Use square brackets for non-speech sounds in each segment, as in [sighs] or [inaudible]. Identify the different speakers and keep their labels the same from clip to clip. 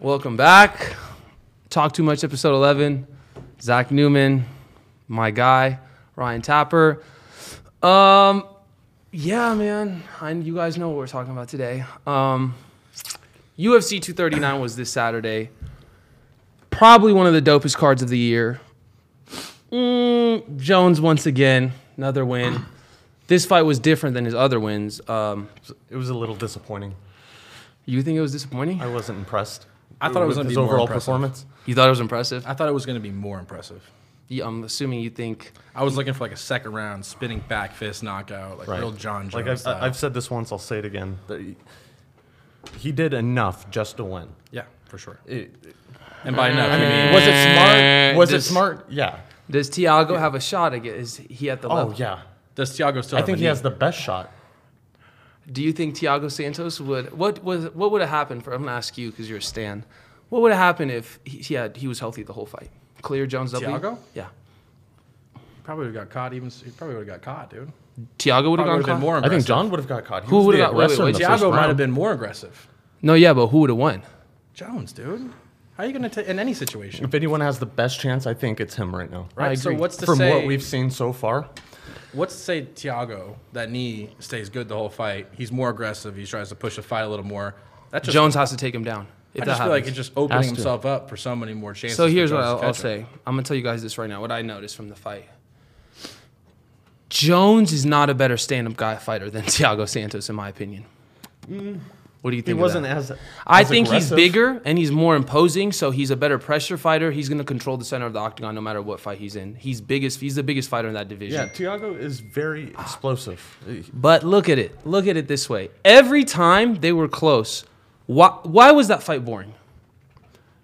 Speaker 1: Welcome back. Talk Too Much, episode 11. Zach Newman, my guy, Ryan Tapper. Um, yeah, man. I, you guys know what we're talking about today. Um, UFC 239 was this Saturday. Probably one of the dopest cards of the year. Mm, Jones once again, another win. This fight was different than his other wins. Um,
Speaker 2: It was a little disappointing.
Speaker 1: you think it was disappointing?
Speaker 2: I wasn't impressed.
Speaker 3: I thought it was
Speaker 2: with
Speaker 3: gonna
Speaker 2: his
Speaker 3: be more
Speaker 2: overall
Speaker 3: impressive.
Speaker 2: performance.
Speaker 1: You thought it was impressive?
Speaker 3: I thought it was going to be more impressive.
Speaker 1: Yeah, I'm assuming you think
Speaker 3: I was looking for like a second round spinning back fist knockout, like real John Jones.
Speaker 2: Like I've,
Speaker 3: style.
Speaker 2: I've said this once, I'll say it again. that he- He did enough just to win.
Speaker 3: yeah, for sure.
Speaker 2: It-
Speaker 3: And by enough, I mean
Speaker 2: was it smart? Was
Speaker 1: This-
Speaker 2: it smart? Yeah.
Speaker 1: Eh, Does Tiago have a shot again? Is he at the
Speaker 2: Oh
Speaker 1: level?
Speaker 2: yeah.
Speaker 3: does Thiago still?
Speaker 2: I
Speaker 3: have
Speaker 2: think
Speaker 3: a
Speaker 2: he
Speaker 3: knee?
Speaker 2: has the best shot.
Speaker 1: Do you think Tiago Santos would? What was? What would have happened? For I'm gonna ask you because you're a stan. What would have happened if he, he had he was healthy the whole fight? Clear Jones W.
Speaker 3: Thiago?
Speaker 1: Yeah.
Speaker 3: Probably would have got caught. Even he probably would have got caught, dude.
Speaker 1: Tiago would have gone.
Speaker 3: Probably would have been
Speaker 1: caught?
Speaker 3: more
Speaker 2: I
Speaker 3: impressive.
Speaker 2: think John would have got caught. He
Speaker 1: Who
Speaker 2: was the
Speaker 1: would've got- wait, wait,
Speaker 2: aggressor in
Speaker 1: wait,
Speaker 2: the first
Speaker 3: Thiago might
Speaker 2: round.
Speaker 3: have been more aggressive.
Speaker 1: No, yeah, but who would have won?
Speaker 3: Jones, dude. How are you going to take in any situation?
Speaker 2: If anyone has the best chance, I think it's him right now.
Speaker 3: Right. So
Speaker 1: agree.
Speaker 3: what's to
Speaker 2: From
Speaker 3: say?
Speaker 2: what we've seen so far,
Speaker 3: What's to say, Thiago? That knee stays good the whole fight. He's more aggressive. He tries to push the fight a little more. That just
Speaker 1: Jones has to take him down. If
Speaker 3: I
Speaker 1: that
Speaker 3: just feel like
Speaker 1: happens.
Speaker 3: it's just opening
Speaker 2: to.
Speaker 3: himself up for so many more chances.
Speaker 1: So
Speaker 3: for
Speaker 1: here's what
Speaker 3: Jones to
Speaker 1: I'll, I'll
Speaker 3: catch him.
Speaker 1: say. I'm gonna tell you guys this right now. What I noticed from the fight. Jones is not a better stand-up guy fighter than [laughs] Tiago Santos, in my opinion.
Speaker 3: Mm.
Speaker 1: What do you
Speaker 2: he
Speaker 1: think? of
Speaker 2: wasn't
Speaker 1: that?
Speaker 2: as.
Speaker 1: I
Speaker 2: as
Speaker 1: think
Speaker 2: aggressive.
Speaker 1: he's bigger and he's more imposing, so he's a better pressure fighter. He's going to control the center of the octagon no matter what fight he's in. He's biggest. He's the biggest fighter in that division.
Speaker 2: Yeah, Thiago is very
Speaker 1: Ah.
Speaker 2: explosive.
Speaker 1: But look at it. Look at it this way. Every time they were close, why, why was that fight boring?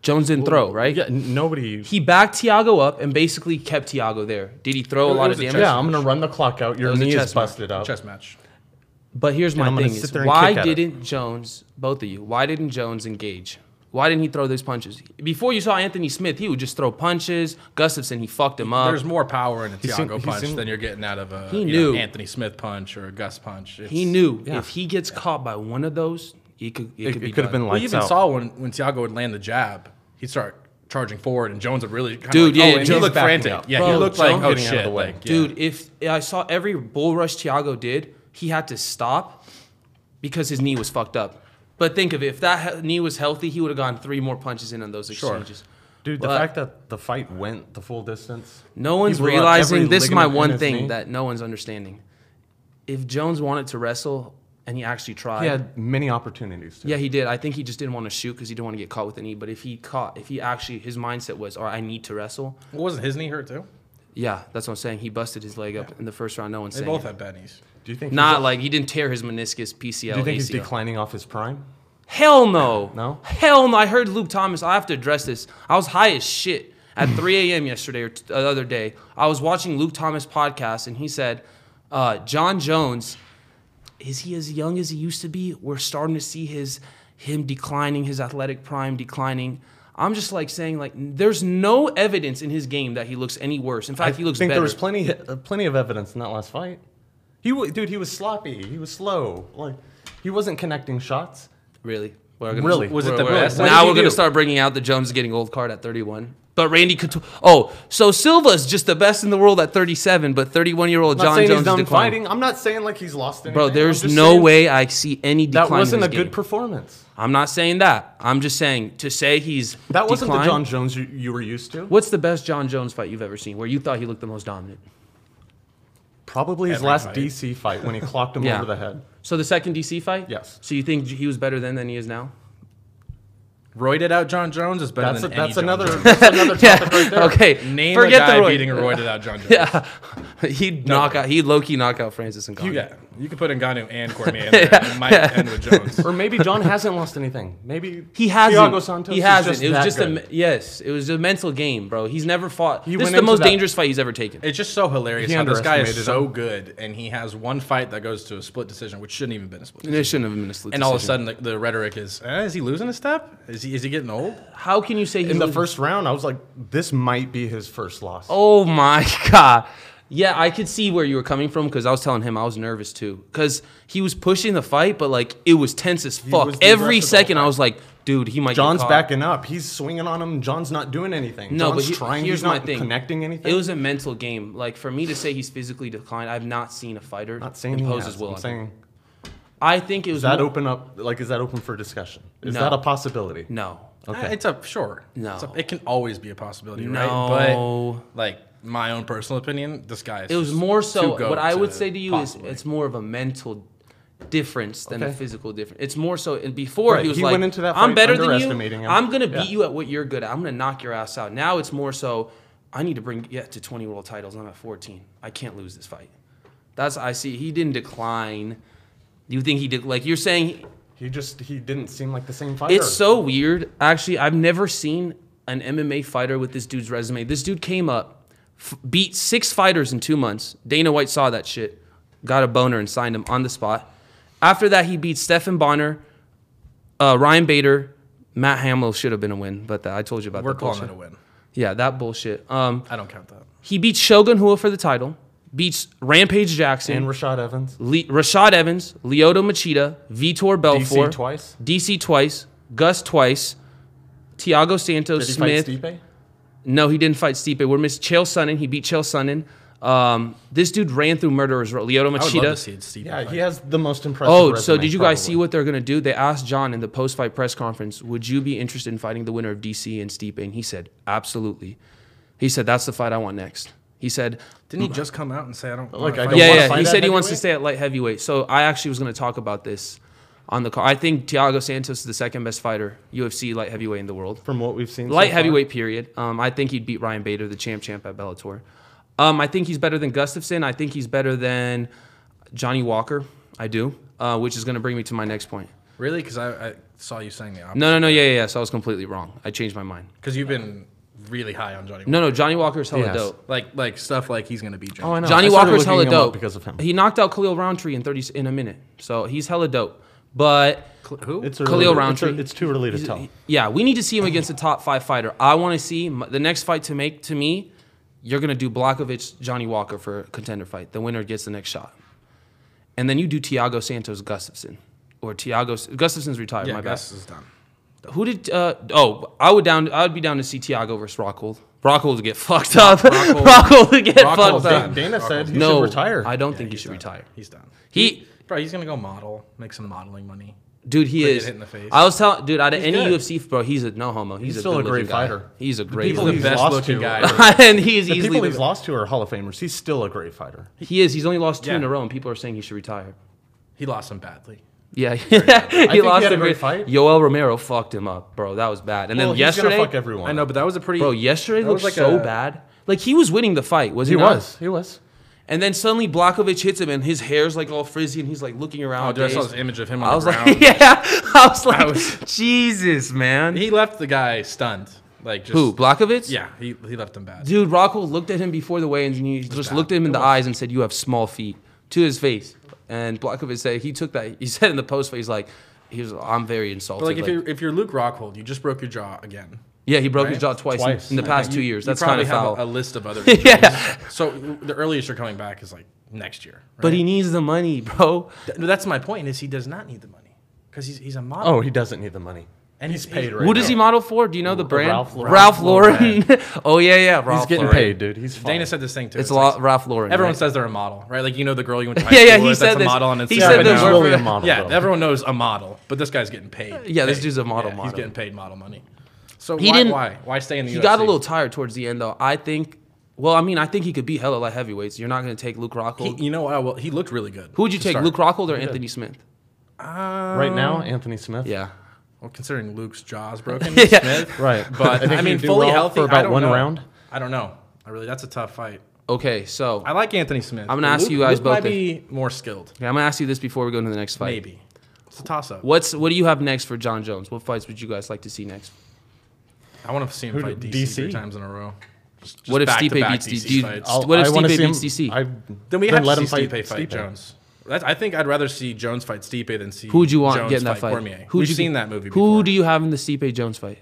Speaker 1: Jones didn't throw, right?
Speaker 2: Yeah, n- nobody.
Speaker 1: He backed Tiago up and basically kept Tiago there. Did he throw a
Speaker 3: It
Speaker 1: lot
Speaker 3: was
Speaker 1: of
Speaker 3: a
Speaker 1: damage?
Speaker 3: chess-
Speaker 2: yeah, I'm gonna run the clock out. Your
Speaker 1: was a
Speaker 2: knee is
Speaker 1: chess match.
Speaker 2: busted up.
Speaker 3: Chess match.
Speaker 1: But here's my
Speaker 2: I'm gonna
Speaker 1: thing:
Speaker 2: sit
Speaker 1: is
Speaker 2: there and
Speaker 1: why
Speaker 2: kick at it.
Speaker 1: didn't Jones, both of you, why didn't Jones engage? Why didn't he throw those punches? Before you saw Anthony Smith, he would just throw punches. Gustafson, he fucked him up.
Speaker 3: There's more power in a
Speaker 2: seemed-
Speaker 3: Thiago
Speaker 2: he
Speaker 3: punch
Speaker 2: seemed-
Speaker 3: than you're getting out of a
Speaker 1: He
Speaker 3: you
Speaker 1: knew.
Speaker 3: know, Anthony Smith punch or a Gus punch. It's-
Speaker 1: He knew
Speaker 2: Yeah.
Speaker 1: if he gets caught by one of those, he could. It,
Speaker 2: It,
Speaker 1: could be
Speaker 2: could have been
Speaker 1: done.
Speaker 3: We
Speaker 2: lights
Speaker 3: even
Speaker 2: out.
Speaker 3: saw when when Thiago would land the jab, he'd start charging forward, and Jones would really kind
Speaker 1: Dude,
Speaker 3: Of like,
Speaker 1: yeah,
Speaker 3: oh, and he
Speaker 1: Jones
Speaker 3: looked
Speaker 2: backing
Speaker 3: frantic.
Speaker 2: up.
Speaker 3: Yeah,
Speaker 1: Bro,
Speaker 3: he looked like
Speaker 1: Jones
Speaker 3: oh
Speaker 2: getting out of
Speaker 3: shit,
Speaker 2: the way.
Speaker 3: like, yeah.
Speaker 1: dude. If I saw every bull rush Tiago did, he had to stop because his knee was fucked up. But think of it: if that he- knee was healthy, he would have gone three more punches in on those
Speaker 3: Sure.
Speaker 1: exchanges.
Speaker 2: Dude, the
Speaker 1: But-
Speaker 2: fact that the fight went the full distance.
Speaker 1: No one's
Speaker 2: He blew out every
Speaker 1: realizing this is my
Speaker 2: ligament in
Speaker 1: one
Speaker 2: his
Speaker 1: thing
Speaker 2: knee.
Speaker 1: that no one's understanding. If Jones wanted to wrestle and he actually tried,
Speaker 2: He had many opportunities. To.
Speaker 1: yeah, he did. I think he just didn't want to shoot because he didn't want to get caught with a knee. But if he caught, if he actually his mindset was, "All right, I need to wrestle,"
Speaker 3: Well, wasn't his knee hurt too?
Speaker 1: yeah, that's what I'm saying. He busted his leg up in the first round. No one's
Speaker 3: They
Speaker 1: saying
Speaker 3: both
Speaker 1: it.
Speaker 3: had bad knees.
Speaker 2: Do you think?
Speaker 1: not like he didn't tear his meniscus,
Speaker 2: He's,
Speaker 1: PCL,
Speaker 2: do you think he's
Speaker 1: ACL.
Speaker 2: declining off his prime?
Speaker 1: Hell no.
Speaker 2: No?
Speaker 1: Hell no. I heard Luke Thomas. I have to address this. I was high as shit
Speaker 2: [laughs]
Speaker 1: at 3 a.m. yesterday or t- uh, the other day. I was watching Luke Thomas podcast and he said, uh, John Jones, is he as young as he used to be? We're starting to see his him declining, his athletic prime declining. I'm just like saying like there's no evidence in his game that he looks any worse. In
Speaker 2: I
Speaker 1: fact, he looks
Speaker 2: think
Speaker 1: better.
Speaker 2: there was plenty, uh, plenty of evidence in that last fight. He, wa- dude, he was sloppy. He was slow. Like, he wasn't connecting shots.
Speaker 1: Really? We're gonna-
Speaker 2: Really?
Speaker 3: Was it
Speaker 1: we're-
Speaker 3: the
Speaker 1: we're-
Speaker 3: best? What
Speaker 1: Now
Speaker 2: did he
Speaker 1: we're going to
Speaker 2: do?
Speaker 1: start bringing out the Jones is getting old card at 31. But Randy Couture. Oh, so Silva's just the best in the world at 37, but 31 year old
Speaker 2: I'm not
Speaker 1: John
Speaker 2: saying
Speaker 1: Jones
Speaker 2: he's
Speaker 1: is
Speaker 2: done
Speaker 1: declining.
Speaker 2: fighting. I'm not saying like he's lost anything.
Speaker 1: Bro,
Speaker 2: I'm
Speaker 1: there's
Speaker 2: just
Speaker 1: no
Speaker 2: saying
Speaker 1: way I see any decline.
Speaker 2: That
Speaker 1: in
Speaker 2: wasn't a
Speaker 1: his
Speaker 2: good
Speaker 1: game.
Speaker 2: performance.
Speaker 1: I'm not saying that. I'm just saying to say he's
Speaker 2: That wasn't
Speaker 1: declined-
Speaker 2: the John Jones you, you were used to.
Speaker 1: What's the best John Jones fight you've ever seen where you thought he looked the most dominant?
Speaker 2: Probably his
Speaker 3: Every
Speaker 2: last
Speaker 3: fight.
Speaker 2: DC fight when he clocked him
Speaker 1: [laughs] Yeah.
Speaker 2: over the head.
Speaker 1: So the second DC fight?
Speaker 2: Yes.
Speaker 1: So you think he was better then than he is now?
Speaker 3: Roided out John Jones is better
Speaker 2: That's a,
Speaker 3: than any
Speaker 2: that's
Speaker 3: John
Speaker 2: another
Speaker 3: Jones.
Speaker 2: that's another topic right
Speaker 1: [laughs]
Speaker 2: there.
Speaker 1: Okay.
Speaker 3: Name
Speaker 1: Forget
Speaker 3: a guy
Speaker 1: the Roy. [laughs]
Speaker 3: beating a roided out John Jones.
Speaker 1: Yeah. he'd knock out. He'd low key knock out Francis and Ngannou.
Speaker 3: Yeah, you could put Ngannou and Cormier in there. It might end with Jones.
Speaker 2: Or maybe John hasn't lost anything. Maybe
Speaker 1: [laughs] He hasn't.
Speaker 2: Thiago Santos
Speaker 1: he
Speaker 2: is
Speaker 1: hasn't.
Speaker 2: just
Speaker 1: it was
Speaker 2: that
Speaker 1: just
Speaker 2: good.
Speaker 1: a yes. It was a mental game, bro. He's never fought. this
Speaker 2: went
Speaker 1: is the
Speaker 2: into
Speaker 1: most
Speaker 2: that-
Speaker 1: dangerous fight he's ever taken.
Speaker 3: It's just so hilarious
Speaker 2: He
Speaker 3: how this guy is
Speaker 2: underestimated
Speaker 3: so good, and he has one fight that goes to a split decision, which shouldn't even been a split.
Speaker 1: And
Speaker 3: Decision.
Speaker 1: it shouldn't have been a split
Speaker 3: And all of a
Speaker 1: decision.
Speaker 3: sudden, the, the rhetoric is: eh, Is he losing a step? Is he is he getting old? Eh,
Speaker 1: how can you say he
Speaker 2: in the
Speaker 1: was-
Speaker 2: first round, I was like, this might be his first loss.
Speaker 1: [laughs] Oh my [laughs] god. Yeah, I could see where you were coming from because I was telling him I was nervous too because he was pushing the fight, but like it was tense as fuck.
Speaker 2: was the
Speaker 1: Every
Speaker 2: aggressor the whole
Speaker 1: second I was like, dude, he might. get
Speaker 2: John's
Speaker 1: caught.
Speaker 2: backing up. He's swinging on him. John's not doing anything.
Speaker 1: No,
Speaker 2: John's
Speaker 1: but he-
Speaker 2: trying.
Speaker 1: here's
Speaker 2: he's
Speaker 1: my
Speaker 2: not
Speaker 1: thing.
Speaker 2: connecting anything.
Speaker 1: It was a mental game. Like for me to say he's physically declined, I've not seen a fighter
Speaker 2: not saying he
Speaker 1: impose
Speaker 2: has.
Speaker 1: his will.
Speaker 2: I'm
Speaker 1: on him.
Speaker 2: saying
Speaker 1: I think it was
Speaker 2: does that
Speaker 1: more-
Speaker 2: open up? Like, is that open for discussion? Is
Speaker 1: No.
Speaker 2: that a possibility?
Speaker 1: No,
Speaker 2: Okay.
Speaker 3: Uh, It's a sure.
Speaker 1: No.
Speaker 3: It's a- it can always be a possibility, right?
Speaker 1: No.
Speaker 3: But like my own personal opinion, this guy is
Speaker 1: it was more so. What I would say to you
Speaker 3: possibly.
Speaker 1: is it's more of a mental difference than a
Speaker 2: Okay.
Speaker 1: physical difference. It's more so. And before
Speaker 2: Right,
Speaker 1: he was
Speaker 2: he
Speaker 1: like,
Speaker 2: went into that
Speaker 1: "I'm
Speaker 2: fight
Speaker 1: better than you.
Speaker 2: underestimating him."
Speaker 1: I'm gonna
Speaker 2: Yeah.
Speaker 1: beat you at what you're good at. I'm gonna knock your ass out." Now it's more so. I need to bring yeah to 20 world titles. I'm at 14. I can't lose this fight. That's I see. He didn't decline. You think he did? Like you're saying,
Speaker 2: He just he didn't seem like the same fighter.
Speaker 1: It's so weird. Actually, I've never seen an MMA fighter with this dude's resume. This dude came up, f- beat six fighters in two months. Dana White saw that shit, got a boner and signed him on the spot. After that, he beat Stefan Bonner, uh, Ryan Bader, Matt Hamill should have been a win, but that, I told you about
Speaker 3: we're
Speaker 1: that
Speaker 3: calling
Speaker 1: bullshit.
Speaker 3: it a win.
Speaker 1: Yeah, that bullshit. Um,
Speaker 3: I don't count that.
Speaker 1: he beats Shogun Hua for the title, beats Rampage Jackson,
Speaker 2: and Rashad Evans.
Speaker 1: Le- Rashad Evans, Leoto Machida, Vitor Belfort,
Speaker 2: twice?
Speaker 1: DC twice, Gus twice, Tiago Santos
Speaker 2: Did he
Speaker 1: Smith.
Speaker 2: fight Stipe?
Speaker 1: no, he didn't fight Stipe. We're miss Chael Sonnen. He beat Chael Sonnen. Um, this dude ran through murderers. row. Leoto
Speaker 3: I would love to
Speaker 1: Machida.
Speaker 3: see it, Steve.
Speaker 2: Yeah, he has the most impressive.
Speaker 1: Oh,
Speaker 2: resume,
Speaker 1: so did you guys see
Speaker 2: probably.
Speaker 1: what they're gonna do? They asked John in the post-fight press conference, "Would you be interested in fighting the winner of DC and Stipe?" And he said, "Absolutely." He said, "That's the fight I want next." He said,
Speaker 3: Didn't he just come out and say I don't?
Speaker 2: Like,
Speaker 3: wanna
Speaker 2: I
Speaker 3: fight
Speaker 2: don't
Speaker 3: him?
Speaker 2: wanna
Speaker 1: Mm. yeah, yeah.
Speaker 2: fight
Speaker 1: He
Speaker 2: at
Speaker 1: said he wants to
Speaker 2: heavyweight?
Speaker 1: stay at light heavyweight. So I actually was going to talk about this on the call. I think Thiago Santos is the second best fighter UFC light heavyweight in the world.
Speaker 2: from what we've seen? so
Speaker 1: Light
Speaker 2: far?
Speaker 1: heavyweight period. Um, I think he'd beat Ryan Bader, the champ champ at Bellator. Um, I think he's better than Gustafson. I think he's better than Johnny Walker. I do, uh, which is going to bring me to my next point.
Speaker 3: Really? Because I, I saw you saying the opposite.
Speaker 1: No, no, no. Yeah, yeah, yeah. So I was completely wrong. I changed my mind.
Speaker 3: Because you've been really high on Johnny.
Speaker 1: No, no. Johnny Walker's hella
Speaker 2: Yes.
Speaker 1: dope.
Speaker 3: Like like stuff like he's gonna beat Johnny.
Speaker 2: Oh, I know.
Speaker 1: Johnny
Speaker 2: I started
Speaker 1: Walker's hella
Speaker 2: looking him up
Speaker 1: dope
Speaker 2: because of him.
Speaker 1: He knocked out Khalil Roundtree in thirty s- in a minute, so he's hella dope. But
Speaker 3: Cl- Who?
Speaker 2: It's
Speaker 1: Khalil
Speaker 2: early- it's-
Speaker 1: Roundtree.
Speaker 2: It's too early to tell.
Speaker 1: Yeah, we need to see him against a top five fighter. I want to see m- the next fight to make to me. You're gonna do Blakovich Johnny Walker for a contender fight. The winner gets the next shot, and then you do Tiago Santos Gustafson or Tiago Gustafson's retired.
Speaker 3: yeah,
Speaker 1: my
Speaker 3: I
Speaker 1: bad.
Speaker 3: guess is done.
Speaker 1: Who did? Uh, oh, I would down. I would be down to see Tiago versus Rockhold. Rockhold would get fucked up. [laughs] Rockhold, would get
Speaker 3: Rockhold's
Speaker 1: fucked up.
Speaker 3: done.
Speaker 2: Dana said he
Speaker 1: no,
Speaker 2: should retire.
Speaker 1: I don't think he
Speaker 3: he's
Speaker 1: should
Speaker 3: done.
Speaker 1: retire.
Speaker 3: He's done.
Speaker 1: He,
Speaker 3: Bro, he's gonna go model, make some modeling money.
Speaker 1: dude, he
Speaker 3: Could get
Speaker 1: is.
Speaker 3: hit in the face.
Speaker 1: I was telling, dude, out of any
Speaker 2: good.
Speaker 1: UFC, bro, he's a no homo. He's,
Speaker 2: He's
Speaker 1: a
Speaker 2: still a
Speaker 1: good-looking
Speaker 2: great
Speaker 1: guy.
Speaker 2: fighter.
Speaker 1: He's a great.
Speaker 3: He's the
Speaker 1: looking
Speaker 2: he's
Speaker 3: best
Speaker 2: lost
Speaker 3: looking
Speaker 2: to-
Speaker 3: guy.
Speaker 1: [laughs] and he's
Speaker 2: The
Speaker 1: easily
Speaker 2: people
Speaker 1: the
Speaker 2: he's lost to are Hall of Famers. He's still a great fighter.
Speaker 1: He is. He's only lost two in
Speaker 3: Yeah.
Speaker 1: a row, and people are saying he should retire.
Speaker 3: he lost him badly.
Speaker 1: Yeah, he
Speaker 2: he
Speaker 1: lost
Speaker 2: had
Speaker 1: the
Speaker 2: a great
Speaker 1: great-
Speaker 2: fight.
Speaker 1: Yoel Romero fucked him up, bro. That was bad. And
Speaker 2: Well,
Speaker 1: then
Speaker 2: he's gonna
Speaker 1: yesterday,
Speaker 2: fuck everyone.
Speaker 3: I know, but that was a pretty
Speaker 1: bro, yesterday
Speaker 3: That
Speaker 1: looked
Speaker 3: was like
Speaker 1: so
Speaker 3: a-
Speaker 1: bad. Like he was winning the fight, was he?
Speaker 2: He
Speaker 1: not?
Speaker 2: was. He was.
Speaker 1: And then suddenly Blakovich hits him, and his hair's like all frizzy, and he's like looking around.
Speaker 3: Oh, dude, I saw
Speaker 1: dazed.
Speaker 3: this image of him on
Speaker 1: I was
Speaker 3: the
Speaker 1: like, [laughs]
Speaker 3: ground.
Speaker 1: yeah. I was like,
Speaker 3: was-
Speaker 1: Jesus, man.
Speaker 3: He left the guy stunned. Like just
Speaker 1: Who? Blakovich?
Speaker 3: Yeah, he, he left him bad.
Speaker 1: Dude, Rockhold looked at him before the weigh-ins, and he just
Speaker 3: bad.
Speaker 1: looked at him in the eyes and said, "You have small feet," to his face. And Blakovich said he took that. He [laughs] said in the post, he's like, "He was, I'm very insulted."
Speaker 3: But like if
Speaker 1: Like,
Speaker 3: you're if you're Luke Rockhold, you just broke your jaw again.
Speaker 1: yeah, he broke
Speaker 3: right?
Speaker 1: his jaw twice, in-
Speaker 2: Twice.
Speaker 1: in the
Speaker 2: I
Speaker 1: past
Speaker 3: You-
Speaker 1: two years.
Speaker 3: you
Speaker 1: That's kind
Speaker 3: probably
Speaker 1: of
Speaker 3: have
Speaker 1: foul.
Speaker 3: A, a list
Speaker 1: [laughs]
Speaker 3: of other.
Speaker 1: Yeah.
Speaker 3: injuries. So the earliest you're coming back is like next year.
Speaker 1: but
Speaker 3: right?
Speaker 1: he needs the money, [laughs] bro.
Speaker 3: Th- that's my point. Is he does not need the money because he's he's a model
Speaker 2: Oh, he doesn't need the money.
Speaker 3: and he's paid right.
Speaker 1: Who does he model for? Do you know the brand?
Speaker 2: Ralph Lauren.
Speaker 1: Ralph Lauren. [laughs] oh yeah, yeah. Ralph
Speaker 2: He's getting
Speaker 1: Lauren.
Speaker 2: paid, dude. He's fine.
Speaker 3: Dana said this thing too.
Speaker 1: It's
Speaker 3: It's like,
Speaker 1: Lo- Ralph Lauren.
Speaker 3: everyone
Speaker 1: right?
Speaker 3: says they're a model, right? Like you know the girl you
Speaker 1: [laughs]
Speaker 3: went to high
Speaker 1: Yeah, yeah,
Speaker 3: school
Speaker 1: he
Speaker 3: with
Speaker 1: said
Speaker 3: that's
Speaker 1: this.
Speaker 3: a model on Instagram.
Speaker 1: He
Speaker 2: yeah,
Speaker 1: said
Speaker 2: but
Speaker 1: the
Speaker 2: he's
Speaker 1: word
Speaker 2: really
Speaker 1: for-
Speaker 2: a model.
Speaker 3: yeah,
Speaker 2: though.
Speaker 3: everyone knows a model, but this guy's getting paid.
Speaker 1: Yeah, this
Speaker 3: paid.
Speaker 1: dude's a model
Speaker 3: Yeah, He's
Speaker 1: model.
Speaker 3: getting paid model money. So
Speaker 1: He
Speaker 3: why,
Speaker 1: didn't-
Speaker 3: why why stay in the?
Speaker 1: He
Speaker 3: UFC?
Speaker 1: got a little tired towards the end, though. I think. Well, I mean, I think he could beat hella light heavyweights. You're not going to take Luke Rockhold.
Speaker 3: He, you know what? Well, he looked really good.
Speaker 1: Who would you
Speaker 3: to
Speaker 1: take,
Speaker 3: start.
Speaker 1: Luke Rockhold or Anthony Smith?
Speaker 3: Uh,
Speaker 2: right now, Anthony Smith.
Speaker 1: Yeah.
Speaker 3: Well, considering
Speaker 1: [laughs]
Speaker 3: Luke's jaw's broken,
Speaker 1: Yeah.
Speaker 3: Smith.
Speaker 2: Right.
Speaker 3: But
Speaker 2: And if
Speaker 3: I
Speaker 2: you
Speaker 3: mean,
Speaker 2: do
Speaker 3: fully
Speaker 2: well
Speaker 3: healthy
Speaker 2: for
Speaker 3: I
Speaker 2: about
Speaker 3: don't
Speaker 2: one
Speaker 3: know.
Speaker 2: round.
Speaker 3: I don't know. I really, that's a tough fight.
Speaker 1: Okay, so
Speaker 3: I like Anthony Smith.
Speaker 1: I'm gonna
Speaker 3: but
Speaker 1: ask you guys
Speaker 3: Luke
Speaker 1: both
Speaker 3: Might be more skilled,
Speaker 1: Okay, I'm gonna ask you this before we go into the next fight.
Speaker 3: maybe. It's a toss-up.
Speaker 1: What's what do you have next for John Jones? What fights would you guys like to see next?
Speaker 3: I want to see him
Speaker 2: Who
Speaker 3: fight
Speaker 2: did-
Speaker 3: DC,
Speaker 2: DC?
Speaker 3: three times in a row. Just, just
Speaker 1: What if Stipe
Speaker 3: back-to-back
Speaker 1: beats
Speaker 3: DC
Speaker 1: D-
Speaker 3: fights.
Speaker 1: I'll- What if
Speaker 2: I wanna
Speaker 1: Stipe
Speaker 2: see him-
Speaker 1: beats DC?
Speaker 2: I,
Speaker 3: then we have
Speaker 2: let
Speaker 3: to
Speaker 2: him
Speaker 3: see
Speaker 2: fight
Speaker 3: Stipe fight
Speaker 2: Stipe.
Speaker 3: Jones. That's, I think I'd rather see Jones fight Stipe than see
Speaker 1: Who would you want
Speaker 3: Jones
Speaker 1: getting that fight?
Speaker 3: Cormier.
Speaker 1: Who'd
Speaker 3: We've
Speaker 1: you-
Speaker 3: seen that movie.
Speaker 1: Who
Speaker 3: before.
Speaker 1: do you have in the Stipe Jones fight?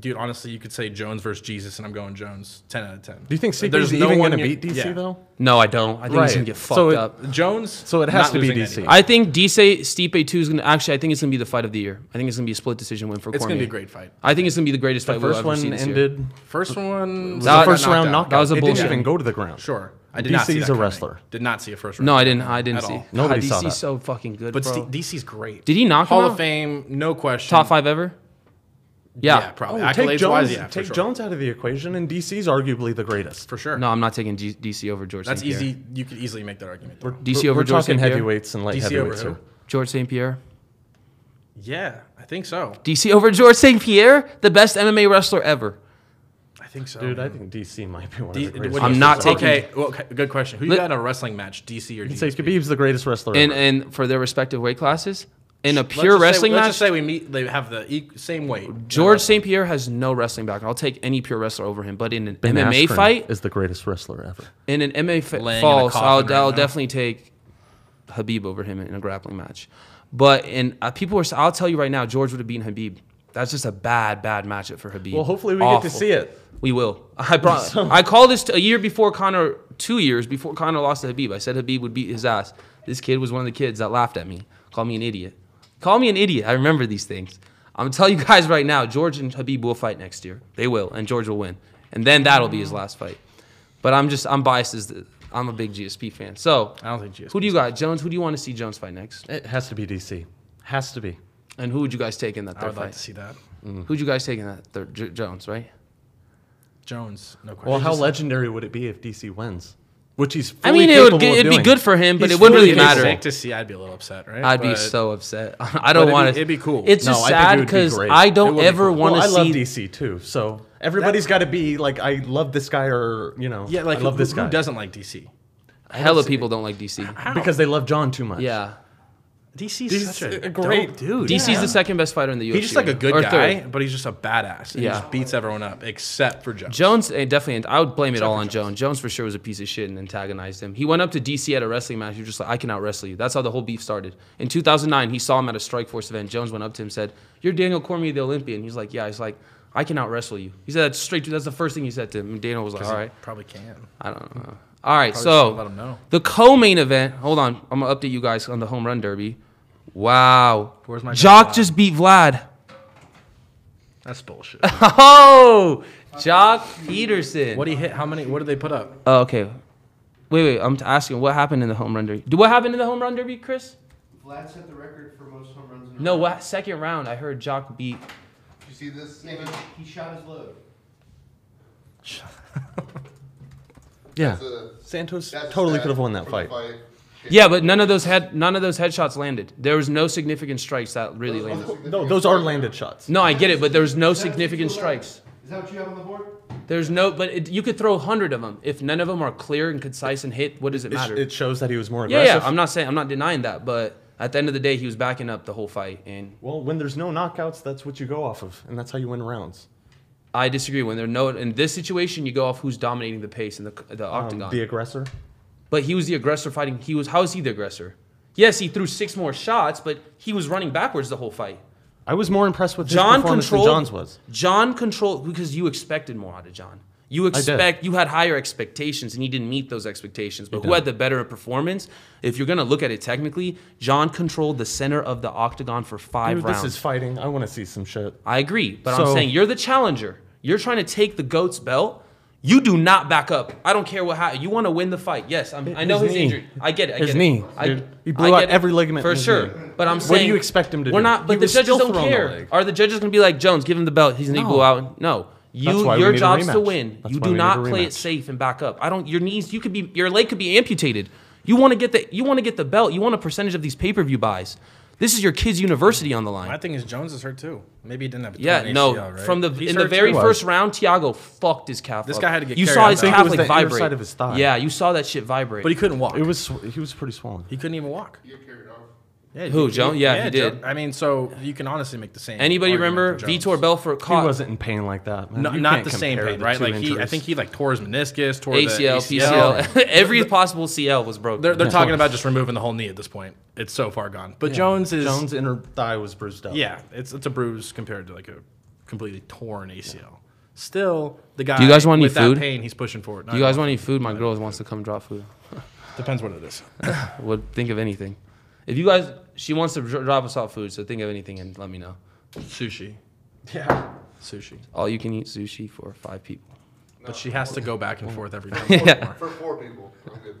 Speaker 3: dude, honestly, you could say Jones versus Jesus, and I'm going Jones. Ten out of ten.
Speaker 2: Do you think CP's
Speaker 3: There's
Speaker 2: is
Speaker 3: no
Speaker 2: even
Speaker 3: one
Speaker 2: going to
Speaker 3: you-
Speaker 2: beat DC
Speaker 3: yeah.
Speaker 2: though?
Speaker 1: No, I don't. I think he's
Speaker 2: Right.
Speaker 1: gonna get fucked
Speaker 2: So it-
Speaker 1: up.
Speaker 3: Jones?
Speaker 2: So it has
Speaker 3: not
Speaker 2: to be
Speaker 3: losing
Speaker 2: DC.
Speaker 3: anyone.
Speaker 1: I think DC Stipe two is gonna actually. I think it's gonna be the fight of the year. I think it's gonna be a split decision win for
Speaker 3: It's
Speaker 1: Cormier.
Speaker 3: gonna be a great fight.
Speaker 1: I think it's gonna be the greatest
Speaker 2: The
Speaker 1: fight we've
Speaker 2: first
Speaker 1: ever seen
Speaker 2: one
Speaker 1: this year.
Speaker 2: ended.
Speaker 3: First one.
Speaker 1: the
Speaker 2: The
Speaker 1: That-
Speaker 2: first round knockout.
Speaker 1: knockout. That was a
Speaker 2: it
Speaker 1: bullshit.
Speaker 2: didn't even go to the ground.
Speaker 3: Sure, I did not see
Speaker 2: DC's
Speaker 3: that
Speaker 2: a
Speaker 3: coming.
Speaker 2: wrestler.
Speaker 3: Did not see a first round.
Speaker 1: No, I didn't. I didn't
Speaker 3: At
Speaker 1: see.
Speaker 3: all.
Speaker 1: God,
Speaker 2: Nobody
Speaker 1: DC's
Speaker 2: saw that.
Speaker 1: so fucking good,
Speaker 3: But
Speaker 1: bro.
Speaker 3: St- DC's great.
Speaker 1: Did he knock
Speaker 3: Hall
Speaker 1: him
Speaker 3: of
Speaker 1: out?
Speaker 3: Fame? No question.
Speaker 1: Top five ever. Yeah.
Speaker 3: Yeah, probably.
Speaker 2: Oh, take
Speaker 3: Accolades
Speaker 2: Jones,
Speaker 3: wise, yeah, for
Speaker 2: take
Speaker 3: sure.
Speaker 2: Jones out of the equation, and DC's arguably the greatest.
Speaker 3: for sure.
Speaker 1: No, I'm not taking G- DC over George.
Speaker 3: that's
Speaker 1: St. Pierre.
Speaker 3: easy. You could easily make that argument. though.
Speaker 1: DC
Speaker 2: We're-
Speaker 1: over
Speaker 2: we're
Speaker 1: George
Speaker 2: talking
Speaker 1: St. Pierre.
Speaker 2: heavyweights and light
Speaker 3: DC over
Speaker 2: heavyweights
Speaker 3: who?
Speaker 2: here.
Speaker 1: George St. Pierre.
Speaker 3: Yeah, I think so.
Speaker 1: DC over George St. Pierre, the best MMA wrestler ever.
Speaker 3: I think so.
Speaker 2: Dude, I think DC might be one of
Speaker 3: D-
Speaker 2: the greatest.
Speaker 3: what-
Speaker 1: I'm not
Speaker 2: wrestlers.
Speaker 1: taking-
Speaker 3: Okay, well, okay, good question. Who you
Speaker 1: Let-
Speaker 3: got in a wrestling match, DC or
Speaker 2: You can
Speaker 3: Jesus?
Speaker 2: say Khabib's the greatest wrestler.
Speaker 1: And
Speaker 2: ever.
Speaker 1: and for their respective weight classes, in a
Speaker 3: Let's
Speaker 1: pure
Speaker 3: just say-
Speaker 1: wrestling
Speaker 3: Let's
Speaker 1: match,
Speaker 3: just say we meet. They have the e- same weight.
Speaker 1: George St. Pierre has no wrestling background. I'll take any pure wrestler over him. But in an
Speaker 2: Ben
Speaker 1: MMA
Speaker 2: Askren
Speaker 1: fight,
Speaker 2: is the greatest wrestler ever.
Speaker 1: in an MMA
Speaker 3: Laying
Speaker 1: fa-
Speaker 3: in a
Speaker 1: false,
Speaker 3: coffin
Speaker 1: I'll,
Speaker 3: right
Speaker 1: I'll
Speaker 3: now.
Speaker 1: definitely take Habib over him in a grappling match. But in uh, people are, s- I'll tell you right now, George would have beaten Habib. That's just a bad, bad matchup for Habib.
Speaker 2: Well, hopefully we get
Speaker 1: Awful.
Speaker 2: to see it.
Speaker 1: We will. I brought. I called this t- a year before Connor. Two years before Connor lost to Habib, I said Habib would beat his ass. This kid was one of the kids that laughed at me, called me an idiot. Call me an idiot. I remember these things. I'm telling you guys right now, George and Habib will fight next year. They will, and George will win, and then that'll be his last fight. But I'm just, I'm biased. As the, I'm a big GSP fan. So
Speaker 3: I don't think GSP.
Speaker 1: who do you got, Jones? Who do you want to see Jones fight next?
Speaker 2: It has to be DC. Has to be.
Speaker 1: And who would you guys take in that
Speaker 3: I
Speaker 1: third
Speaker 3: would like to
Speaker 1: fight?
Speaker 3: see that.
Speaker 1: Who'd you guys take in that third? J- Jones, right?
Speaker 3: Jones, no question.
Speaker 2: Well, how legendary would it be if DC wins? Which he's.
Speaker 1: I
Speaker 2: fully
Speaker 1: mean, it would
Speaker 2: capable
Speaker 1: g-
Speaker 2: of
Speaker 1: it'd be
Speaker 2: doing.
Speaker 1: good for him, but
Speaker 2: He's
Speaker 1: it wouldn't
Speaker 2: fully
Speaker 1: really matter.
Speaker 3: Sick to see. I'd be a little upset, right?
Speaker 1: I'd be
Speaker 3: But
Speaker 1: so upset. [laughs] I don't
Speaker 2: it'd
Speaker 1: want
Speaker 3: be-
Speaker 1: to.
Speaker 3: it'd be cool.
Speaker 1: It's
Speaker 2: No,
Speaker 1: just
Speaker 2: I think it
Speaker 1: sad
Speaker 2: would be
Speaker 1: because
Speaker 2: great.
Speaker 1: I
Speaker 3: It
Speaker 1: don't
Speaker 3: would be
Speaker 1: ever
Speaker 3: cool.
Speaker 1: want to
Speaker 2: well, I love
Speaker 1: see.
Speaker 2: DC too, so everybody's got to be like, I love this guy, or you know,
Speaker 3: Yeah, like
Speaker 2: I love
Speaker 3: who,
Speaker 2: this
Speaker 3: who
Speaker 2: guy
Speaker 3: doesn't like DC?
Speaker 1: Hella people don't like DC.
Speaker 2: because they love John too much.
Speaker 1: Yeah,
Speaker 3: DC's,
Speaker 2: DC's
Speaker 3: such a,
Speaker 2: a great
Speaker 3: dope dude.
Speaker 1: DC's
Speaker 3: yeah.
Speaker 1: the second best fighter in the UFC.
Speaker 3: He's just like a
Speaker 1: right now,
Speaker 3: good
Speaker 1: or
Speaker 3: guy,
Speaker 1: third.
Speaker 3: but he's just a badass. and He
Speaker 1: Yeah.
Speaker 3: just beats everyone up except for Jones.
Speaker 1: Jones eh, definitely. I would blame it all on Jones. Jones for sure was a piece of shit and antagonized him. He went up to DC at a wrestling match. He was just like, I can out wrestle you. That's how the whole beef started. In 2009, he saw him at a Strikeforce event. Jones went up to him and said, "You're Daniel Cormier, the Olympian." He's like, "Yeah." He's like, "I can out wrestle you." He said that straight. To, that's the first thing he said to him. And Daniel was like, "All right."
Speaker 3: Probably can.
Speaker 1: I don't know. All right,
Speaker 3: should've
Speaker 1: so
Speaker 3: let 'em know.
Speaker 1: the co-main event. Hold on, I'm gonna update you guys on the home run derby. Wow,
Speaker 3: Where's my guy,
Speaker 1: Jock
Speaker 3: Vlad?
Speaker 1: just beat Vlad. [laughs]
Speaker 3: That's bullshit.
Speaker 1: Oh, Jock Peterson.
Speaker 3: [laughs] what do you hit? How many? What did they put up?
Speaker 1: oh, okay, wait, wait. I'm t- asking what happened in the home run derby. Do what happened in the home run derby, Chris?
Speaker 4: Vlad set the record for most home runs in a
Speaker 1: No,
Speaker 4: row.
Speaker 1: what second round? I heard Jock beat.
Speaker 4: Did you see this? he, he shot his load.
Speaker 2: yeah.
Speaker 4: That's a-
Speaker 2: Santos
Speaker 4: that's a
Speaker 2: totally
Speaker 4: stat
Speaker 2: could have won that
Speaker 4: from
Speaker 2: fight.
Speaker 4: the fight.
Speaker 1: Yeah, but none of those head none of those headshots landed. There was no significant strikes that really landed.
Speaker 2: No, those are landed shots.
Speaker 1: No, I get it, but there was no significant strikes.
Speaker 4: Is that what you have on the board?
Speaker 1: There's no, but it, you could throw a hundred of them. If none of them are clear and concise and hit, what does it
Speaker 2: It, sh-
Speaker 1: matter?
Speaker 2: it shows that he was more
Speaker 1: yeah,
Speaker 2: aggressive.
Speaker 1: yeah. I'm not saying I'm not denying that, but at the end of the day, he was backing up the whole fight, and
Speaker 2: well, when there's no knockouts, that's what you go off of, and that's how you win rounds.
Speaker 1: I disagree. When there are no in this situation, you go off who's dominating the pace in the the
Speaker 2: Um,
Speaker 1: octagon.
Speaker 2: the aggressor.
Speaker 1: but he was the aggressor fighting. He was how is he the aggressor? Yes, he threw six more shots, but he was running backwards the whole fight.
Speaker 2: I was more impressed with his
Speaker 1: John
Speaker 2: performance
Speaker 1: controlled.
Speaker 2: than John's was.
Speaker 1: John controlled because you expected more out of John. You
Speaker 2: did.
Speaker 1: expect you had higher expectations, and he didn't meet those expectations. But who had the better performance? If you're gonna look at it technically, John controlled the center of the octagon for five
Speaker 2: Dude,
Speaker 1: rounds.
Speaker 2: this is fighting. I want to see some shit.
Speaker 1: I agree, but I'm
Speaker 2: So-
Speaker 1: saying you're the challenger. You're trying to take the goat's belt. You do not back up. I don't care what happens. You want to win the fight. Yes, I'm, I know
Speaker 2: His
Speaker 1: he's
Speaker 2: knee.
Speaker 1: injured. I get it. I
Speaker 2: His
Speaker 1: get it.
Speaker 2: knee,
Speaker 1: I-
Speaker 2: dude. He blew
Speaker 1: I
Speaker 2: out
Speaker 1: get it.
Speaker 2: every ligament
Speaker 1: for
Speaker 2: in his
Speaker 1: sure.
Speaker 2: knee.
Speaker 1: But I'm
Speaker 2: What do
Speaker 1: saying,
Speaker 2: you expect him to
Speaker 1: We're
Speaker 2: do?
Speaker 1: not.
Speaker 2: He
Speaker 1: But the
Speaker 2: was
Speaker 1: judges
Speaker 2: still
Speaker 1: don't
Speaker 2: throwing the
Speaker 1: care.
Speaker 2: leg.
Speaker 1: Are the judges going to be like Jones? Give him the belt. His knee blew
Speaker 2: No.
Speaker 1: out. No.
Speaker 2: That's
Speaker 1: You,
Speaker 2: why we
Speaker 1: your
Speaker 2: need a
Speaker 1: job's to
Speaker 2: rematch.
Speaker 1: win.
Speaker 2: That's
Speaker 1: you
Speaker 2: why
Speaker 1: do
Speaker 2: we need a
Speaker 1: not play it
Speaker 2: rematch.
Speaker 1: safe and back up. I don't. Your knees. You could be. Your leg could be amputated. You want to get the. You want to get the belt. You want a percentage of these pay per view buys. This is your kid's university on the line.
Speaker 3: My thing is Jones is hurt too. Maybe he didn't have a
Speaker 1: Yeah,
Speaker 3: torn
Speaker 1: no.
Speaker 3: ACL, right?
Speaker 1: From the
Speaker 3: He's
Speaker 1: in the
Speaker 3: hurt
Speaker 1: very
Speaker 3: too.
Speaker 1: first round, Tiago fucked his calf.
Speaker 3: This
Speaker 1: up.
Speaker 3: guy had to get
Speaker 1: You
Speaker 3: carried
Speaker 1: saw
Speaker 3: out
Speaker 1: his
Speaker 3: back.
Speaker 2: I think
Speaker 1: calf
Speaker 2: it was
Speaker 1: like
Speaker 2: the inner
Speaker 1: vibrate.
Speaker 2: side of his thigh.
Speaker 1: Yeah, you saw that shit vibrate.
Speaker 3: but he couldn't walk.
Speaker 2: It was he was pretty swollen.
Speaker 3: he couldn't even walk.
Speaker 4: You carried off.
Speaker 3: Yeah,
Speaker 1: Who, Jones? Yeah, he
Speaker 3: Jones-
Speaker 1: did.
Speaker 3: I mean, so you can honestly make the same.
Speaker 1: Anybody
Speaker 3: argument
Speaker 1: remember
Speaker 3: for Jones.
Speaker 1: Vitor Belfort
Speaker 2: He
Speaker 1: caught
Speaker 2: wasn't in pain like that. Man.
Speaker 3: No,
Speaker 2: You
Speaker 3: not
Speaker 2: can't
Speaker 3: the same
Speaker 2: compare
Speaker 3: pain,
Speaker 2: the
Speaker 3: right?
Speaker 2: two
Speaker 3: Like he, I
Speaker 2: injuries.
Speaker 3: think he like tore his meniscus, tore the
Speaker 1: ACL,
Speaker 3: ACL. [laughs]
Speaker 1: [laughs] PCL, every possible CL was broken.
Speaker 3: They're, they're
Speaker 1: [laughs]
Speaker 3: talking about just removing the whole knee at this point. It's so far gone. But Jones is
Speaker 2: Jones' inner thigh was bruised up.
Speaker 3: yeah, it's it's a bruise compared to like a completely torn ACL. Still, the guy.
Speaker 1: Do you guys want any
Speaker 3: with
Speaker 1: food?
Speaker 3: That pain, he's pushing forward.
Speaker 1: Do you guys want any food? My girl wants to come drop food.
Speaker 3: Depends what
Speaker 1: [laughs]
Speaker 3: it is.
Speaker 1: Would think of anything. If you guys, she wants to dr- drop us off food, so think of anything and let me know.
Speaker 3: Sushi,
Speaker 2: Yeah.
Speaker 3: sushi.
Speaker 1: All you can eat sushi for five people.
Speaker 3: But she has to go back
Speaker 1: Oh.
Speaker 3: and forth
Speaker 1: [laughs]
Speaker 3: every time.
Speaker 1: Yeah.
Speaker 4: For four people. I'm good.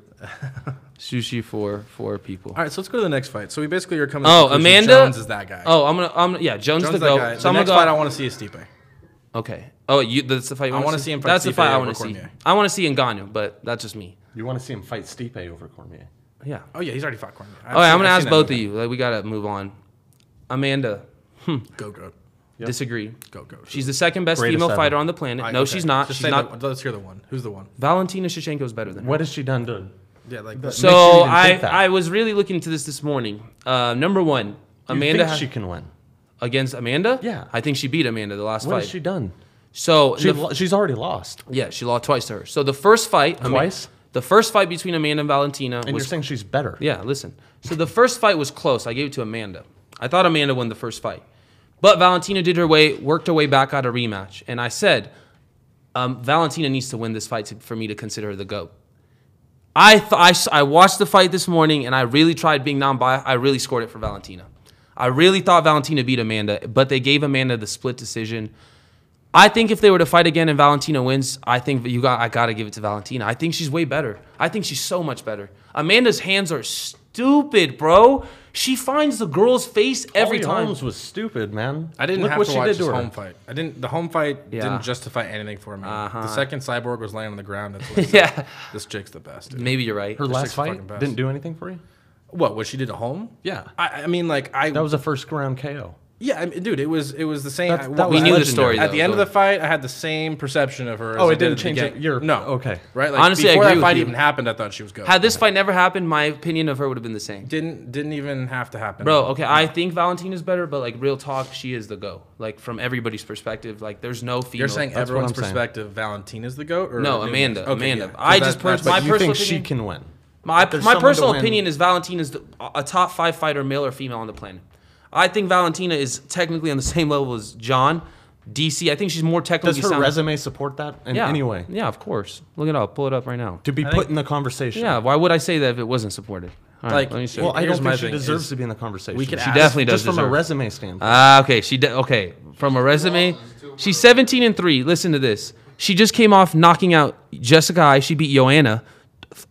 Speaker 1: Sushi for four people.
Speaker 3: All right, so let's go to the next fight. So we basically are coming. to
Speaker 1: Oh,
Speaker 3: the conclusion
Speaker 1: Amanda?
Speaker 3: Jones is that guy.
Speaker 1: Oh, I'm gonna. I'm yeah. Jones,
Speaker 3: Jones
Speaker 1: the
Speaker 3: is that
Speaker 1: goat.
Speaker 3: guy.
Speaker 1: So
Speaker 3: the
Speaker 1: I'm
Speaker 3: next
Speaker 1: gonna
Speaker 3: fight I
Speaker 1: go.
Speaker 3: want to see is Stipe.
Speaker 1: okay. Oh, you. That's the fight. You
Speaker 3: I
Speaker 1: want
Speaker 3: wanna
Speaker 1: to
Speaker 3: see him fight
Speaker 1: That's the
Speaker 3: Stipe
Speaker 1: fight I
Speaker 3: over
Speaker 1: want to see.
Speaker 3: Cormier.
Speaker 1: I want to see Ngannou, but that's just me.
Speaker 2: You want to see him fight Stipe over Cormier?
Speaker 1: Yeah.
Speaker 3: Oh yeah, he's already fought Cormier.
Speaker 1: All right. I'm gonna ask both of you. Like, we gotta move on. Amanda,
Speaker 3: Go go
Speaker 2: Yep.
Speaker 1: disagree.
Speaker 3: go go.
Speaker 1: She's the second best
Speaker 2: Greatest
Speaker 1: female
Speaker 2: ever.
Speaker 1: fighter on the planet.
Speaker 3: All right,
Speaker 1: no,
Speaker 3: okay.
Speaker 1: she's not.
Speaker 3: Just
Speaker 1: she's
Speaker 3: say
Speaker 1: not.
Speaker 3: The, let's hear the one. Who's the one?
Speaker 1: Valentina Shevchenko is better than her.
Speaker 2: What has she done to?
Speaker 3: Yeah, like
Speaker 2: The- makes you
Speaker 1: So
Speaker 2: even
Speaker 1: I,
Speaker 2: think that?
Speaker 1: I was really looking into this this morning. Uh, number one, Amanda
Speaker 2: you think
Speaker 1: ha-
Speaker 2: she can win.
Speaker 1: against Amanda.
Speaker 2: Yeah.
Speaker 1: I think she beat Amanda the last
Speaker 2: What
Speaker 1: fight.
Speaker 2: has she done?
Speaker 1: so in
Speaker 2: She,
Speaker 1: the-
Speaker 2: lo- she's already lost.
Speaker 1: yeah, she lost twice to her. So the first fight, Ama-
Speaker 2: Twice?
Speaker 1: the first fight between Amanda and Valentina
Speaker 2: And
Speaker 1: was
Speaker 2: you're saying she's better.
Speaker 1: yeah. Listen, so the first fight was close. I gave it to Amanda. I thought Amanda won the first fight, but Valentina did her way, worked her way back out a rematch, and I said, um, Valentina needs to win this fight to, for me to consider her the goat. I, th- I, s- I watched the fight this morning and I really tried being non biased. I really scored it for Valentina. I really thought Valentina beat Amanda, but they gave Amanda the split decision. I think if they were to fight again and Valentina wins, I think that you got I gotta give it to Valentina. I think she's way better. I think she's so much better. Amanda's hands are stupid, bro. She finds the girl's face every
Speaker 2: Holly
Speaker 1: time.
Speaker 2: Holmes was stupid, man.
Speaker 3: I didn't
Speaker 2: look
Speaker 3: have
Speaker 2: what
Speaker 3: to
Speaker 2: she
Speaker 3: watch
Speaker 2: did to
Speaker 3: this
Speaker 2: her.
Speaker 3: home fight. I didn't. The home fight
Speaker 1: Yeah.
Speaker 3: didn't justify anything for me.
Speaker 1: Uh-huh.
Speaker 3: The second cyborg was laying on the
Speaker 1: [laughs]
Speaker 3: ground. That's when I said,
Speaker 1: [laughs] Yeah.
Speaker 3: this chick's the best. dude."
Speaker 1: Maybe you're right.
Speaker 2: Her
Speaker 3: Just
Speaker 2: last
Speaker 3: like the fucking
Speaker 2: fight
Speaker 3: best.
Speaker 2: didn't do anything for you.
Speaker 3: What? What she did at home?
Speaker 2: Yeah.
Speaker 3: I, I mean, like I.
Speaker 2: That was a first round KO.
Speaker 3: yeah, I mean, dude. It was. It was the same.
Speaker 2: That's-
Speaker 3: I-
Speaker 2: that
Speaker 1: We
Speaker 2: was
Speaker 1: knew the
Speaker 2: legendary.
Speaker 1: story.
Speaker 3: At the
Speaker 1: though,
Speaker 3: end of
Speaker 1: so-
Speaker 3: the fight, I had the same perception of her.
Speaker 2: Oh, it
Speaker 3: as I did
Speaker 2: didn't
Speaker 3: at the
Speaker 2: change
Speaker 3: beginning.
Speaker 2: it. You're-
Speaker 3: no
Speaker 2: okay.
Speaker 3: Right? Like,
Speaker 1: Honestly, I
Speaker 3: before
Speaker 1: agree
Speaker 3: that
Speaker 1: with
Speaker 3: fight
Speaker 1: you.
Speaker 3: even happened, I thought she was good.
Speaker 1: Had this fight never happened, my opinion of her would have been the same.
Speaker 3: didn't didn't even have to happen,
Speaker 1: Bro, okay, I think Valentina's better, but like real talk, she is the go. Like from everybody's perspective, like there's no female.
Speaker 3: You're saying
Speaker 2: what
Speaker 3: everyone's
Speaker 2: I'm saying.
Speaker 3: perspective. Valentina's the goat, or
Speaker 1: No,
Speaker 3: Nunes?
Speaker 1: Amanda,
Speaker 3: Okay,
Speaker 1: Amanda.
Speaker 3: yeah.
Speaker 1: I
Speaker 3: So
Speaker 1: just
Speaker 3: that-
Speaker 1: pers-
Speaker 3: that's-
Speaker 1: my
Speaker 2: But you
Speaker 1: personal
Speaker 2: think she
Speaker 1: opinion-
Speaker 2: can win?
Speaker 1: my
Speaker 2: There's
Speaker 1: my
Speaker 2: someone to
Speaker 1: personal
Speaker 2: win.
Speaker 1: opinion is Valentina's the, a top five fighter, male or female, on the planet. I think Valentina is technically on the same level as John, DC. I think she's more
Speaker 2: Does
Speaker 1: technically
Speaker 2: her
Speaker 1: sound.
Speaker 2: resume support that in
Speaker 1: yeah.
Speaker 2: any way?
Speaker 1: Yeah, of course. Look it up. Pull it up right now.
Speaker 2: To be put in the conversation.
Speaker 1: Yeah, why would I say that if it wasn't supported? All right,
Speaker 3: Like,
Speaker 1: let me show
Speaker 2: Well,
Speaker 1: you.
Speaker 2: I
Speaker 3: Here's
Speaker 2: don't
Speaker 3: my
Speaker 2: think she
Speaker 3: thing
Speaker 2: deserves
Speaker 3: is-
Speaker 2: to be in the conversation.
Speaker 3: we could
Speaker 2: She
Speaker 3: ask-
Speaker 1: definitely does
Speaker 2: just from a
Speaker 1: deserve it.
Speaker 2: resume standpoint.
Speaker 1: Ah, okay. She de- okay from a resume. She's 17 and three. Listen to this. She just came off knocking out Jessica. I. She beat Joanna.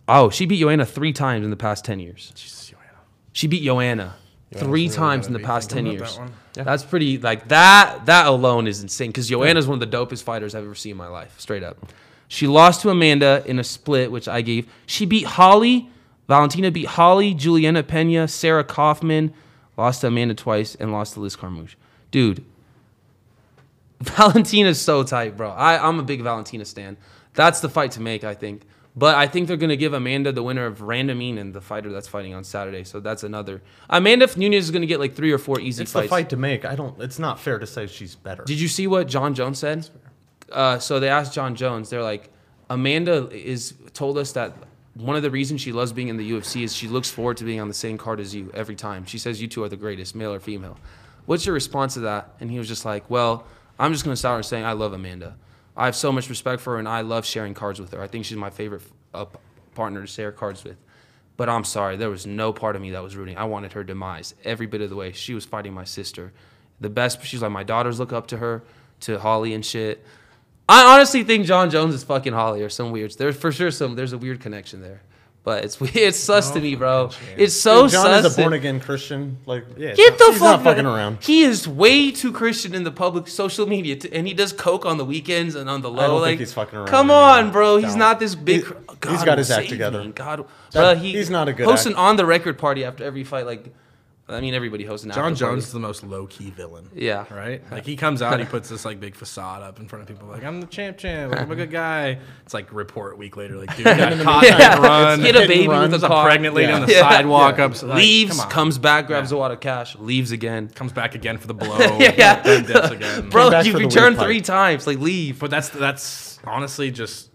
Speaker 1: Oh, she beat Joanna three times in the past 10 years.
Speaker 3: Jesus, Joanna.
Speaker 1: She beat Joanna three
Speaker 3: really
Speaker 1: times in
Speaker 3: gotta
Speaker 1: the
Speaker 3: be
Speaker 1: past 10
Speaker 3: thinking about
Speaker 1: years.
Speaker 3: that one.
Speaker 1: That's pretty like that that alone is insane cuz Joanna's one of the dopest fighters I've ever seen in my life, straight up. She lost to Amanda in a split which I gave. She beat Holly, Valentina beat Holly, Juliana Peña, Sarah Kaufman, lost to Amanda twice and lost to Liz Carmouche. Dude, [laughs] Valentina's so tight, bro. I, I'm a big Valentina stan. That's the fight to make, I think. But I think they're gonna give Amanda the winner of Randomine and the fighter that's fighting on Saturday. So that's another. Amanda Nunez is gonna get like three or four easy
Speaker 2: It's the
Speaker 1: fights.
Speaker 2: fight to make. I don't. It's not fair to say she's better.
Speaker 1: Did you see what John Jones said? Uh, so they asked John Jones. They're like, Amanda is told us that one of the reasons she loves being in the UFC is she looks forward to being on the same card as you every time. She says you two are the greatest, male or female. What's your response to that? And he was just like, Well, I'm just gonna start saying I love Amanda. I have so much respect for her, and I love sharing cards with her. I think she's my favorite uh, p- partner to share cards with. But I'm sorry, there was no part of me that was rooting. I wanted her demise every bit of the way. She was fighting my sister. The best, she's like, my daughters look up to her, to Holly and shit. I honestly think John Jones is fucking Holly or some weird. There's for sure some, there's a weird connection there. But it's [laughs] weird. It's sus to me, bro. It's so
Speaker 2: Dude, John
Speaker 1: sus.
Speaker 2: is a
Speaker 1: to-
Speaker 2: born again Christian. Like, yeah,
Speaker 1: Get the
Speaker 2: he's
Speaker 1: fuck
Speaker 2: not fucking around.
Speaker 1: He is way too Christian in the public social media, t- and he does coke on the weekends and on the low.
Speaker 2: don't think
Speaker 1: like
Speaker 2: he's fucking around
Speaker 1: Come
Speaker 2: anymore.
Speaker 1: on, bro. He's
Speaker 2: Don't.
Speaker 1: not this big.
Speaker 2: He-
Speaker 1: God
Speaker 2: he's got
Speaker 1: will
Speaker 2: his act
Speaker 1: save
Speaker 2: together.
Speaker 1: me. God, will-
Speaker 2: That-
Speaker 1: Bruh, he-
Speaker 2: he's not a good
Speaker 1: hosts an
Speaker 2: actor.
Speaker 1: on the record party after every fight. Like, I mean, everybody hosts an
Speaker 3: John
Speaker 1: after
Speaker 3: Jones is
Speaker 1: Party.
Speaker 3: the most low key villain.
Speaker 1: [laughs] Yeah.
Speaker 3: Right? Like he comes out, he puts this like big facade up in front of people, like, I'm the champ champ, like, I'm a good guy. It's like report a week later, like, dude, got
Speaker 1: [laughs]
Speaker 3: caught
Speaker 1: Yeah.
Speaker 3: yeah. run.
Speaker 1: Hit a
Speaker 3: Hit and
Speaker 1: baby
Speaker 3: run.
Speaker 1: with a
Speaker 3: There's a
Speaker 1: car.
Speaker 3: pregnant lady
Speaker 2: Yeah.
Speaker 3: on the
Speaker 1: Yeah.
Speaker 3: sidewalk up like,
Speaker 1: leaves,
Speaker 3: come on.
Speaker 1: comes back, grabs a wad of cash, leaves again.
Speaker 3: comes back again for the blow.
Speaker 1: [laughs] Yeah.
Speaker 3: then dips again.
Speaker 2: Came
Speaker 1: Bro,
Speaker 2: back
Speaker 1: you
Speaker 2: for the
Speaker 1: return
Speaker 2: weird fight.
Speaker 1: three times. Like, leave.
Speaker 3: But that's that's honestly just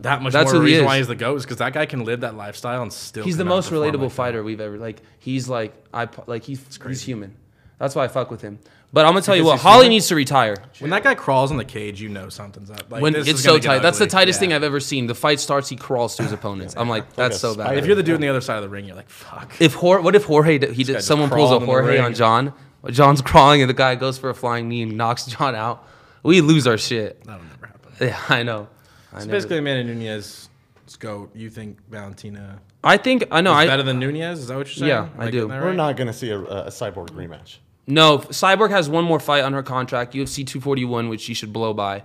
Speaker 3: that much
Speaker 1: That's
Speaker 3: more
Speaker 1: who
Speaker 3: of a
Speaker 1: he
Speaker 3: reason
Speaker 1: is.
Speaker 3: why he's the goat is because that guy can live that lifestyle and still.
Speaker 1: He's the
Speaker 3: cannot
Speaker 1: most
Speaker 3: perform
Speaker 1: relatable
Speaker 3: like that.
Speaker 1: fighter we've ever like. He's like I like he's he's human. That's why I fuck with him. But I'm gonna tell you
Speaker 3: Because
Speaker 1: what,
Speaker 3: he's seen
Speaker 1: Holly
Speaker 3: it?
Speaker 1: needs to retire.
Speaker 3: When that guy crawls in the cage, you know something's up. Like,
Speaker 1: when
Speaker 3: this
Speaker 1: it's
Speaker 3: is
Speaker 1: so
Speaker 3: gonna get
Speaker 1: tight, that's the
Speaker 3: ugly.
Speaker 1: tightest thing
Speaker 3: Yeah.
Speaker 1: I've ever seen. The fight starts, he crawls to his opponents. I'm like,
Speaker 2: Like
Speaker 1: that's
Speaker 2: a
Speaker 1: so bad.
Speaker 2: spider.
Speaker 1: If,
Speaker 3: If you're the dude on the other side of the ring, you're like, fuck.
Speaker 1: Jorge, what if Jorge d- he did,
Speaker 3: just
Speaker 1: someone pulls a
Speaker 3: crawled in the
Speaker 1: Jorge
Speaker 3: ring.
Speaker 1: on John, John's crawling, and the guy goes for a flying knee and knocks [laughs] John out. We lose our shit. [laughs]
Speaker 3: That'll never happen.
Speaker 1: Yeah, I know. I,
Speaker 3: It's
Speaker 1: never-
Speaker 3: basically Amanda Nunez. Let's go. You think Valentina
Speaker 1: I think I know.
Speaker 3: is
Speaker 1: I
Speaker 3: better than Nunez? Is that what you're saying?
Speaker 1: Yeah, I
Speaker 3: Am
Speaker 1: do.
Speaker 3: getting that
Speaker 2: We're
Speaker 3: right?
Speaker 2: not gonna see a, a
Speaker 1: [laughs]
Speaker 2: cyborg rematch.
Speaker 1: No, Cyborg has one more fight on her contract, UFC 241, which she should blow by.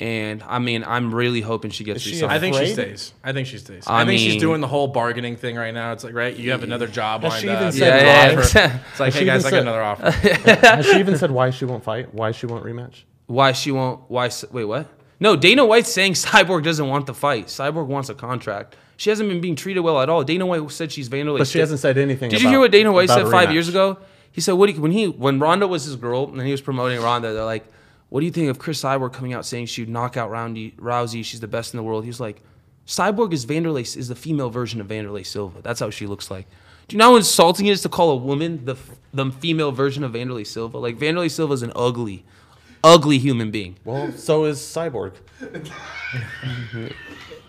Speaker 1: And I mean, I'm really hoping she gets
Speaker 2: Is she
Speaker 1: resigned.
Speaker 3: I think she
Speaker 2: Afraid?
Speaker 3: stays. I think she stays.
Speaker 1: I
Speaker 3: I, think
Speaker 1: mean-
Speaker 3: she's doing the whole bargaining thing right now. It's like, right, you have another job
Speaker 2: Has
Speaker 3: lined
Speaker 2: she even
Speaker 3: up.
Speaker 2: said
Speaker 3: you have
Speaker 1: Yeah,
Speaker 3: an
Speaker 1: yeah,
Speaker 3: offer.
Speaker 1: yeah.
Speaker 3: It's like,
Speaker 2: Has
Speaker 3: hey
Speaker 2: she
Speaker 3: guys, I
Speaker 2: even said-
Speaker 3: got another offer.
Speaker 2: Has she even said why she won't fight? Why she won't rematch?
Speaker 1: why she won't. Why? s- Wait, what? No, Dana White's saying [laughs] Cyborg doesn't want the fight. Cyborg wants a contract. She hasn't been being treated well at all. Dana White said she's Vandalay.
Speaker 2: But she hasn't said anything.
Speaker 1: Did you hear what Dana White said five years ago? He said, "What do you, when he when Ronda was his girl and he was promoting Ronda, they're like, what do you think of Chris Cyborg coming out saying she would knock out Roundy, Rousey? She's the best in the world." He was like, "Cyborg is Vanderlei is the female version of Vanderlei Silva. That's how she looks like." Do you know how insulting it is to call a woman the f- the female version of Vanderlei Silva? Like Vanderlei Silva is an ugly, ugly human being.
Speaker 2: Well, so is cyborg.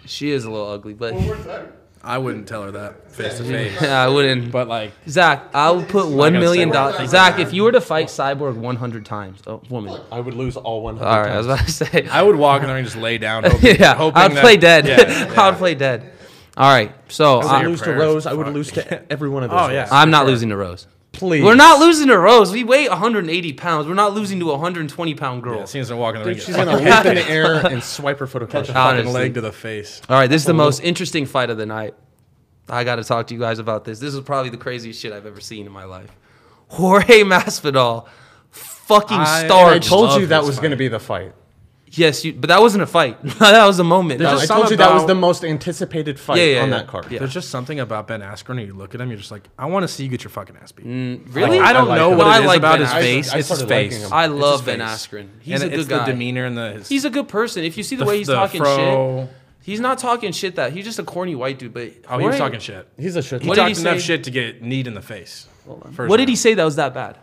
Speaker 1: She is a little ugly, but [laughs]
Speaker 4: One more time.
Speaker 3: I wouldn't tell her that face to face.
Speaker 1: I wouldn't.
Speaker 3: But like,
Speaker 1: Zach, I would put one
Speaker 2: gonna
Speaker 1: million
Speaker 2: say
Speaker 1: dollars.
Speaker 4: that.
Speaker 1: Zach, if you were to fight Cyborg one hundred times, oh woman.
Speaker 2: I would lose all one hundred.
Speaker 1: All right, I was about to say.
Speaker 3: I would walk in there and just lay down, hoping,
Speaker 1: [laughs] yeah,
Speaker 3: hoping
Speaker 1: I'd
Speaker 3: that-
Speaker 1: play dead. [laughs]
Speaker 3: Yeah, yeah.
Speaker 1: I'd play dead. All right, so
Speaker 2: I
Speaker 1: I,
Speaker 2: would
Speaker 3: your
Speaker 2: lose to
Speaker 3: prayers,
Speaker 2: Rose. I would
Speaker 3: fuck.
Speaker 1: [laughs]
Speaker 2: lose to every one of those.
Speaker 3: Oh, yeah.
Speaker 2: girls.
Speaker 1: I'm not losing to Rose.
Speaker 2: Please.
Speaker 1: We're not losing to Rose. We weigh 180 pounds. We're not losing to a 120 pound girl.
Speaker 3: Yeah, as soon as I walk in the ring,
Speaker 2: Dude, she's
Speaker 3: she's [laughs]
Speaker 2: gonna leap in the air and swipe her foot across. the
Speaker 1: Honestly.
Speaker 3: fucking leg to the face.
Speaker 1: All right, this is the most interesting fight of the night. I got to talk to you guys about this. This is probably the craziest shit I've ever seen in my life. Jorge Masvidal, fucking
Speaker 3: I-
Speaker 2: I
Speaker 1: starved.
Speaker 2: told
Speaker 3: love
Speaker 2: you that
Speaker 3: this
Speaker 2: was going to
Speaker 3: fight.
Speaker 2: be the fight.
Speaker 1: yes, you, but that wasn't a fight. [laughs] that was a moment. That
Speaker 2: I
Speaker 1: was-
Speaker 3: just
Speaker 2: told
Speaker 3: some
Speaker 2: you that was
Speaker 3: about-
Speaker 2: the most anticipated fight
Speaker 1: Yeah, yeah,
Speaker 2: on
Speaker 1: yeah.
Speaker 2: that card.
Speaker 1: Yeah.
Speaker 3: There's just something about Ben Askren. and You look at him, you're just like, I want to see you get your fucking ass beat.
Speaker 1: really?
Speaker 3: I don't
Speaker 2: I like
Speaker 3: know
Speaker 2: him.
Speaker 3: what
Speaker 1: No,
Speaker 3: it
Speaker 1: I
Speaker 3: is
Speaker 1: like
Speaker 3: about
Speaker 1: Ben
Speaker 3: his
Speaker 1: Askren.
Speaker 3: face.
Speaker 2: I
Speaker 3: it's his
Speaker 2: started liking
Speaker 3: face.
Speaker 2: him.
Speaker 1: Mm. I
Speaker 3: It's his
Speaker 1: love Ben
Speaker 3: face.
Speaker 1: Askren. He's
Speaker 3: and
Speaker 1: a good
Speaker 3: it's
Speaker 1: guy.
Speaker 3: the demeanor and the. His,
Speaker 1: He's a good person. If you see the,
Speaker 3: The-
Speaker 1: way he's
Speaker 3: the
Speaker 1: talking
Speaker 3: fro.
Speaker 1: shit, he's not talking shit. That he's just a corny white dude. But
Speaker 3: oh, he was
Speaker 1: Jorge-
Speaker 3: talking shit. He
Speaker 2: He's a shit.
Speaker 1: What
Speaker 2: What
Speaker 1: did
Speaker 3: talked
Speaker 1: he
Speaker 3: enough
Speaker 1: say?
Speaker 3: shit to get need in the face. First
Speaker 1: What did
Speaker 3: round.
Speaker 1: he say that was that bad?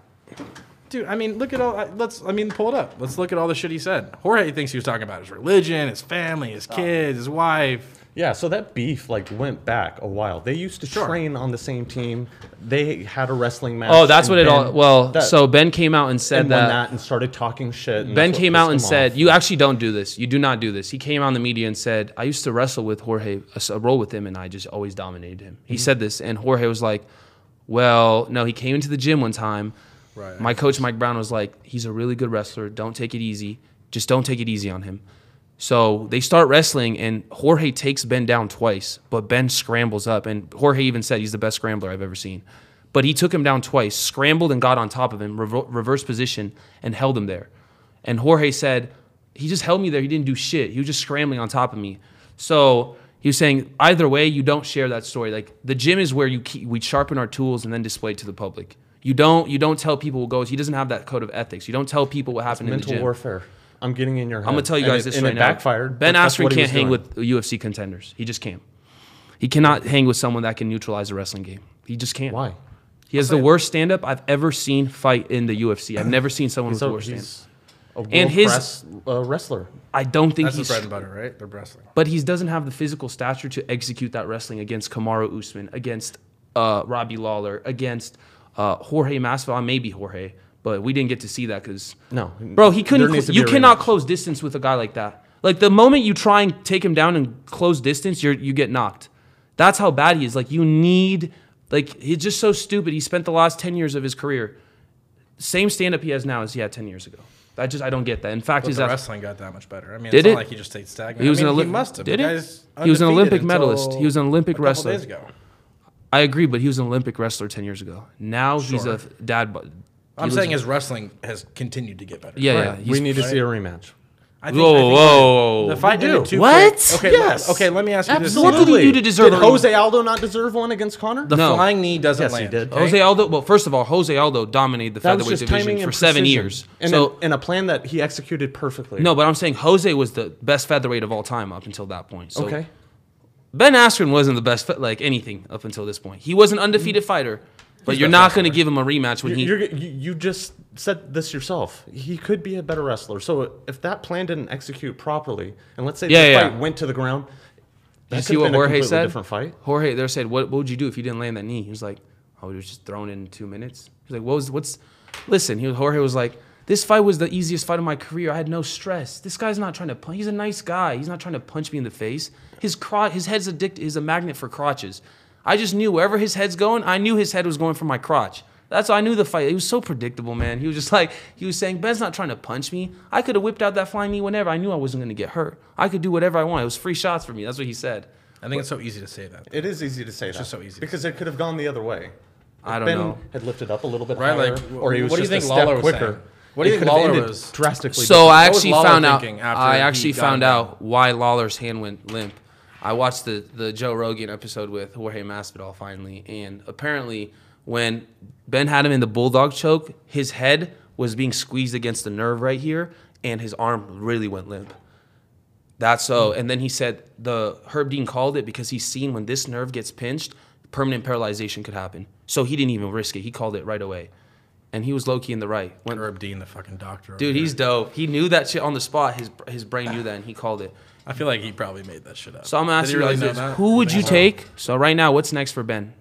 Speaker 3: Dude, I mean, look at all. I- Let's, I mean, pull it up. Let's look at all the shit he said. Jorge thinks he was talking about his religion, his family, his kids, his wife.
Speaker 2: Yeah, so that beef like went back a while. They used to train on the same team. They had a wrestling match.
Speaker 1: Oh, that's
Speaker 2: and
Speaker 1: what it all.
Speaker 2: Ben-
Speaker 1: Well,
Speaker 2: that-
Speaker 1: so Ben came out and said
Speaker 2: and won
Speaker 1: that.
Speaker 2: that and started talking shit. and
Speaker 1: Ben
Speaker 2: that's what
Speaker 1: came out
Speaker 2: pissed
Speaker 1: and
Speaker 2: him
Speaker 1: said,
Speaker 2: off.
Speaker 1: "You actually don't do this. You do not do this." He came out in the media and said, "I used to wrestle with Jorge, a s- a roll with him, and I just always dominated him."
Speaker 2: Mm-hmm.
Speaker 1: He said this, and Jorge was like, "Well, no." He came into the gym one time.
Speaker 3: Right.
Speaker 1: My coach Mike Brown was like, "He's a really good wrestler. Don't take it easy. Just don't take it easy on him." So they start wrestling, and Jorge takes Ben down twice, but Ben scrambles up, and Jorge even said he's the best scrambler I've ever seen. But he took him down twice, scrambled and got on top of him, rever- reverse position, and held him there. And Jorge said, he just held me there. He didn't do shit. He was just scrambling on top of me. So he was saying, either way, you don't share that story. Like the gym is where you keep, we sharpen our tools and then display it to the public. You don't you don't tell people what goes. He doesn't have that code of ethics. You don't tell people what happened in the
Speaker 2: mental
Speaker 1: gym.
Speaker 2: warfare. I'm getting in your head.
Speaker 1: I'm gonna tell you guys
Speaker 2: and
Speaker 1: this
Speaker 2: it, and
Speaker 1: right
Speaker 2: it
Speaker 1: now.
Speaker 2: backfired.
Speaker 1: Ben
Speaker 2: but that's
Speaker 1: Askren
Speaker 2: what he
Speaker 1: can't
Speaker 2: was
Speaker 1: hang
Speaker 2: doing.
Speaker 1: with UFC contenders. He just can't. He cannot hang with someone that can neutralize a wrestling game. He just can't.
Speaker 2: Why?
Speaker 1: He has the worst stand up I've ever seen fight in the UFC. I've never seen someone with the
Speaker 2: So
Speaker 1: worst stand up.
Speaker 2: he's a world
Speaker 1: And his-
Speaker 2: class, uh, wrestler.
Speaker 1: I don't think
Speaker 3: That's his
Speaker 1: he's
Speaker 3: bread and butter, right? They're wrestling.
Speaker 1: but he doesn't have the physical stature to execute that wrestling against Kamaru Usman, against uh, Robbie Lawler, against uh, Jorge Masvidal, maybe Jorge, but we didn't get to see that because
Speaker 2: No.
Speaker 1: bro, he couldn't.
Speaker 2: There needs to
Speaker 1: you
Speaker 2: be a
Speaker 1: cannot
Speaker 2: rematch.
Speaker 1: close distance with a guy like that. Like the moment you try and take him down and close distance, you are you get knocked. That's how bad he is. Like you need, like he's just so stupid. He spent the last ten years of his career, same stand up he has now as he had ten years ago. I just I don't get that. In fact,
Speaker 3: But
Speaker 1: his
Speaker 3: the
Speaker 1: ass-
Speaker 3: wrestling got that much better. I mean,
Speaker 1: Did
Speaker 3: it's not
Speaker 1: it?
Speaker 3: like he just stayed stagnant.
Speaker 1: He was
Speaker 3: I mean,
Speaker 1: an Olymp-
Speaker 3: He must have.
Speaker 1: Did
Speaker 3: The
Speaker 1: it?
Speaker 3: guy's
Speaker 1: He was an
Speaker 3: undefeated
Speaker 1: Olympic
Speaker 3: until
Speaker 1: medalist. He was an Olympic
Speaker 3: a couple
Speaker 1: wrestler.
Speaker 3: Days ago.
Speaker 1: I agree, but he was an Olympic wrestler ten years ago. Now he's a
Speaker 3: Sure.
Speaker 1: dad. bu-
Speaker 3: I'm
Speaker 1: he
Speaker 3: saying
Speaker 1: was,
Speaker 3: his wrestling has continued to get better.
Speaker 1: yeah, yeah.
Speaker 2: Right.
Speaker 1: he's-
Speaker 2: we need to see a rematch.
Speaker 3: I
Speaker 1: Whoa,
Speaker 3: I
Speaker 1: whoa, whoa.
Speaker 3: The fight
Speaker 2: We
Speaker 3: ended
Speaker 2: do.
Speaker 3: two.
Speaker 1: What?
Speaker 3: quick- Okay,
Speaker 2: Yes.
Speaker 3: yes. Okay, let me ask you
Speaker 1: What
Speaker 3: this.
Speaker 1: did he do to deserve
Speaker 2: Did
Speaker 1: a rematch?
Speaker 2: Jose Aldo not deserve one against Connor?
Speaker 3: The
Speaker 1: No.
Speaker 3: flying knee doesn't
Speaker 2: Yes, he
Speaker 3: land.
Speaker 2: did.
Speaker 3: okay?
Speaker 1: Jose Aldo. Well, first of all, Jose Aldo dominated the
Speaker 2: that was
Speaker 1: featherweight
Speaker 2: just
Speaker 1: division
Speaker 2: timing
Speaker 1: for
Speaker 2: and
Speaker 1: seven
Speaker 2: precision.
Speaker 1: years.
Speaker 2: And,
Speaker 1: so
Speaker 2: a, and a plan that he executed perfectly.
Speaker 1: no, but I'm saying Jose was the best featherweight of all time up until that point. So
Speaker 2: Okay.
Speaker 1: Ben Askren wasn't the best, fe- like anything up until this point. He was an undefeated fighter. But you're not going to give him a rematch when he.
Speaker 2: You're, you're, you you just said this yourself. He could be a better wrestler. So if that plan didn't execute properly, and let's say
Speaker 1: Yeah,
Speaker 2: the
Speaker 1: yeah.
Speaker 2: fight went to the ground,
Speaker 1: Did you
Speaker 2: that
Speaker 1: see
Speaker 2: could've
Speaker 1: what
Speaker 2: been a
Speaker 1: Jorge
Speaker 2: completely
Speaker 1: said?
Speaker 2: Different fight.
Speaker 1: Jorge there said, what, what would you do if you didn't land that knee? He was like, I would have just thrown in two minutes. He was like, what was, what's, listen, he was, Jorge was like, this fight was the easiest fight of my career. I had no stress. This guy's not trying to punch. He's a nice guy. He's not trying to punch me in the face. His crotch, his head's addicted, is a magnet for crotches. I just knew wherever his head's going, I knew his head was going for my crotch. That's how I knew the fight. It was so predictable, man. He was just like, he was saying, Ben's not trying to punch me. I could have whipped out that flying knee whenever. I knew I wasn't going to get hurt. I could do whatever I wanted. It was free shots for me. That's what he said.
Speaker 3: I think it's so easy to say that.
Speaker 2: It is easy to say that.
Speaker 3: just so easy to
Speaker 2: because it could have gone the other way.
Speaker 1: I
Speaker 2: If
Speaker 1: don't
Speaker 2: ben
Speaker 1: know.
Speaker 2: Had lifted up a little bit
Speaker 3: Right,
Speaker 2: higher,
Speaker 3: like,
Speaker 2: or he was
Speaker 3: what do you
Speaker 2: just
Speaker 3: think
Speaker 2: a step
Speaker 3: Lawler was
Speaker 2: quicker.
Speaker 3: saying? What do you
Speaker 2: It
Speaker 3: think
Speaker 2: could have
Speaker 3: Lawler
Speaker 2: ended
Speaker 3: was-
Speaker 2: drastically?
Speaker 1: So I
Speaker 3: What was
Speaker 1: actually
Speaker 3: Lawler
Speaker 1: found out.
Speaker 3: thinking after
Speaker 1: I
Speaker 3: he
Speaker 1: actually
Speaker 3: got
Speaker 1: found
Speaker 3: him?
Speaker 1: out why Lawler's hand went limp. I watched the the Joe Rogan episode with Jorge Masvidal finally, and apparently when Ben had him in the bulldog choke, his head was being squeezed against the nerve right here, and his arm really went limp. That's so.
Speaker 3: Hmm.
Speaker 1: And then he said the Herb Dean called it because he's seen when this nerve gets pinched, permanent paralyzation could happen. So he didn't even risk it. He called it right away, and he was low key in the right. Went
Speaker 3: Herb Dean, the fucking doctor. over
Speaker 1: Dude,
Speaker 3: there.
Speaker 1: he's dope. He knew that shit on the spot. His his brain knew that, and he called it.
Speaker 3: I feel like he probably made that shit up.
Speaker 1: So I'm
Speaker 3: Did he
Speaker 1: asking
Speaker 3: really
Speaker 1: you
Speaker 3: know
Speaker 1: guys
Speaker 3: that?
Speaker 1: this: Who would
Speaker 3: think
Speaker 1: you
Speaker 3: so?
Speaker 1: take? So right now, what's next for Ben?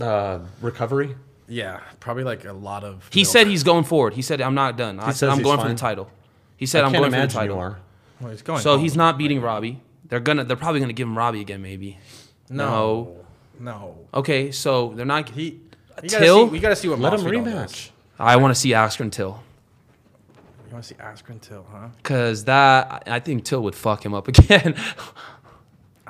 Speaker 2: uh, recovery.
Speaker 3: Yeah, probably like a lot of.
Speaker 1: He
Speaker 3: milk.
Speaker 1: said he's going forward. He said I'm not done. I
Speaker 2: He
Speaker 1: said
Speaker 2: says
Speaker 1: I'm
Speaker 2: he's
Speaker 1: going for the
Speaker 2: fine.
Speaker 1: title. He said
Speaker 2: I
Speaker 1: I'm
Speaker 2: can't
Speaker 1: going for the
Speaker 2: imagine you
Speaker 1: title.
Speaker 2: are.
Speaker 3: Well, he's going.
Speaker 1: So
Speaker 3: home.
Speaker 1: he's not beating Robbie. They're gonna. They're probably gonna give him Robbie again, maybe.
Speaker 3: No. No.
Speaker 1: Okay, so they're not.
Speaker 3: He. We gotta
Speaker 1: Till?
Speaker 3: see- We gotta see what.
Speaker 2: Let him
Speaker 3: Masvidal
Speaker 2: rematch.
Speaker 3: does.
Speaker 1: I want to see Askren Till
Speaker 3: You wanna see Askren Till, huh?
Speaker 1: because that I I think Till would fuck him up [laughs] again.
Speaker 3: I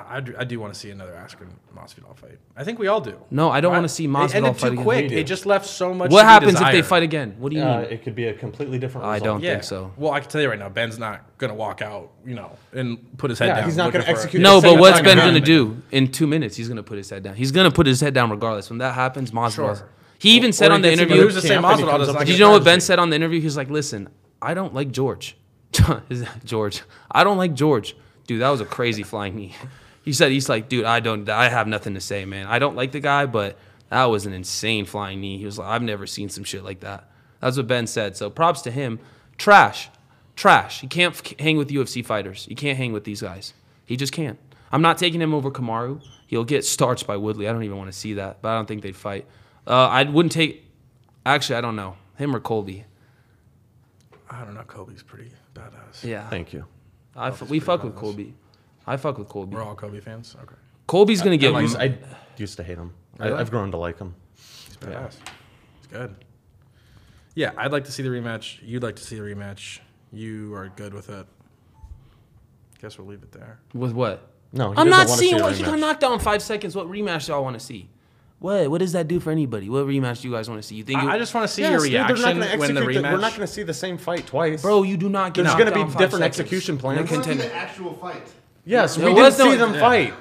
Speaker 3: I do, I do want to see another Askren Masvidal fight. I think we all do.
Speaker 1: no, I don't
Speaker 3: Right?
Speaker 1: want to see
Speaker 3: It ended
Speaker 1: Masvidal
Speaker 3: too
Speaker 1: fight again.
Speaker 3: quick.
Speaker 2: We do.
Speaker 3: It just left so much. to
Speaker 1: What
Speaker 3: be
Speaker 1: happens if they
Speaker 3: desired.
Speaker 1: fight again? What do you
Speaker 2: Uh,
Speaker 1: mean?
Speaker 2: it could be a completely different.
Speaker 1: Mm. I
Speaker 2: result.
Speaker 1: don't
Speaker 3: Yeah.
Speaker 1: think so.
Speaker 3: Well, I can tell you right now, Ben's not gonna walk out, you know, and put his head
Speaker 2: Yeah,
Speaker 3: down.
Speaker 2: he's not
Speaker 3: looking
Speaker 2: gonna
Speaker 3: for a-
Speaker 2: execute
Speaker 1: No,
Speaker 2: It's like
Speaker 1: but
Speaker 2: a
Speaker 1: what's
Speaker 2: fucking
Speaker 1: Ben gonna
Speaker 2: round.
Speaker 1: do in two minutes? He's gonna put his head down. He's gonna put his head down regardless. When that happens, Masvidal.
Speaker 3: Sure.
Speaker 1: He even said
Speaker 2: Or
Speaker 1: on the
Speaker 2: he gets him
Speaker 1: interview.
Speaker 2: to
Speaker 3: Who's the
Speaker 2: camp and
Speaker 3: same
Speaker 2: he
Speaker 3: Masvidal
Speaker 2: comes
Speaker 3: that's
Speaker 2: up
Speaker 3: not
Speaker 2: with
Speaker 1: Did you
Speaker 3: gonna
Speaker 1: know what
Speaker 3: Thursday.
Speaker 1: Ben said on the interview? He was like, "Listen, I don't like George. [laughs] Is that George, I don't like George, dude. That was a crazy flying knee." He said, "He's like, dude, I don't. I have nothing to say, man. I don't like the guy, but that was an insane flying knee. He was like, I've never seen some shit like that. That's what Ben said. So props to him. Trash, trash. He can't f- hang with UFC fighters. He can't hang with these guys. He just can't. I'm not taking him over Kamaru. He'll get starched by Woodley. I don't even want to see that, but I don't think they'd fight. Uh, I wouldn't take. Actually, I don't know him or Colby.
Speaker 3: I don't know. Kobe's pretty badass.
Speaker 1: Yeah,
Speaker 2: Thank you.
Speaker 1: I f- we fuck with Colby. I fuck with Colby.
Speaker 3: We're all Kobe fans. Okay.
Speaker 1: Colby's gonna
Speaker 2: I
Speaker 1: get.
Speaker 2: used, I used to hate him. I,
Speaker 3: Really?
Speaker 2: I've grown to like him.
Speaker 3: He's badass. He's good. Yeah, I'd like to see the rematch. You'd like to see the rematch. You are good with it. Guess we'll leave it there.
Speaker 1: with what?
Speaker 2: No, he
Speaker 1: I'm
Speaker 2: doesn't
Speaker 1: not
Speaker 2: wanna
Speaker 1: seeing
Speaker 2: see a
Speaker 1: what he got
Speaker 2: rematch.
Speaker 1: knocked out in five seconds. What rematch do y'all want to see? What? What does that do for anybody? What rematch do you guys want to see? You think? You,
Speaker 3: I, I just want to see
Speaker 2: Yes,
Speaker 3: your
Speaker 2: dude, they're not
Speaker 3: reaction
Speaker 2: gonna
Speaker 3: when the
Speaker 2: execute
Speaker 3: rematch.
Speaker 2: the- we're not going to see the same fight twice,
Speaker 1: bro, you do not get.
Speaker 2: There's
Speaker 1: knocked
Speaker 2: going to be
Speaker 1: out in five
Speaker 2: different
Speaker 1: seconds.
Speaker 2: execution
Speaker 1: You're
Speaker 2: plans.
Speaker 4: It's gonna be
Speaker 1: contending.
Speaker 4: the actual fight.
Speaker 2: Yes,
Speaker 1: There
Speaker 2: we didn't
Speaker 1: was no-
Speaker 2: see them
Speaker 1: yeah.
Speaker 2: fight.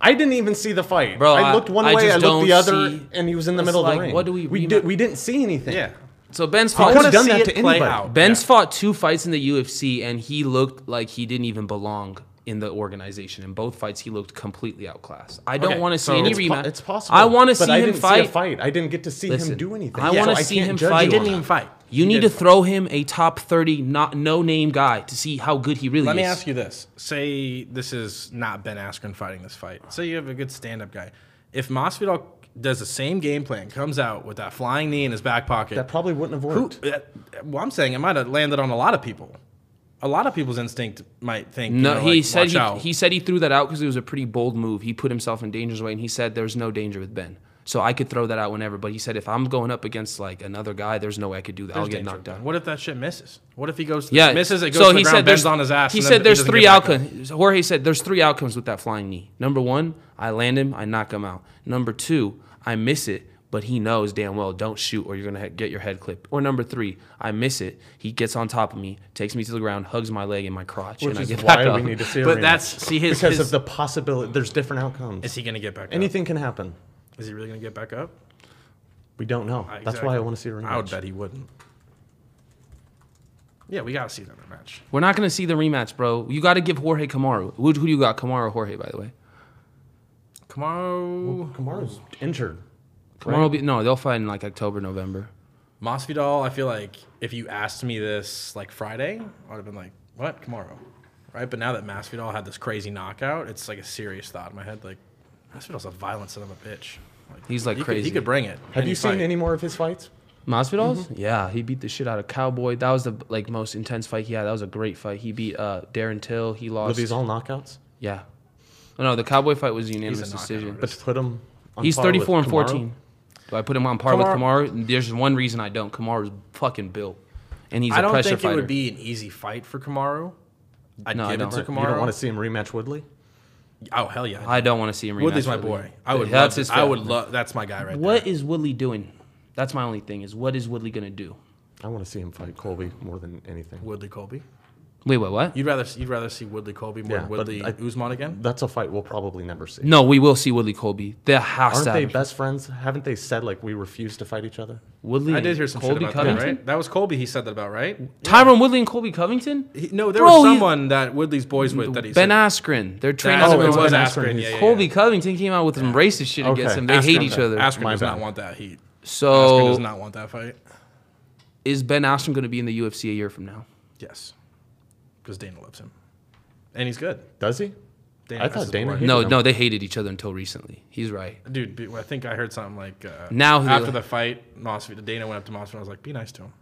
Speaker 2: I didn't even see the fight.
Speaker 1: Bro, I-
Speaker 2: I looked one
Speaker 1: I
Speaker 2: way,
Speaker 1: just
Speaker 2: I looked the
Speaker 1: don't
Speaker 2: other,
Speaker 1: see-
Speaker 2: and he was in the
Speaker 1: it's
Speaker 2: middle of
Speaker 1: like,
Speaker 2: the ring.
Speaker 1: what do we
Speaker 2: We,
Speaker 1: rema-
Speaker 2: did, we didn't see anything.
Speaker 3: Yeah.
Speaker 1: So Ben's
Speaker 2: I
Speaker 1: fought.
Speaker 2: would've
Speaker 3: wanna
Speaker 2: done
Speaker 3: see
Speaker 2: that
Speaker 3: it
Speaker 2: to
Speaker 3: play
Speaker 2: anybody.
Speaker 3: out.
Speaker 1: Ben's
Speaker 3: Yeah.
Speaker 1: fought two fights in the UFC, and he looked like he didn't even belong in the organization. In both fights, he looked completely outclassed. I don't
Speaker 3: Okay,
Speaker 1: want to see
Speaker 3: so-
Speaker 1: any
Speaker 2: It's, po-
Speaker 1: rematch.
Speaker 2: it's possible.
Speaker 1: I want to
Speaker 2: but
Speaker 1: see
Speaker 2: I
Speaker 1: him
Speaker 2: didn't See
Speaker 1: fight.
Speaker 2: a fight. I didn't get to see
Speaker 1: Listen,
Speaker 2: him do anything.
Speaker 1: I
Speaker 2: so
Speaker 1: wanna see
Speaker 2: can't
Speaker 1: him
Speaker 2: judge
Speaker 1: fight.
Speaker 2: you
Speaker 1: He didn't
Speaker 2: on
Speaker 1: even
Speaker 2: that.
Speaker 3: fight.
Speaker 1: You need to throw him a top 30 not no name guy to see how good he really is.
Speaker 3: Let me ask you this: Say this is not Ben Askren fighting this fight. Say you have a good stand-up guy. If Masvidal does the same game plan, comes out with that flying knee in his back pocket,
Speaker 2: That probably wouldn't have
Speaker 3: Who,
Speaker 2: worked.
Speaker 3: uh, well, I'm saying it might have landed on a lot of people. A lot of people's instinct might think.
Speaker 1: No,
Speaker 3: you know,
Speaker 1: he
Speaker 3: like,
Speaker 1: said
Speaker 3: watch out.
Speaker 1: he, he said he threw that out because it was a pretty bold move. He put himself in danger's way, and he said there's no danger with Ben, so I could throw that out whenever. But he said if I'm going up against like another guy, there's no way I could do that. I'll
Speaker 3: There's
Speaker 1: get
Speaker 3: danger.
Speaker 1: knocked out.
Speaker 3: What if that shit misses? What if he goes?
Speaker 1: Yeah,
Speaker 3: misses. It goes
Speaker 1: so
Speaker 3: to the
Speaker 1: he
Speaker 3: ground,
Speaker 1: said
Speaker 3: bends
Speaker 1: there's-
Speaker 3: on his ass.
Speaker 1: He
Speaker 3: and
Speaker 1: said
Speaker 3: then
Speaker 1: there's
Speaker 3: doesn't
Speaker 1: three
Speaker 3: get back up.
Speaker 1: outcomes. Jorge said there's three outcomes with that flying knee. Number one, I land him, I knock him out. Number two, I miss it, but he knows damn well don't shoot or you're gonna he- get your head clipped. Or number three, I miss it. He gets on top of me, takes me to the ground, hugs my leg and my crotch,
Speaker 2: Which
Speaker 1: and I
Speaker 2: is
Speaker 1: get back
Speaker 2: why
Speaker 1: up.
Speaker 2: we need to see a
Speaker 3: But
Speaker 2: rematch.
Speaker 3: that's see his.
Speaker 2: because
Speaker 3: his-
Speaker 2: of the possibility. There's different outcomes.
Speaker 3: is he gonna get back?
Speaker 2: Anything can happen.
Speaker 3: Up? Is he really gonna get back up?
Speaker 2: We don't know. That's why I
Speaker 3: Exactly.
Speaker 2: want to see a rematch.
Speaker 3: I would bet he wouldn't. Yeah, we gotta see another match.
Speaker 1: We're not gonna see the rematch, bro. You got to give Jorge Kamaru. Who, who do you got, Kamaru or Jorge? By the way,
Speaker 3: Kamaru.
Speaker 2: Kamaru's injured.
Speaker 1: Kamaru will be no. They'll fight in like October, November.
Speaker 3: Masvidal, I feel like if you asked me this like Friday, I would have been like, "What tomorrow?" Right? But now that Masvidal had this crazy knockout, it's like a serious thought in my head. Like, Masvidal's a violent son of a bitch.
Speaker 1: He's, like,
Speaker 3: he Could,
Speaker 1: crazy.
Speaker 3: he could bring it.
Speaker 2: Have you seen
Speaker 3: fight.
Speaker 2: any more of his fights?
Speaker 1: Masvidal's? Mm-hmm. Yeah, he beat the shit out of Cowboy. That was the like most intense fight he had. That was a great fight. He beat uh, Darren Till. He
Speaker 2: Were
Speaker 1: lost.
Speaker 2: these all knockouts?
Speaker 1: yeah. Oh, no, the Cowboy fight was a unanimous
Speaker 3: knockout
Speaker 1: decision.
Speaker 2: But to put him. On
Speaker 1: He's
Speaker 2: par with
Speaker 1: 34 and
Speaker 2: Kamaru?
Speaker 1: 14. Do I put him on par with Kamaru? There's one reason I don't. Kamaru's fucking built, and he's a
Speaker 3: I don't
Speaker 1: pressure
Speaker 3: think
Speaker 1: fighter.
Speaker 3: it would be an easy fight for Kamaru. I'd
Speaker 1: No, I
Speaker 3: give it
Speaker 1: don't.
Speaker 3: to
Speaker 1: You
Speaker 3: Kamaru.
Speaker 2: You don't want to see him rematch Woodley?
Speaker 3: Oh hell yeah!
Speaker 1: I don't want to see him.
Speaker 3: Woodley's
Speaker 1: rematch
Speaker 3: my
Speaker 1: Woodley.
Speaker 3: boy. I would.
Speaker 1: That's
Speaker 3: love
Speaker 1: his.
Speaker 3: I would
Speaker 1: favorite.
Speaker 3: love. That's my guy right
Speaker 1: What
Speaker 3: there.
Speaker 1: is Woodley doing? That's my only thing. Is what is Woodley gonna do?
Speaker 2: I want to see him fight Colby more than anything.
Speaker 3: Woodley Colby?
Speaker 1: Wait, wait, what?
Speaker 3: You'd rather you'd rather see Woodley Colby more
Speaker 2: Yeah,
Speaker 3: than
Speaker 2: but
Speaker 3: Woodley
Speaker 2: I-
Speaker 3: Usman again?
Speaker 2: That's a fight we'll probably never see.
Speaker 1: No, we will see Woodley Colby. There has
Speaker 2: Aren't
Speaker 1: to.
Speaker 2: they
Speaker 1: happen.
Speaker 2: best friends? Haven't they said like we refuse to fight each other?
Speaker 1: Woodley.
Speaker 3: I did
Speaker 1: and
Speaker 3: hear some
Speaker 1: Colby
Speaker 3: shit about
Speaker 1: Covington.
Speaker 3: that, right? That was Colby. He said that about right.
Speaker 1: Tyron Woodley and Colby Covington.
Speaker 3: He- no, there
Speaker 1: Bro,
Speaker 3: was
Speaker 1: he-
Speaker 3: someone that Woodley's boys with that he
Speaker 1: Ben
Speaker 3: said.
Speaker 1: Askren. They're
Speaker 3: Ben
Speaker 1: training.
Speaker 2: Askren
Speaker 1: Oh,
Speaker 3: Askren
Speaker 1: it's
Speaker 3: was
Speaker 1: Ben
Speaker 2: Askren.
Speaker 3: Askren. Yeah,
Speaker 2: He's
Speaker 3: yeah, yeah.
Speaker 1: Colby Covington came out with some racist shit against
Speaker 2: Okay.
Speaker 1: him. They hate
Speaker 3: Askren-
Speaker 1: each other. Oh.
Speaker 3: Askren
Speaker 2: My
Speaker 3: does not
Speaker 2: bad.
Speaker 3: want that heat. Askren does
Speaker 1: So
Speaker 3: not want that fight.
Speaker 1: is Ben Askren going to be in the UFC a year from now?
Speaker 3: Yes, because Dana loves him, and he's good.
Speaker 2: Does he?
Speaker 3: Dana,
Speaker 2: I
Speaker 3: that's
Speaker 2: thought
Speaker 3: his
Speaker 2: Dana
Speaker 3: boy.
Speaker 2: hated
Speaker 1: No,
Speaker 2: him.
Speaker 1: no, they hated each other until recently. He's right.
Speaker 3: Dude, be- I think I heard something like uh,
Speaker 1: Now he-
Speaker 3: after the fight, Mosfet, Dana went up to Mosfet and was like, "Be nice to him."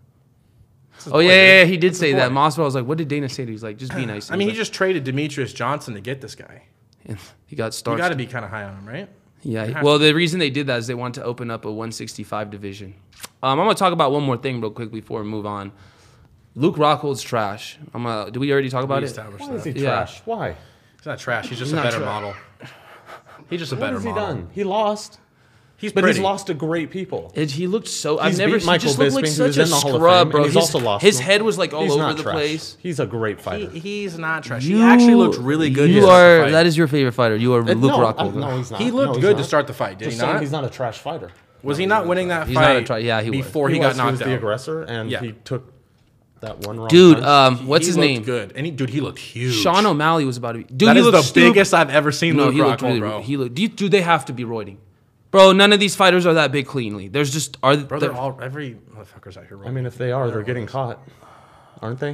Speaker 3: It's his
Speaker 1: Oh
Speaker 3: boy,
Speaker 1: yeah, yeah, yeah,
Speaker 3: dude.
Speaker 1: he did say
Speaker 3: his
Speaker 1: that.
Speaker 3: boy.
Speaker 1: Masvidal was like, "What did Dana say?" to you?" He's like, "Just be nice."
Speaker 3: [sighs] I mean, he just traded Demetrius Johnson to get this guy.
Speaker 1: just [laughs] he got
Speaker 3: You
Speaker 1: starched.
Speaker 3: got to be kind of high on him, right?
Speaker 1: Yeah.
Speaker 3: have
Speaker 1: Well, the reason they did that is they want to open up a 165 division. Um, I'm gonna talk about one more thing real quick before we move on. Luke Rockhold's trash. I'm gonna. Did we already talk about
Speaker 3: We
Speaker 1: it?
Speaker 3: established
Speaker 2: Why is
Speaker 3: that.
Speaker 2: he
Speaker 1: Yeah.
Speaker 2: trash? Why?
Speaker 3: He's not trash. He's just
Speaker 1: He's
Speaker 3: a
Speaker 1: not
Speaker 3: better
Speaker 1: trash.
Speaker 3: model. He's just a
Speaker 2: What
Speaker 3: better
Speaker 2: has he
Speaker 3: model.
Speaker 2: done? He lost,
Speaker 3: He's
Speaker 2: but
Speaker 3: pretty.
Speaker 2: he's lost to great people.
Speaker 1: It, he looked so. I've
Speaker 2: He's
Speaker 1: never.
Speaker 2: beat
Speaker 1: He
Speaker 2: Michael
Speaker 1: just looked like
Speaker 2: Bisping, who
Speaker 1: such
Speaker 2: was
Speaker 1: a
Speaker 2: in the Hall of
Speaker 1: scrub,
Speaker 2: Fame,
Speaker 1: bro.
Speaker 2: and he's
Speaker 1: His-
Speaker 2: also lost
Speaker 1: His
Speaker 2: to him.
Speaker 1: head was like all
Speaker 2: he's
Speaker 1: over
Speaker 2: not
Speaker 1: the
Speaker 2: trash.
Speaker 1: place.
Speaker 2: He's a great fighter.
Speaker 3: He- he's not trash. he actually looked really good.
Speaker 1: You
Speaker 3: to start the
Speaker 1: are.
Speaker 3: fight.
Speaker 1: That is your favorite fighter. You are
Speaker 2: Uh,
Speaker 1: Luke
Speaker 2: no,
Speaker 1: Rockhold.
Speaker 2: I'm- no, he's not.
Speaker 3: He looked
Speaker 2: No, he's
Speaker 3: good to
Speaker 2: not.
Speaker 3: start the fight, did
Speaker 2: Just
Speaker 3: he
Speaker 2: saying
Speaker 3: not?
Speaker 2: he's not a trash fighter.
Speaker 3: was he not winning that
Speaker 1: He's
Speaker 3: fight?
Speaker 1: not a try- yeah, he was.
Speaker 3: before he,
Speaker 2: was,
Speaker 3: got
Speaker 2: was
Speaker 3: knocked
Speaker 2: the
Speaker 3: out.
Speaker 2: aggressor, and
Speaker 3: Yeah.
Speaker 2: he took that one wrong.
Speaker 1: Dude,
Speaker 2: punch.
Speaker 1: um, what's
Speaker 3: He
Speaker 1: his
Speaker 3: looked
Speaker 1: name?
Speaker 3: Good, and he, dude, he looked huge.
Speaker 1: Sean O'Malley was about to be. Dude,
Speaker 3: That
Speaker 1: he
Speaker 3: is
Speaker 1: looked
Speaker 3: the
Speaker 1: stupid.
Speaker 3: biggest I've ever seen
Speaker 1: No,
Speaker 3: Luke
Speaker 1: he looked
Speaker 3: Rockhold,
Speaker 1: really.
Speaker 3: bro.
Speaker 1: He looked. Do, you, do they have to be roiding, bro? None of these fighters are that big cleanly. There's just are.
Speaker 3: bro,
Speaker 1: there-
Speaker 3: they're all every motherfucker's out here.
Speaker 2: I
Speaker 3: Rolling.
Speaker 2: mean, if they are, they're getting caught, aren't they?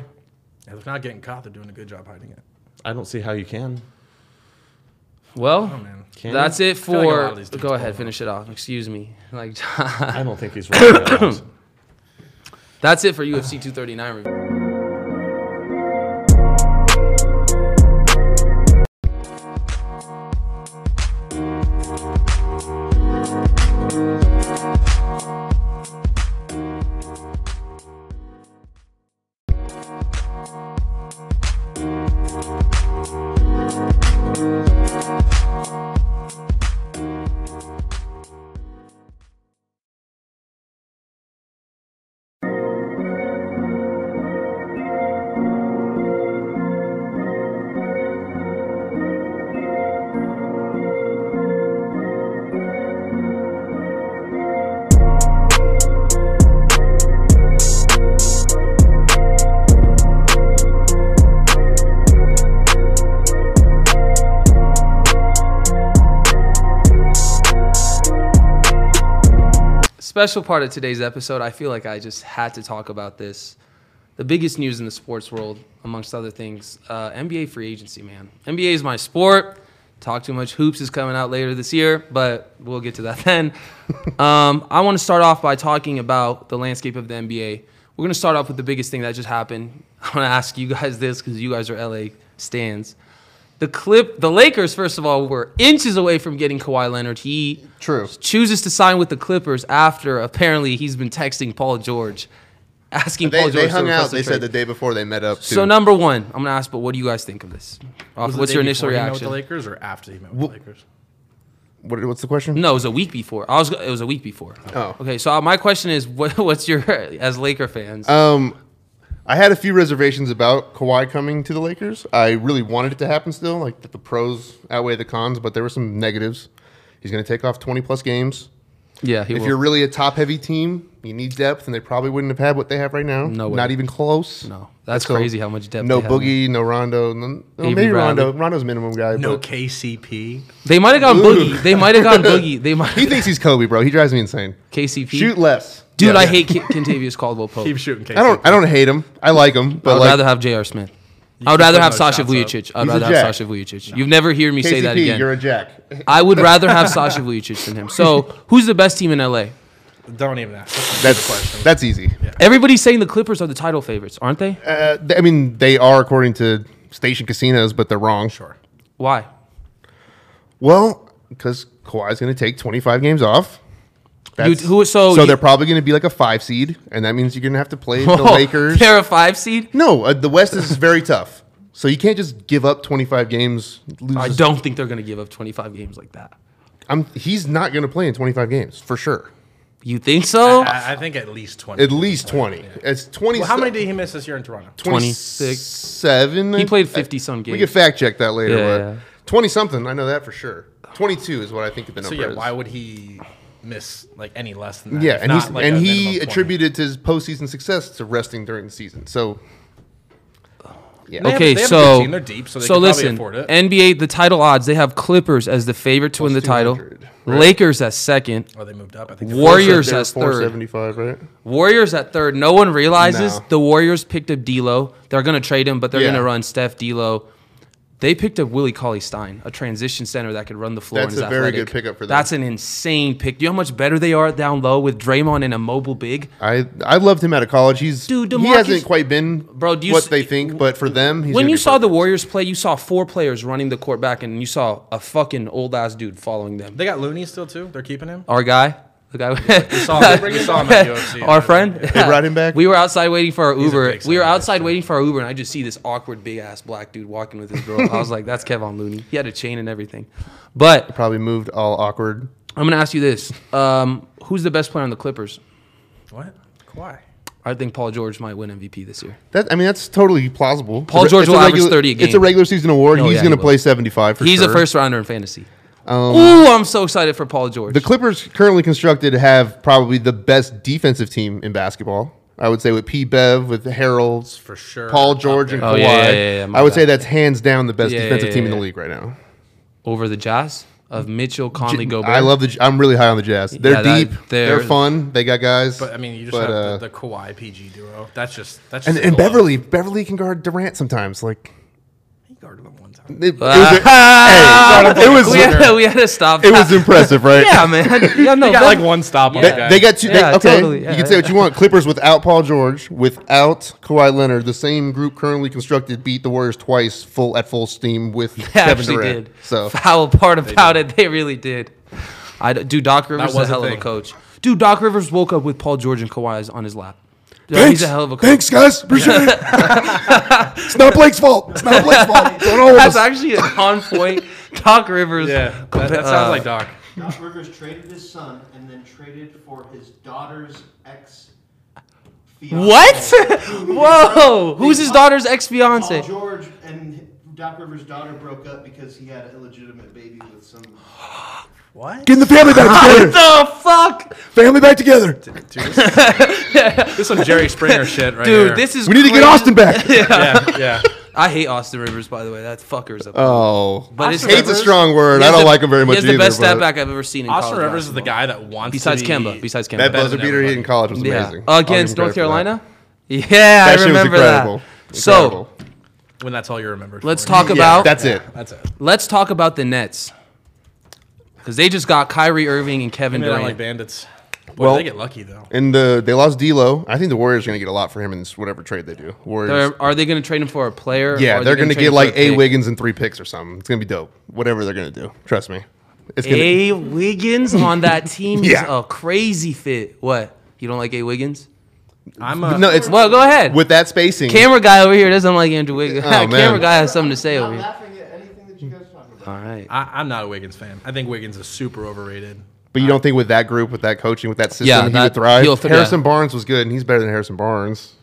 Speaker 3: if they're not getting caught, they're doing a good job hiding it.
Speaker 2: I don't see how you can.
Speaker 1: well,
Speaker 3: Oh man,
Speaker 2: Can
Speaker 1: that's
Speaker 2: you?
Speaker 1: it
Speaker 3: feel like a lot
Speaker 1: for.
Speaker 3: of these dudes
Speaker 1: go
Speaker 3: pull
Speaker 1: ahead,
Speaker 3: them
Speaker 1: finish it off. Excuse me. Like [laughs]
Speaker 2: I don't think he's right.
Speaker 1: that's
Speaker 2: [laughs]
Speaker 1: it for UFC 239 review. special part of today's episode, I feel like I just had to talk about this. The biggest news in the sports world, amongst other things, uh, NBA free agency, man. NBA is my sport. Talk too much hoops is coming out later this year, but we'll get to that [laughs] then. um, I want to start off by talking about the landscape of the NBA. We're going to start off with the biggest thing that just happened. [laughs] I want to ask you guys this because you guys are LA stands. The clip, the Lakers, first of all, were inches away from getting Kawhi Leonard. He
Speaker 2: True.
Speaker 1: chooses to sign with the Clippers after apparently he's been texting Paul George, asking
Speaker 5: They,
Speaker 1: Paul George.
Speaker 5: they hung
Speaker 1: to
Speaker 5: out.
Speaker 1: request a
Speaker 5: They said
Speaker 1: trade.
Speaker 5: the day before they met up. Too.
Speaker 1: So number one, I'm gonna ask, but what do you guys think of this? Off-
Speaker 3: Was it
Speaker 1: what's
Speaker 3: the
Speaker 1: your
Speaker 3: day
Speaker 1: initial
Speaker 3: before he met with
Speaker 1: reaction?
Speaker 3: the Lakers or after he met with the Lakers?
Speaker 5: What, what's the question?
Speaker 1: No, it was a week before. I was. It was a week before.
Speaker 5: Oh.
Speaker 1: Okay. So uh, my question is, [laughs] what, what's your as Laker fans?
Speaker 5: Um, I had a few reservations about Kawhi coming to the Lakers. I really wanted it to happen still, like that the pros outweigh the cons, but there were some negatives. He's going to take off 20 plus games.
Speaker 1: yeah. He
Speaker 5: if
Speaker 1: will. [laughs]
Speaker 5: you're really a top heavy team, You need depth, and they probably wouldn't have had what they have right now.
Speaker 1: No way.
Speaker 5: Not even close.
Speaker 1: No, that's
Speaker 5: So,
Speaker 1: crazy how much depth.
Speaker 5: No
Speaker 1: they have.
Speaker 5: Boogie, no Rondo. No, well,
Speaker 1: Avery
Speaker 5: maybe
Speaker 1: Bradley.
Speaker 5: Rondo. Rondo's minimum guy.
Speaker 3: No
Speaker 5: but
Speaker 3: KCP.
Speaker 1: They might have gone Boogie. They might have
Speaker 5: [laughs]
Speaker 1: gone Boogie. They might
Speaker 5: he thinks he's Kobe, bro. He drives me insane.
Speaker 1: KCP.
Speaker 5: Shoot less,
Speaker 1: Dude,
Speaker 5: Yeah.
Speaker 1: I hate K- Kentavious Caldwell Pope.
Speaker 3: Keep shooting KCP.
Speaker 5: I don't. I don't hate him. I like him,
Speaker 1: I
Speaker 5: but
Speaker 1: would
Speaker 5: like
Speaker 1: rather have J.R. Smith. I would
Speaker 3: keep
Speaker 1: rather
Speaker 3: putting
Speaker 1: have
Speaker 3: those
Speaker 1: Sasha
Speaker 3: shots up.
Speaker 1: Vujacic. I would
Speaker 5: He's a
Speaker 1: rather have
Speaker 5: jack.
Speaker 1: Sasha Vujacic. You've never hear me say that
Speaker 5: KCP,
Speaker 1: again.
Speaker 5: you're a jack.
Speaker 1: [laughs] I would rather have Sasha Vujacic than him.
Speaker 5: [laughs]
Speaker 1: So, who's the best team in L.A.?
Speaker 3: Don't even ask. That's, a stupid
Speaker 5: That's that's easy.
Speaker 1: Everybody's saying the Clippers are the title favorites, aren't they?
Speaker 5: Uh, th- I mean, they are according to station casinos, but they're wrong. Sure.
Speaker 1: Why?
Speaker 5: Well, because Kawhi's going to take 25 games off. That's-
Speaker 1: who- so you-
Speaker 5: they're probably going to be like a five seed, and that means you're going to have to
Speaker 1: [laughs]
Speaker 5: play the
Speaker 1: Oh,
Speaker 5: Lakers.
Speaker 1: They're a five
Speaker 5: [laughs]
Speaker 1: seed.
Speaker 5: No, uh, the West is very tough. So you can't just give up 25 games. Lose
Speaker 1: I
Speaker 5: this-
Speaker 1: don't think they're going to give up 25 games like that.
Speaker 5: I'm, he's not going to play in 25 games for sure.
Speaker 1: You think so?
Speaker 3: question. I, I think at least twenty.
Speaker 5: At least 20. It's 20.
Speaker 3: Well, how many did he miss this year in Toronto?
Speaker 5: 27.
Speaker 1: He played 50 some
Speaker 5: We
Speaker 1: games.
Speaker 5: can fact check that later.
Speaker 1: Yeah,
Speaker 5: but
Speaker 1: yeah.
Speaker 5: 20 something, I know that for sure. 22 is what I think the number
Speaker 3: So yeah,
Speaker 5: is.
Speaker 3: why would he miss like any less than that?
Speaker 5: Yeah,
Speaker 3: if
Speaker 5: and,
Speaker 3: not,
Speaker 5: he's,
Speaker 3: like,
Speaker 5: and
Speaker 3: a
Speaker 5: he
Speaker 3: minimum 20?
Speaker 5: attributed his postseason success to resting during the season. So, yeah,
Speaker 3: They have-
Speaker 1: okay,
Speaker 3: they have a good
Speaker 1: so
Speaker 3: team. They're deep, so they could probably
Speaker 1: listen,
Speaker 3: afford it.
Speaker 1: NBA the title odds they have Clippers as the favorite to win the title,
Speaker 5: 200,
Speaker 1: Lakers as second,
Speaker 3: Oh, they moved up. I think.
Speaker 1: Warrior- Warriors
Speaker 5: They were
Speaker 1: as third.
Speaker 5: 475, right?
Speaker 1: Warriors at third. No one realizes
Speaker 5: No.
Speaker 1: the Warriors picked up D'Lo. They're gonna trade him, but they're
Speaker 5: Yeah.
Speaker 1: gonna run Steph D'Lo. They picked up Willie Cauley Stein, a transition center that could run the floor.
Speaker 5: That's
Speaker 1: and is
Speaker 5: a very
Speaker 1: athletic.
Speaker 5: good pickup for them.
Speaker 1: That's an insane pick. Do you know how much better they are down low with Draymond and a mobile big?
Speaker 5: I I loved him out of college. He's
Speaker 1: Dude,
Speaker 5: he
Speaker 1: DeMarcus-
Speaker 5: hasn't quite been
Speaker 1: Bro, do you
Speaker 5: what
Speaker 1: s-
Speaker 5: they think, but for them, he's
Speaker 1: when
Speaker 5: gonna
Speaker 1: you
Speaker 5: be
Speaker 1: saw the
Speaker 5: perfect.
Speaker 1: Warriors play, you saw four players running the court back, and you saw a fucking old ass dude following them.
Speaker 3: They got Looney still too. They're keeping
Speaker 1: [laughs]
Speaker 3: him.
Speaker 1: Our guy, the guy, [laughs] we
Speaker 3: saw him- we saw him at UFC.
Speaker 1: Our friend,
Speaker 5: They brought him back?
Speaker 1: We were outside waiting for our
Speaker 3: a
Speaker 1: Uber.
Speaker 3: big
Speaker 1: We were
Speaker 3: son of a
Speaker 1: outside waiting for our Uber, and I just see this awkward big ass black dude walking with his girl. I was like, "That's Kevin Looney." He had a chain and everything. But
Speaker 5: probably moved all awkward.
Speaker 1: I'm gonna ask you this: um, Who's the best player on the Clippers?
Speaker 3: What? Kawhi.
Speaker 1: I think Paul George might win MVP this year.
Speaker 5: That I mean, that's totally plausible.
Speaker 1: Paul
Speaker 5: It's a-
Speaker 1: George
Speaker 5: it's a
Speaker 1: will average
Speaker 5: regular-
Speaker 1: 30 a
Speaker 5: It's a
Speaker 1: game.
Speaker 5: regular season award.
Speaker 1: No,
Speaker 5: he's
Speaker 1: yeah,
Speaker 5: going
Speaker 1: he
Speaker 5: to
Speaker 1: will.
Speaker 5: play 75 for
Speaker 1: He's
Speaker 5: sure.
Speaker 1: a first rounder in fantasy. Ooh, I'm so excited for Paul George.
Speaker 5: Um, The Clippers currently constructed have probably the best defensive team in basketball. I would say with P. Bev, with Harold,
Speaker 3: For sure.
Speaker 5: Paul
Speaker 3: Up
Speaker 5: George,
Speaker 3: there.
Speaker 5: and
Speaker 1: Oh,
Speaker 5: Kawhi.
Speaker 1: yeah, yeah, yeah, yeah, my
Speaker 5: I would
Speaker 1: bad.
Speaker 5: say that's hands down the best
Speaker 1: Yeah,
Speaker 5: defensive
Speaker 1: yeah,
Speaker 5: team in the
Speaker 1: yeah.
Speaker 5: league right now.
Speaker 1: over the Jazz of Mitchell, Conley, Gobert.
Speaker 5: I love the. J- I'm really high on the Jazz. They're
Speaker 1: Yeah, that-
Speaker 5: deep.
Speaker 1: they're-
Speaker 5: They're, fun. They got guys.
Speaker 3: But I mean, you just
Speaker 5: but,
Speaker 3: have
Speaker 5: uh,
Speaker 3: the, the Kawhi PG duo. That's just that's just
Speaker 5: and, and
Speaker 3: a glove.
Speaker 5: Beverly. Beverly can guard Durant sometimes. Like
Speaker 3: He guarded him one time.
Speaker 5: it, it was. a-
Speaker 1: [laughs]
Speaker 5: hey, it was-
Speaker 1: we, had to, we had to stop.
Speaker 5: it was
Speaker 1: that.
Speaker 5: impressive, right?
Speaker 1: Ah. yeah,
Speaker 5: [laughs]
Speaker 1: man. Yeah, no,
Speaker 3: He got
Speaker 1: that-
Speaker 3: like one stop on
Speaker 1: Yeah.
Speaker 3: the guy.
Speaker 5: They got two. They,
Speaker 1: Yeah,
Speaker 5: okay,
Speaker 1: totally, yeah,
Speaker 5: you can say
Speaker 1: yeah.
Speaker 5: what you want. Clippers without Paul George, without Kawhi Leonard, the same group currently constructed beat the Warriors twice, full at full steam with
Speaker 1: They
Speaker 5: Kevin
Speaker 1: actually
Speaker 5: Durant.
Speaker 1: did.
Speaker 5: So
Speaker 1: foul part about it, they really did. I d- dude, Doc Rivers is a
Speaker 3: was a
Speaker 1: hell of a
Speaker 3: thing.
Speaker 1: coach. Dude, Doc Rivers woke up with Paul George and Kawhi is on his lap. Dude, he's a hell of a coach.
Speaker 5: Thanks, guys. Appreciate it. it's not Blake's fault. It's not Blake's fault. Don't all of
Speaker 1: That's
Speaker 5: us.
Speaker 1: actually an on
Speaker 5: [laughs]
Speaker 1: point. Doc Rivers.
Speaker 3: Yeah, that, that
Speaker 1: uh,
Speaker 3: sounds like Doc.
Speaker 4: Doc Rivers traded his son and then traded for his daughter's ex.
Speaker 1: [laughs] What? [laughs] Whoa! Who's his daughter's ex
Speaker 4: Paul
Speaker 1: fiance?
Speaker 4: George and Doc Rivers' daughter broke up because he had an illegitimate baby with some.
Speaker 3: What?
Speaker 5: Getting the family back
Speaker 1: What
Speaker 5: together.
Speaker 1: the fuck,
Speaker 5: Family back together.
Speaker 3: This some
Speaker 1: [laughs]
Speaker 3: Jerry Springer shit right
Speaker 1: dude?
Speaker 3: here.
Speaker 1: This is
Speaker 5: We need to get
Speaker 1: crazy. [laughs]
Speaker 5: Austin back.
Speaker 3: yeah, yeah.
Speaker 1: I hate Austin Rivers, by the way. That fucker's up.
Speaker 5: Oh,
Speaker 1: But it's
Speaker 5: hate's a
Speaker 1: Rivers.
Speaker 5: strong word.
Speaker 1: He
Speaker 5: I
Speaker 1: has
Speaker 5: don't
Speaker 1: the-
Speaker 5: like him very
Speaker 1: He
Speaker 5: much
Speaker 1: has
Speaker 5: either.
Speaker 1: the best step
Speaker 5: but
Speaker 1: back I've ever seen in
Speaker 3: Austin
Speaker 1: college
Speaker 3: Rivers is the
Speaker 1: basketball.
Speaker 3: guy that wants
Speaker 1: Besides
Speaker 3: to be,
Speaker 1: Kemba, besides Kemba,
Speaker 5: That
Speaker 3: better
Speaker 5: buzzer
Speaker 3: than
Speaker 5: beater he
Speaker 3: everybody.
Speaker 5: hit in college was amazing. I'll give him
Speaker 1: against North
Speaker 5: credit for that.
Speaker 1: Carolina. Yeah,
Speaker 5: That
Speaker 1: I
Speaker 5: shit was
Speaker 1: remember
Speaker 5: incredible.
Speaker 1: that. So
Speaker 5: Incredible.
Speaker 3: when that's all you remember.
Speaker 1: let's
Speaker 3: for him.
Speaker 1: talk
Speaker 5: Yeah,
Speaker 1: about
Speaker 5: that's it.
Speaker 3: That's it.
Speaker 1: let's talk about the Nets because they just got Kyrie Irving and Kevin
Speaker 3: And they don't
Speaker 1: Durant.
Speaker 3: like bandits. Boy,
Speaker 5: Well-
Speaker 3: they get lucky though.
Speaker 5: And the, they lost D'Lo. I think the Warriors are going to get a lot for him in this, whatever trade they do. Warriors.
Speaker 1: They're- are they going to trade him for a player? or
Speaker 5: yeah,
Speaker 1: are
Speaker 5: they're
Speaker 1: they gonna
Speaker 5: going to
Speaker 1: trade
Speaker 5: get
Speaker 1: him
Speaker 5: like
Speaker 1: for
Speaker 5: a
Speaker 1: pick?
Speaker 5: Wiggins and three picks or something. It's going to be dope. Whatever they're going to do, trust me. It's going to.
Speaker 1: A Wiggins on that team
Speaker 5: [laughs] Yeah.
Speaker 1: is a crazy fit. What you don't like A Wiggins?
Speaker 3: I'm a,
Speaker 5: No, it's
Speaker 1: Well, go ahead.
Speaker 5: with that spacing.
Speaker 1: Camera guy over here doesn't like Andrew Wiggins.
Speaker 5: Oh,
Speaker 1: [laughs]
Speaker 5: man.
Speaker 1: Camera guy has something to say over
Speaker 4: I'm
Speaker 1: here.
Speaker 4: laughing at anything that you guys are talking about.
Speaker 1: All right.
Speaker 3: I, I'm not a Wiggins fan. I think Wiggins is super overrated.
Speaker 5: but you don't think with that group, with that coaching, with that system,
Speaker 1: Yeah,
Speaker 5: he
Speaker 1: that-
Speaker 5: would thrive.
Speaker 1: he'll thrive.
Speaker 5: Harrison Barnes was good, and he's better than Harrison Barnes.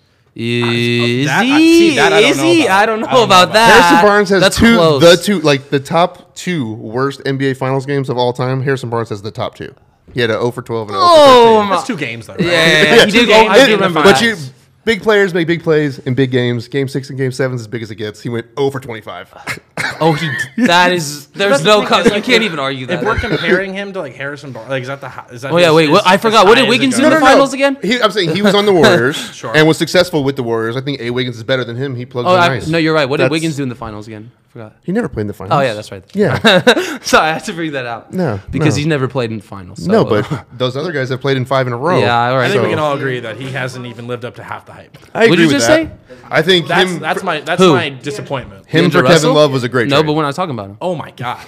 Speaker 1: Is
Speaker 3: that- I-
Speaker 1: he?
Speaker 3: see, that I don't
Speaker 1: is
Speaker 3: know
Speaker 1: he?
Speaker 3: about.
Speaker 1: I don't know
Speaker 3: I don't
Speaker 1: about
Speaker 3: know about
Speaker 1: that.
Speaker 5: Harrison Barnes has
Speaker 1: Ah, That's
Speaker 5: two,
Speaker 1: close.
Speaker 5: the two, like the top two worst NBA Finals games of all time. Harrison Barnes has the top two. He had an 0 for 12 and 0
Speaker 1: Oh my!
Speaker 3: That's two games though. Right?
Speaker 1: Yeah, yeah, yeah. he did.
Speaker 3: Two
Speaker 1: go-
Speaker 3: games.
Speaker 1: I
Speaker 3: It-
Speaker 1: do remember
Speaker 5: But
Speaker 1: that.
Speaker 5: you, big players make big plays in big games. Game six and game seven is as big as it gets. He went 0
Speaker 1: [laughs]
Speaker 5: for 25.
Speaker 1: oh, he. [laughs] That is. There's
Speaker 3: the
Speaker 1: no.
Speaker 3: thing,
Speaker 1: co-
Speaker 3: it's
Speaker 1: You
Speaker 3: like
Speaker 1: can't
Speaker 3: we're-
Speaker 1: even argue
Speaker 3: If we're
Speaker 1: that.
Speaker 3: comparing him to like Harrison Bar, like is that the hi- is that?
Speaker 1: Oh, yeah,
Speaker 3: his-
Speaker 1: wait, what-
Speaker 3: his-
Speaker 1: I forgot.
Speaker 3: as
Speaker 1: What did
Speaker 3: high as it
Speaker 1: Wiggins
Speaker 3: goes?
Speaker 1: do? the finals again?
Speaker 5: He, I'm saying he
Speaker 1: [laughs]
Speaker 5: was on the Warriors
Speaker 3: Sure.
Speaker 5: and was successful with the Warriors. I think A. Wiggins is better than him. He plugs
Speaker 1: Oh,
Speaker 5: in
Speaker 1: I,
Speaker 5: nice.
Speaker 1: no, you're right. What did
Speaker 5: That's-
Speaker 1: Wiggins do in the finals again? I forgot.
Speaker 5: He never played in the finals.
Speaker 1: Oh yeah, that's right. [laughs]
Speaker 5: Yeah.
Speaker 1: so I had to bring that out.
Speaker 5: No,
Speaker 1: because
Speaker 5: no.
Speaker 1: he's never played in the finals. So,
Speaker 5: no,
Speaker 1: uh,
Speaker 5: but those other guys have played in five in a row.
Speaker 1: Yeah, all right.
Speaker 3: I think we
Speaker 5: So-
Speaker 3: can all agree that he hasn't even lived up to half the hype.
Speaker 5: I agree
Speaker 1: What'd you
Speaker 5: with
Speaker 1: just
Speaker 5: that. I think
Speaker 3: That's
Speaker 5: him,
Speaker 3: that's my that's
Speaker 1: Who?
Speaker 3: my disappointment.
Speaker 5: him
Speaker 1: D'Angelo
Speaker 5: for Kevin
Speaker 1: Russell?
Speaker 5: Love was a great
Speaker 1: no,
Speaker 5: trade.
Speaker 1: but we're not talking about him.
Speaker 3: Oh my god,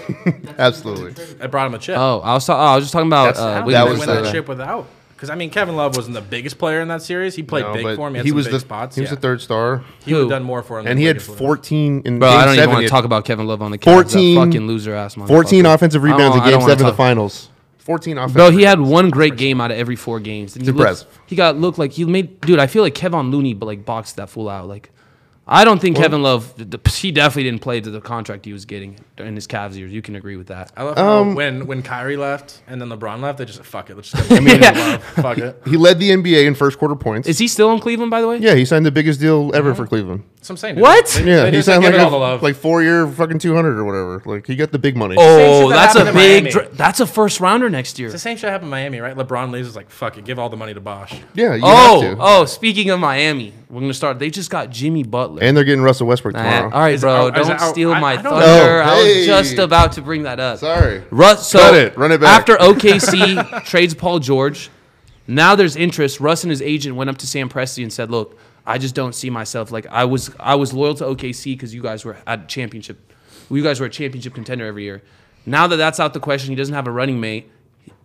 Speaker 5: Absolutely.
Speaker 3: I brought him a chip.
Speaker 1: Oh, I was. Ta- oh, I was just talking about.
Speaker 5: That's-
Speaker 1: Uh,
Speaker 5: that
Speaker 1: Wiggins.
Speaker 3: They
Speaker 5: was
Speaker 3: win
Speaker 5: the-
Speaker 3: that chip without. Because I mean, Kevin Love wasn't the biggest player in that series. He played
Speaker 5: No,
Speaker 3: big
Speaker 5: but
Speaker 3: for him. He, had
Speaker 5: he
Speaker 3: some
Speaker 5: was
Speaker 3: big
Speaker 5: the
Speaker 3: spots.
Speaker 5: he was
Speaker 3: yeah.
Speaker 5: the third star,
Speaker 3: He would have
Speaker 1: Who?
Speaker 3: done more for him. than
Speaker 5: and he had
Speaker 3: Wiggins would've.
Speaker 5: 14 in
Speaker 1: Bro,
Speaker 5: game
Speaker 1: I don't even
Speaker 5: seven.
Speaker 1: want
Speaker 5: he
Speaker 1: to
Speaker 5: had
Speaker 1: talk about Kevin Love on the Cavs.
Speaker 5: 14
Speaker 1: that fucking loser ass.
Speaker 5: 14
Speaker 1: motherfucker.
Speaker 5: offensive
Speaker 1: I don't-
Speaker 5: rebounds in
Speaker 1: I don't
Speaker 5: game
Speaker 1: wanna
Speaker 5: seven of
Speaker 1: talk-
Speaker 5: the finals. 14 offensive.
Speaker 1: Bro, he had one great game out of every four games. And he looked-
Speaker 5: impressive.
Speaker 1: he got looked like he made. Dude, I feel like Kevin Looney, but like boxed that fool out. Like, I don't think Kevin Love. the- He definitely didn't play to the contract he was getting in his Cavs years. You can agree with that.
Speaker 3: I love how
Speaker 5: Um,
Speaker 3: when when Kyrie left and then LeBron left, they just said, fuck it. Let's
Speaker 5: [laughs]
Speaker 3: just I mean, Love, fuck it.
Speaker 5: He led the NBA in first quarter points.
Speaker 1: Is he still in Cleveland, by the way?
Speaker 5: yeah, he signed the biggest deal ever for Cleveland.
Speaker 3: That's what I'm saying. dude.
Speaker 1: What?
Speaker 3: They-
Speaker 5: Yeah,
Speaker 3: they
Speaker 5: he
Speaker 3: just said,
Speaker 5: signed like
Speaker 3: give it all the
Speaker 5: a,
Speaker 3: love.
Speaker 5: like four year fucking 200 or whatever. Like he got the big money.
Speaker 1: Oh,
Speaker 3: shit that
Speaker 1: that's a
Speaker 3: happened
Speaker 1: big.
Speaker 3: in Miami.
Speaker 1: Dr- that's a first rounder next year.
Speaker 3: the same shit happened in Miami, right? LeBron leaves, is like fuck it, give all the money to Bosch.
Speaker 5: Yeah, you
Speaker 1: Oh,
Speaker 5: have to.
Speaker 1: oh. Speaking of Miami, we're gonna start. They just got Jimmy Butler.
Speaker 5: And they're getting Russell Westbrook
Speaker 1: Nah,
Speaker 5: tomorrow.
Speaker 1: all right,
Speaker 3: Is-
Speaker 1: bro.
Speaker 3: oh, is
Speaker 1: don't
Speaker 3: that- oh,
Speaker 1: steal
Speaker 3: I-
Speaker 1: my
Speaker 3: I don't know.
Speaker 1: thunder.
Speaker 5: Oh,
Speaker 1: I
Speaker 5: hey.
Speaker 1: was just about to bring that up.
Speaker 5: Sorry.
Speaker 1: Russ, so
Speaker 5: Cut it. Run it back. [laughs]
Speaker 1: After OKC trades Paul George, now there's interest. Russ and his agent went up to Sam Presti and said, "Look, I just don't see myself like I was. I was loyal to OKC because you guys were at championship. You guys were a championship contender every year. Now that that's out the question, he doesn't have a running mate.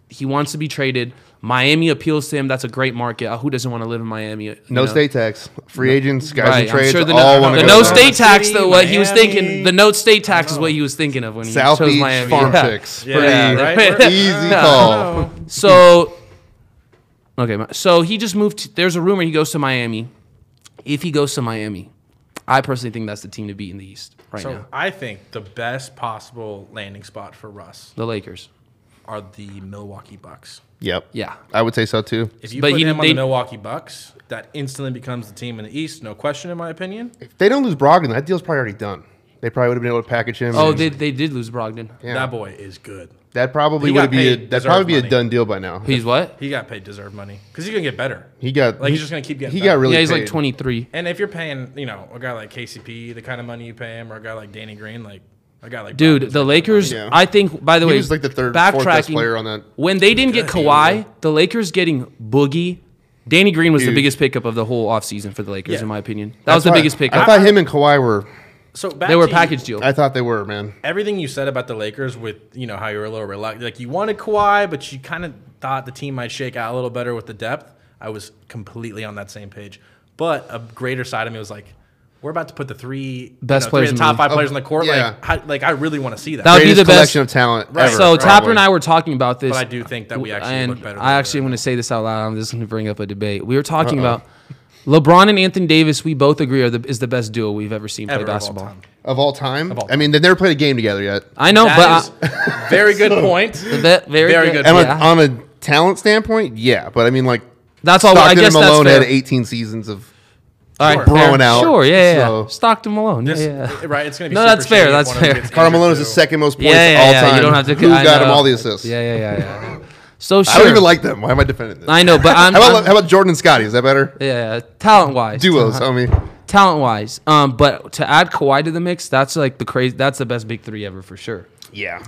Speaker 1: He wants to be traded. Miami appeals to him. That's a great market. Uh, Who doesn't want to live in Miami? you
Speaker 5: No
Speaker 1: know?
Speaker 5: state tax. Free agents, guys in
Speaker 1: Right, I'm
Speaker 5: trades,
Speaker 1: sure the,
Speaker 5: all
Speaker 1: no,
Speaker 5: want
Speaker 1: the
Speaker 5: to go
Speaker 1: no
Speaker 5: there.
Speaker 1: state tax
Speaker 3: City,
Speaker 1: though. What he was
Speaker 3: Miami.
Speaker 1: thinking, the no state tax is what he was thinking of when he
Speaker 5: South
Speaker 1: chose
Speaker 5: Beach
Speaker 1: Miami.
Speaker 5: farm
Speaker 1: Yeah.
Speaker 5: chicks.
Speaker 3: Yeah,
Speaker 1: [laughs]
Speaker 5: Pretty
Speaker 3: right?
Speaker 1: Yeah.
Speaker 3: We're-
Speaker 5: [laughs] easy
Speaker 3: I don't
Speaker 5: call.
Speaker 3: know.
Speaker 1: So, okay, my- so he just moved. To, there's a rumor he goes to Miami. If he goes to Miami, I personally think that's the team to beat in the East right
Speaker 3: So
Speaker 1: now.
Speaker 3: I think the best possible landing spot for Russ
Speaker 1: The Lakers.
Speaker 3: are the Milwaukee Bucks.
Speaker 5: Yep.
Speaker 1: Yeah.
Speaker 5: I would say so too.
Speaker 3: If you
Speaker 1: But
Speaker 3: put
Speaker 1: he-
Speaker 3: him on
Speaker 1: they-
Speaker 3: the Milwaukee Bucks, that instantly becomes the team in the East, no question, in my opinion.
Speaker 5: If they don't lose Brogdon, that deal's probably already done. They probably would have been able to package him.
Speaker 1: Oh,
Speaker 5: and
Speaker 1: they, they did lose Brogdon.
Speaker 5: Yeah.
Speaker 3: That boy is good.
Speaker 5: that probably
Speaker 3: he
Speaker 5: would
Speaker 3: got
Speaker 5: be a,
Speaker 3: paid,
Speaker 5: that
Speaker 3: deserved
Speaker 5: probably be a
Speaker 3: money.
Speaker 5: done deal by now.
Speaker 1: He's what?
Speaker 3: He got paid deserved money because he's gonna get better.
Speaker 5: He got
Speaker 3: Like he's just gonna keep getting.
Speaker 5: he
Speaker 3: better.
Speaker 5: got really
Speaker 1: yeah, he's
Speaker 5: paid.
Speaker 1: like 23.
Speaker 3: And if you're paying, you know, a guy like KCP, the kind of money you pay him, or a guy like Danny Green, like a guy like
Speaker 1: Dude,
Speaker 3: Brogdon's
Speaker 1: the Lakers.
Speaker 5: Yeah.
Speaker 1: I think. By the way,
Speaker 5: was like the third- fourth best
Speaker 1: backtracking,
Speaker 5: player on that.
Speaker 1: When they didn't get Kawhi, the Lakers getting Boogie. Danny Green was
Speaker 5: Huge.
Speaker 1: the biggest pickup of the whole offseason for the Lakers,
Speaker 3: Yeah.
Speaker 1: in my opinion. That
Speaker 5: I
Speaker 1: was the
Speaker 5: thought-
Speaker 1: biggest
Speaker 5: I
Speaker 1: pickup.
Speaker 5: thought him and Kawhi were.
Speaker 3: so back
Speaker 1: They were a
Speaker 3: to you-
Speaker 1: package deal.
Speaker 5: I thought they were man.
Speaker 3: Everything you said about the Lakers, with you know how you were a little reluctant, like you wanted Kawhi, but you kind of thought the team might shake out a little better with the depth. I was completely on that same page, but a greater side of me was like, we're about to put the three
Speaker 1: Best
Speaker 3: you know,
Speaker 1: players
Speaker 3: three
Speaker 1: in the
Speaker 3: of the top
Speaker 1: league. Oh,
Speaker 3: five players on the court.
Speaker 5: yeah.
Speaker 3: Like, how, like I really want to see that.
Speaker 1: That would be
Speaker 5: Greatest
Speaker 1: the best.
Speaker 5: collection of talent ever.
Speaker 1: So Tapper
Speaker 5: probably.
Speaker 1: and I were talking about this.
Speaker 3: But I do think that we actually
Speaker 1: and
Speaker 3: look better than
Speaker 1: I
Speaker 3: we
Speaker 1: actually
Speaker 3: were.
Speaker 1: want to say this out loud. I'm just going to bring up a debate. We were talking about LeBron and Anthony Davis. We both agree are the, is the best duo we've ever seen play
Speaker 3: Ever of all
Speaker 1: basketball.
Speaker 3: time.
Speaker 5: of all time.
Speaker 3: all
Speaker 5: I mean, they've never played a game together yet.
Speaker 1: I know,
Speaker 3: That
Speaker 1: but [laughs]
Speaker 3: is very good point.
Speaker 1: I, very,
Speaker 3: very
Speaker 1: good.
Speaker 3: good.
Speaker 5: And
Speaker 1: yeah.
Speaker 5: on, on a talent standpoint, yeah, but I mean, like
Speaker 1: That's all- I
Speaker 5: Stockton
Speaker 1: guess
Speaker 5: and
Speaker 1: that's
Speaker 5: Malone
Speaker 1: fair.
Speaker 5: had 18 seasons of
Speaker 1: All
Speaker 5: Sure. Blowing
Speaker 1: fair.
Speaker 5: out,
Speaker 1: Sure, yeah, yeah, yeah.
Speaker 5: so-
Speaker 1: Stockton Malone. Yeah,
Speaker 3: This- [laughs]
Speaker 1: yeah.
Speaker 3: Right, it's gonna be
Speaker 1: No,
Speaker 3: super
Speaker 1: that's fair,
Speaker 3: shitty if
Speaker 1: that's
Speaker 3: one of them
Speaker 1: fair.
Speaker 3: gets injured,
Speaker 5: Carl Malone is
Speaker 3: too.
Speaker 5: the second most
Speaker 1: yeah,
Speaker 5: points
Speaker 1: yeah,
Speaker 5: all
Speaker 1: yeah.
Speaker 5: time.
Speaker 1: You don't have to.
Speaker 5: Who
Speaker 1: I
Speaker 5: got him
Speaker 1: know.
Speaker 5: all the assists?
Speaker 1: Yeah, yeah, yeah,
Speaker 5: [laughs]
Speaker 1: yeah. So sure.
Speaker 5: I don't even like them. Why am I defending this?
Speaker 1: I know, but I'm.
Speaker 5: [laughs] How about
Speaker 1: I'm-
Speaker 5: how about Jordan and Scotty? Is that better?
Speaker 1: yeah, Uh-huh. talent wise,
Speaker 5: Duos, homie.
Speaker 1: talent wise. Um, but to add Kawhi to the mix, that's like the crazy. That's the best big three ever for sure,
Speaker 5: Yeah.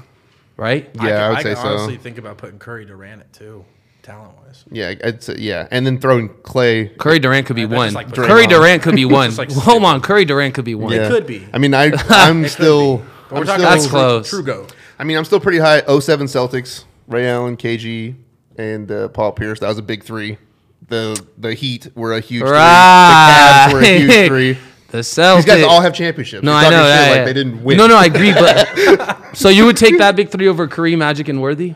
Speaker 1: right?
Speaker 5: Yeah, I, would
Speaker 3: I
Speaker 5: say
Speaker 3: could
Speaker 5: so.
Speaker 3: honestly think about putting Curry Durant it too, talent wise.
Speaker 5: Yeah, I'd say, yeah, and then throwing Clay.
Speaker 1: Curry Durant could be
Speaker 3: that's
Speaker 1: one.
Speaker 3: just like Draymond.
Speaker 1: Curry Durant
Speaker 3: [laughs]
Speaker 1: could be one.
Speaker 3: like
Speaker 1: Hold on, Curry Durant could be one.
Speaker 5: Yeah.
Speaker 3: could be.
Speaker 5: I
Speaker 1: [laughs]
Speaker 5: mean, I I'm still.
Speaker 3: But we're talking
Speaker 5: I'm still-
Speaker 3: about
Speaker 1: That's
Speaker 3: true-
Speaker 1: close.
Speaker 3: True goat.
Speaker 5: I mean, I'm still pretty high. 07 Celtics, Ray Allen, KG, and uh, Paul Pierce. That was a big three. The the Heat were a huge
Speaker 1: Right.
Speaker 5: three.
Speaker 1: [laughs]
Speaker 5: The Cavs were a huge three.
Speaker 1: The Celtics.
Speaker 5: These guys all have championships.
Speaker 1: No,
Speaker 5: You're
Speaker 1: I
Speaker 5: talking
Speaker 1: know.
Speaker 5: shit
Speaker 1: Yeah,
Speaker 5: like
Speaker 1: yeah.
Speaker 5: they didn't win.
Speaker 1: No, no, I agree.
Speaker 5: [laughs]
Speaker 1: But so you would take that big three over Kareem, Magic, and Worthy.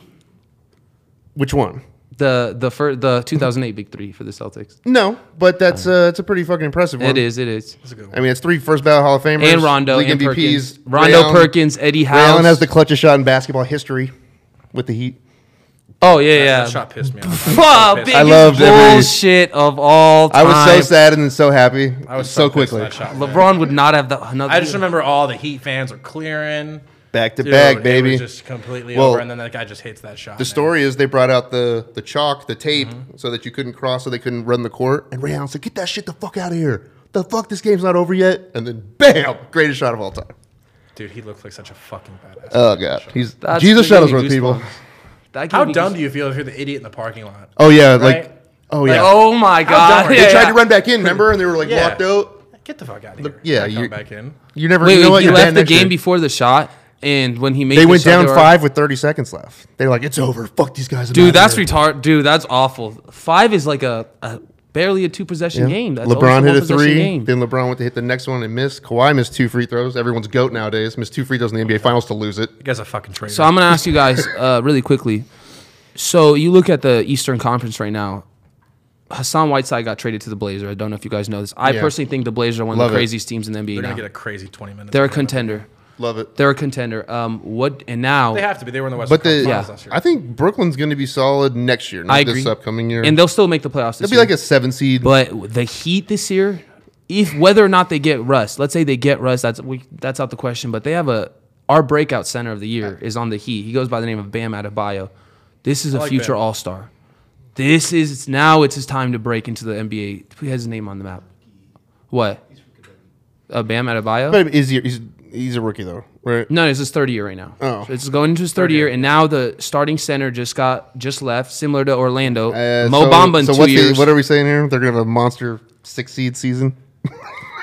Speaker 5: Which one?
Speaker 1: The the fir- the 2008 big three for the Celtics.
Speaker 5: No, but that's uh, it's a pretty fucking impressive one.
Speaker 1: It is. It is.
Speaker 3: That's a good
Speaker 5: I
Speaker 3: one.
Speaker 5: mean, it's three first ballot Hall of Famers
Speaker 1: And Rondo
Speaker 5: league
Speaker 1: and
Speaker 5: MVPs.
Speaker 1: Perkins.
Speaker 5: Ray
Speaker 1: Rondo
Speaker 5: Allen-
Speaker 1: Perkins, Eddie
Speaker 5: Ray
Speaker 1: Howe.
Speaker 5: Allen has the clutchest shot in basketball history with the Heat.
Speaker 1: Oh yeah, yeah.
Speaker 3: That shot pissed me
Speaker 1: [laughs]
Speaker 3: off.
Speaker 1: Wow,
Speaker 3: pissed.
Speaker 1: biggest
Speaker 5: I loved every-
Speaker 1: bullshit of all
Speaker 5: I
Speaker 1: time.
Speaker 5: was so sad and then so happy.
Speaker 3: I was so,
Speaker 5: so,
Speaker 3: pissed
Speaker 5: quickly.
Speaker 3: That shot man.
Speaker 1: LeBron would not have the another.
Speaker 3: I just remember all the Heat fans were clearing.
Speaker 5: Back to
Speaker 3: Dude,
Speaker 5: back,
Speaker 3: It
Speaker 5: baby.
Speaker 3: was just completely
Speaker 5: Well,
Speaker 3: over, and then that guy just hits that shot.
Speaker 5: The story is they brought out the the chalk, the tape,
Speaker 3: Mm-hmm.
Speaker 5: so that you couldn't cross, so they couldn't run the court. And Ray Allen said, "Get that shit the fuck out of here! The fuck, this game's not over yet." And then, bam, greatest shot of all time.
Speaker 3: dude, he looked like such a fucking badass.
Speaker 5: Oh god, he's
Speaker 1: That's
Speaker 5: Jesus
Speaker 1: giving me
Speaker 5: Shuttlesworth, people.
Speaker 1: goosebumps. That
Speaker 3: How
Speaker 1: gave me
Speaker 3: dumb
Speaker 1: goose-
Speaker 3: do you feel if you're the idiot in the parking lot?
Speaker 5: Oh yeah,
Speaker 3: Right?
Speaker 5: like oh yeah.
Speaker 1: Oh my god!
Speaker 3: dumb are
Speaker 5: Uh, they
Speaker 1: Yeah,
Speaker 5: tried
Speaker 1: yeah.
Speaker 5: to run back in, remember? And they were like
Speaker 3: Yeah.
Speaker 5: locked out.
Speaker 3: Get the fuck out of here.
Speaker 5: yeah,
Speaker 3: Not coming
Speaker 5: you-
Speaker 3: back in.
Speaker 5: You never.
Speaker 1: Wait,
Speaker 5: you know
Speaker 1: wait,
Speaker 5: what?
Speaker 1: he
Speaker 5: You're
Speaker 1: left
Speaker 5: banned
Speaker 1: the
Speaker 5: next
Speaker 1: game
Speaker 5: year.
Speaker 1: before the shot, and when he made
Speaker 5: They
Speaker 1: the
Speaker 5: went
Speaker 1: shot,
Speaker 5: down
Speaker 1: they were-
Speaker 5: five with 30 seconds left. They're like, "It's over. Fuck these guys." I'm
Speaker 1: Dude,
Speaker 5: outta
Speaker 1: that's
Speaker 5: here."
Speaker 1: retard. Dude, that's awful. Five is like a, a barely a two possession
Speaker 5: Yeah.
Speaker 1: game. That's
Speaker 5: LeBron
Speaker 1: always
Speaker 5: hit a
Speaker 1: one-possession
Speaker 5: three.
Speaker 1: game.
Speaker 5: Then LeBron went to hit the next one and missed. Kawhi missed two free throws. Everyone's goat nowadays. Missed two free throws in the NBA Finals to lose it.
Speaker 3: You guys are fucking traitor.
Speaker 1: So I'm gonna ask you guys [laughs] uh, really quickly. So you look at the Eastern Conference right now. Hassan Whiteside got traded to the Blazers. I don't know if you guys know this. I
Speaker 5: Yeah.
Speaker 1: personally think the Blazers are one of
Speaker 5: Love
Speaker 1: the
Speaker 5: it.
Speaker 1: craziest teams in the NBA
Speaker 3: They're
Speaker 1: now.
Speaker 3: gonna get a crazy 20 minutes.
Speaker 1: They're a contender.
Speaker 5: Love it.
Speaker 1: They're a contender. Um, what and now
Speaker 3: They have to be. They were in the West.
Speaker 5: But the
Speaker 1: Yeah.
Speaker 3: last year.
Speaker 5: I think Brooklyn's going to be solid next year, not
Speaker 1: I
Speaker 5: this
Speaker 1: agree.
Speaker 5: upcoming year.
Speaker 1: and they'll still make the playoffs. This
Speaker 5: It'll be
Speaker 1: year.
Speaker 5: like a seven seed.
Speaker 1: But the Heat this year, if whether or not they get Russ, let's say they get Russ, that's we, that's out the question. But they have a our breakout center of the year is on the Heat. He goes by the name of Bam Adebayo. This is a
Speaker 3: like
Speaker 1: future
Speaker 3: Bam.
Speaker 1: All Star. This is now it's his time to break into the NBA. Who has his name on the map? What? Uh, Bam Adebayo.
Speaker 5: but is he, he's he's a rookie though, right?
Speaker 1: No, it's his third year right now.
Speaker 5: Oh.
Speaker 1: So it's going into his third year, and now the starting center just got just left, similar to Orlando.
Speaker 5: Uh,
Speaker 1: Mo
Speaker 5: so-
Speaker 1: Bamba in
Speaker 5: so
Speaker 1: two
Speaker 5: what's the-
Speaker 1: years.
Speaker 5: what are we saying here? They're going to have a monster six seed season.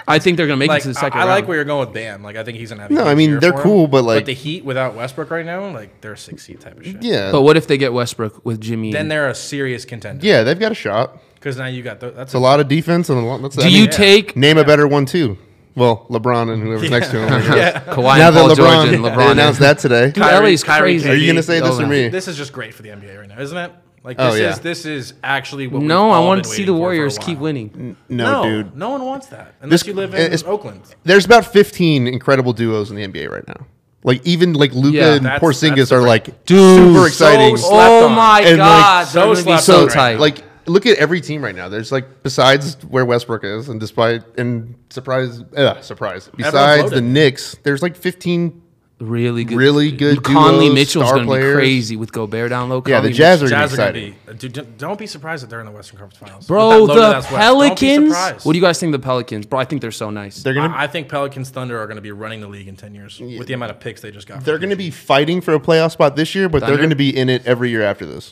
Speaker 1: I think they're going to make it
Speaker 3: like
Speaker 1: to
Speaker 3: I,
Speaker 1: the second
Speaker 3: I
Speaker 1: round.
Speaker 3: like where you're going with Bam. Like I think he's gonna have. a
Speaker 5: No,
Speaker 3: huge
Speaker 5: I mean,
Speaker 3: year
Speaker 5: they're
Speaker 3: for him.
Speaker 5: cool, but, like-
Speaker 3: the Heat without Westbrook right now, like they're a six seed type of shit.
Speaker 5: Yeah,
Speaker 1: but what if they get Westbrook with Jimmy?
Speaker 3: Then
Speaker 1: and-
Speaker 3: they're a serious contender.
Speaker 5: yeah, they've got a shot.
Speaker 3: Because now you got the, that's
Speaker 5: It's a lot of defense and a lot. That's,
Speaker 1: Do you take
Speaker 5: name a better one too? Well, LeBron and whoever's next to him. I
Speaker 1: [laughs]
Speaker 5: guess.
Speaker 1: Kawhi
Speaker 5: now
Speaker 1: and
Speaker 5: that
Speaker 1: Paul
Speaker 5: LeBron,
Speaker 1: George
Speaker 5: [laughs]
Speaker 1: and
Speaker 5: they
Speaker 1: LeBron?
Speaker 5: announced
Speaker 1: in?
Speaker 5: that today.
Speaker 1: Dude,
Speaker 3: Kyrie-
Speaker 1: LA's
Speaker 3: Kyrie
Speaker 1: crazy.
Speaker 5: Are
Speaker 3: KD.
Speaker 5: you gonna say this
Speaker 1: Oh, no.
Speaker 5: or me?
Speaker 3: This is just great for the NBA right now, isn't it? Like
Speaker 5: Oh,
Speaker 3: this
Speaker 5: yeah.
Speaker 3: is this is actually what.
Speaker 1: No,
Speaker 3: we've
Speaker 1: I
Speaker 3: all
Speaker 1: wanted
Speaker 3: been
Speaker 1: to see
Speaker 3: waiting
Speaker 1: the
Speaker 3: for for a
Speaker 1: Warriors
Speaker 3: while.
Speaker 1: keep winning.
Speaker 5: No, dude.
Speaker 3: no one wants that unless you live in
Speaker 5: it's-
Speaker 3: Oakland.
Speaker 5: There's about 15 incredible duos in the NBA right now. Like even like Luca
Speaker 1: Yeah,
Speaker 5: and
Speaker 3: that's-
Speaker 5: Porzingis
Speaker 3: that's the
Speaker 5: are
Speaker 3: right-
Speaker 5: like
Speaker 1: Dude,
Speaker 5: super
Speaker 1: so
Speaker 5: exciting.
Speaker 3: sl- Slapped
Speaker 1: Oh
Speaker 3: on.
Speaker 1: my
Speaker 5: And, like,
Speaker 1: god,
Speaker 3: so
Speaker 1: they're gonna be
Speaker 3: slapped
Speaker 1: so
Speaker 3: on
Speaker 5: so
Speaker 3: right
Speaker 1: tight.
Speaker 3: now.
Speaker 5: like look at every team right now. There's like besides where Westbrook is, and despite and surprise, uh, surprise. Besides the
Speaker 3: loaded.
Speaker 5: Knicks, there's like 15.
Speaker 1: really good,
Speaker 5: really good
Speaker 1: Conley
Speaker 5: duos,
Speaker 1: Mitchell's
Speaker 5: star
Speaker 1: gonna be
Speaker 5: players.
Speaker 1: crazy with Gobert down low.
Speaker 5: Yeah, the
Speaker 1: Conley
Speaker 5: Jazz are
Speaker 1: Mitchell-
Speaker 5: gonna
Speaker 3: Jazz
Speaker 5: be
Speaker 3: are gonna
Speaker 5: excited.
Speaker 3: be. uh, Dude, don't- don't be surprised that they're in the Western Conference Finals.
Speaker 1: Bro,
Speaker 3: With that loaded
Speaker 1: the
Speaker 3: ass West. Don't be
Speaker 1: Pelicans.
Speaker 3: surprised.
Speaker 1: What do you guys think of the Pelicans, bro? I think they're so nice.
Speaker 5: They're gonna
Speaker 3: I, I think Pelicans Thunder are going to be running the league in ten years with the amount of picks they just got.
Speaker 5: they're
Speaker 3: from
Speaker 5: gonna be fighting for a playoff spot this year, but
Speaker 1: Thunder?
Speaker 5: they're gonna be in it every year after this.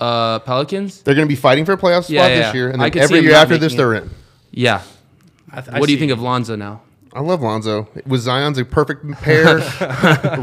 Speaker 1: uh, Pelicans.
Speaker 5: They're gonna be fighting for a playoff spot
Speaker 1: Yeah, yeah, yeah.
Speaker 5: this year, and
Speaker 1: I
Speaker 5: then
Speaker 1: could see
Speaker 5: every
Speaker 1: them
Speaker 5: year
Speaker 1: not
Speaker 5: after this,
Speaker 1: making it.
Speaker 5: they're in.
Speaker 1: Yeah.
Speaker 3: I th- I
Speaker 1: What do you
Speaker 3: see-
Speaker 1: think of Lonzo now?
Speaker 5: I love Lonzo. With Zion's a perfect
Speaker 1: [laughs]
Speaker 5: pair.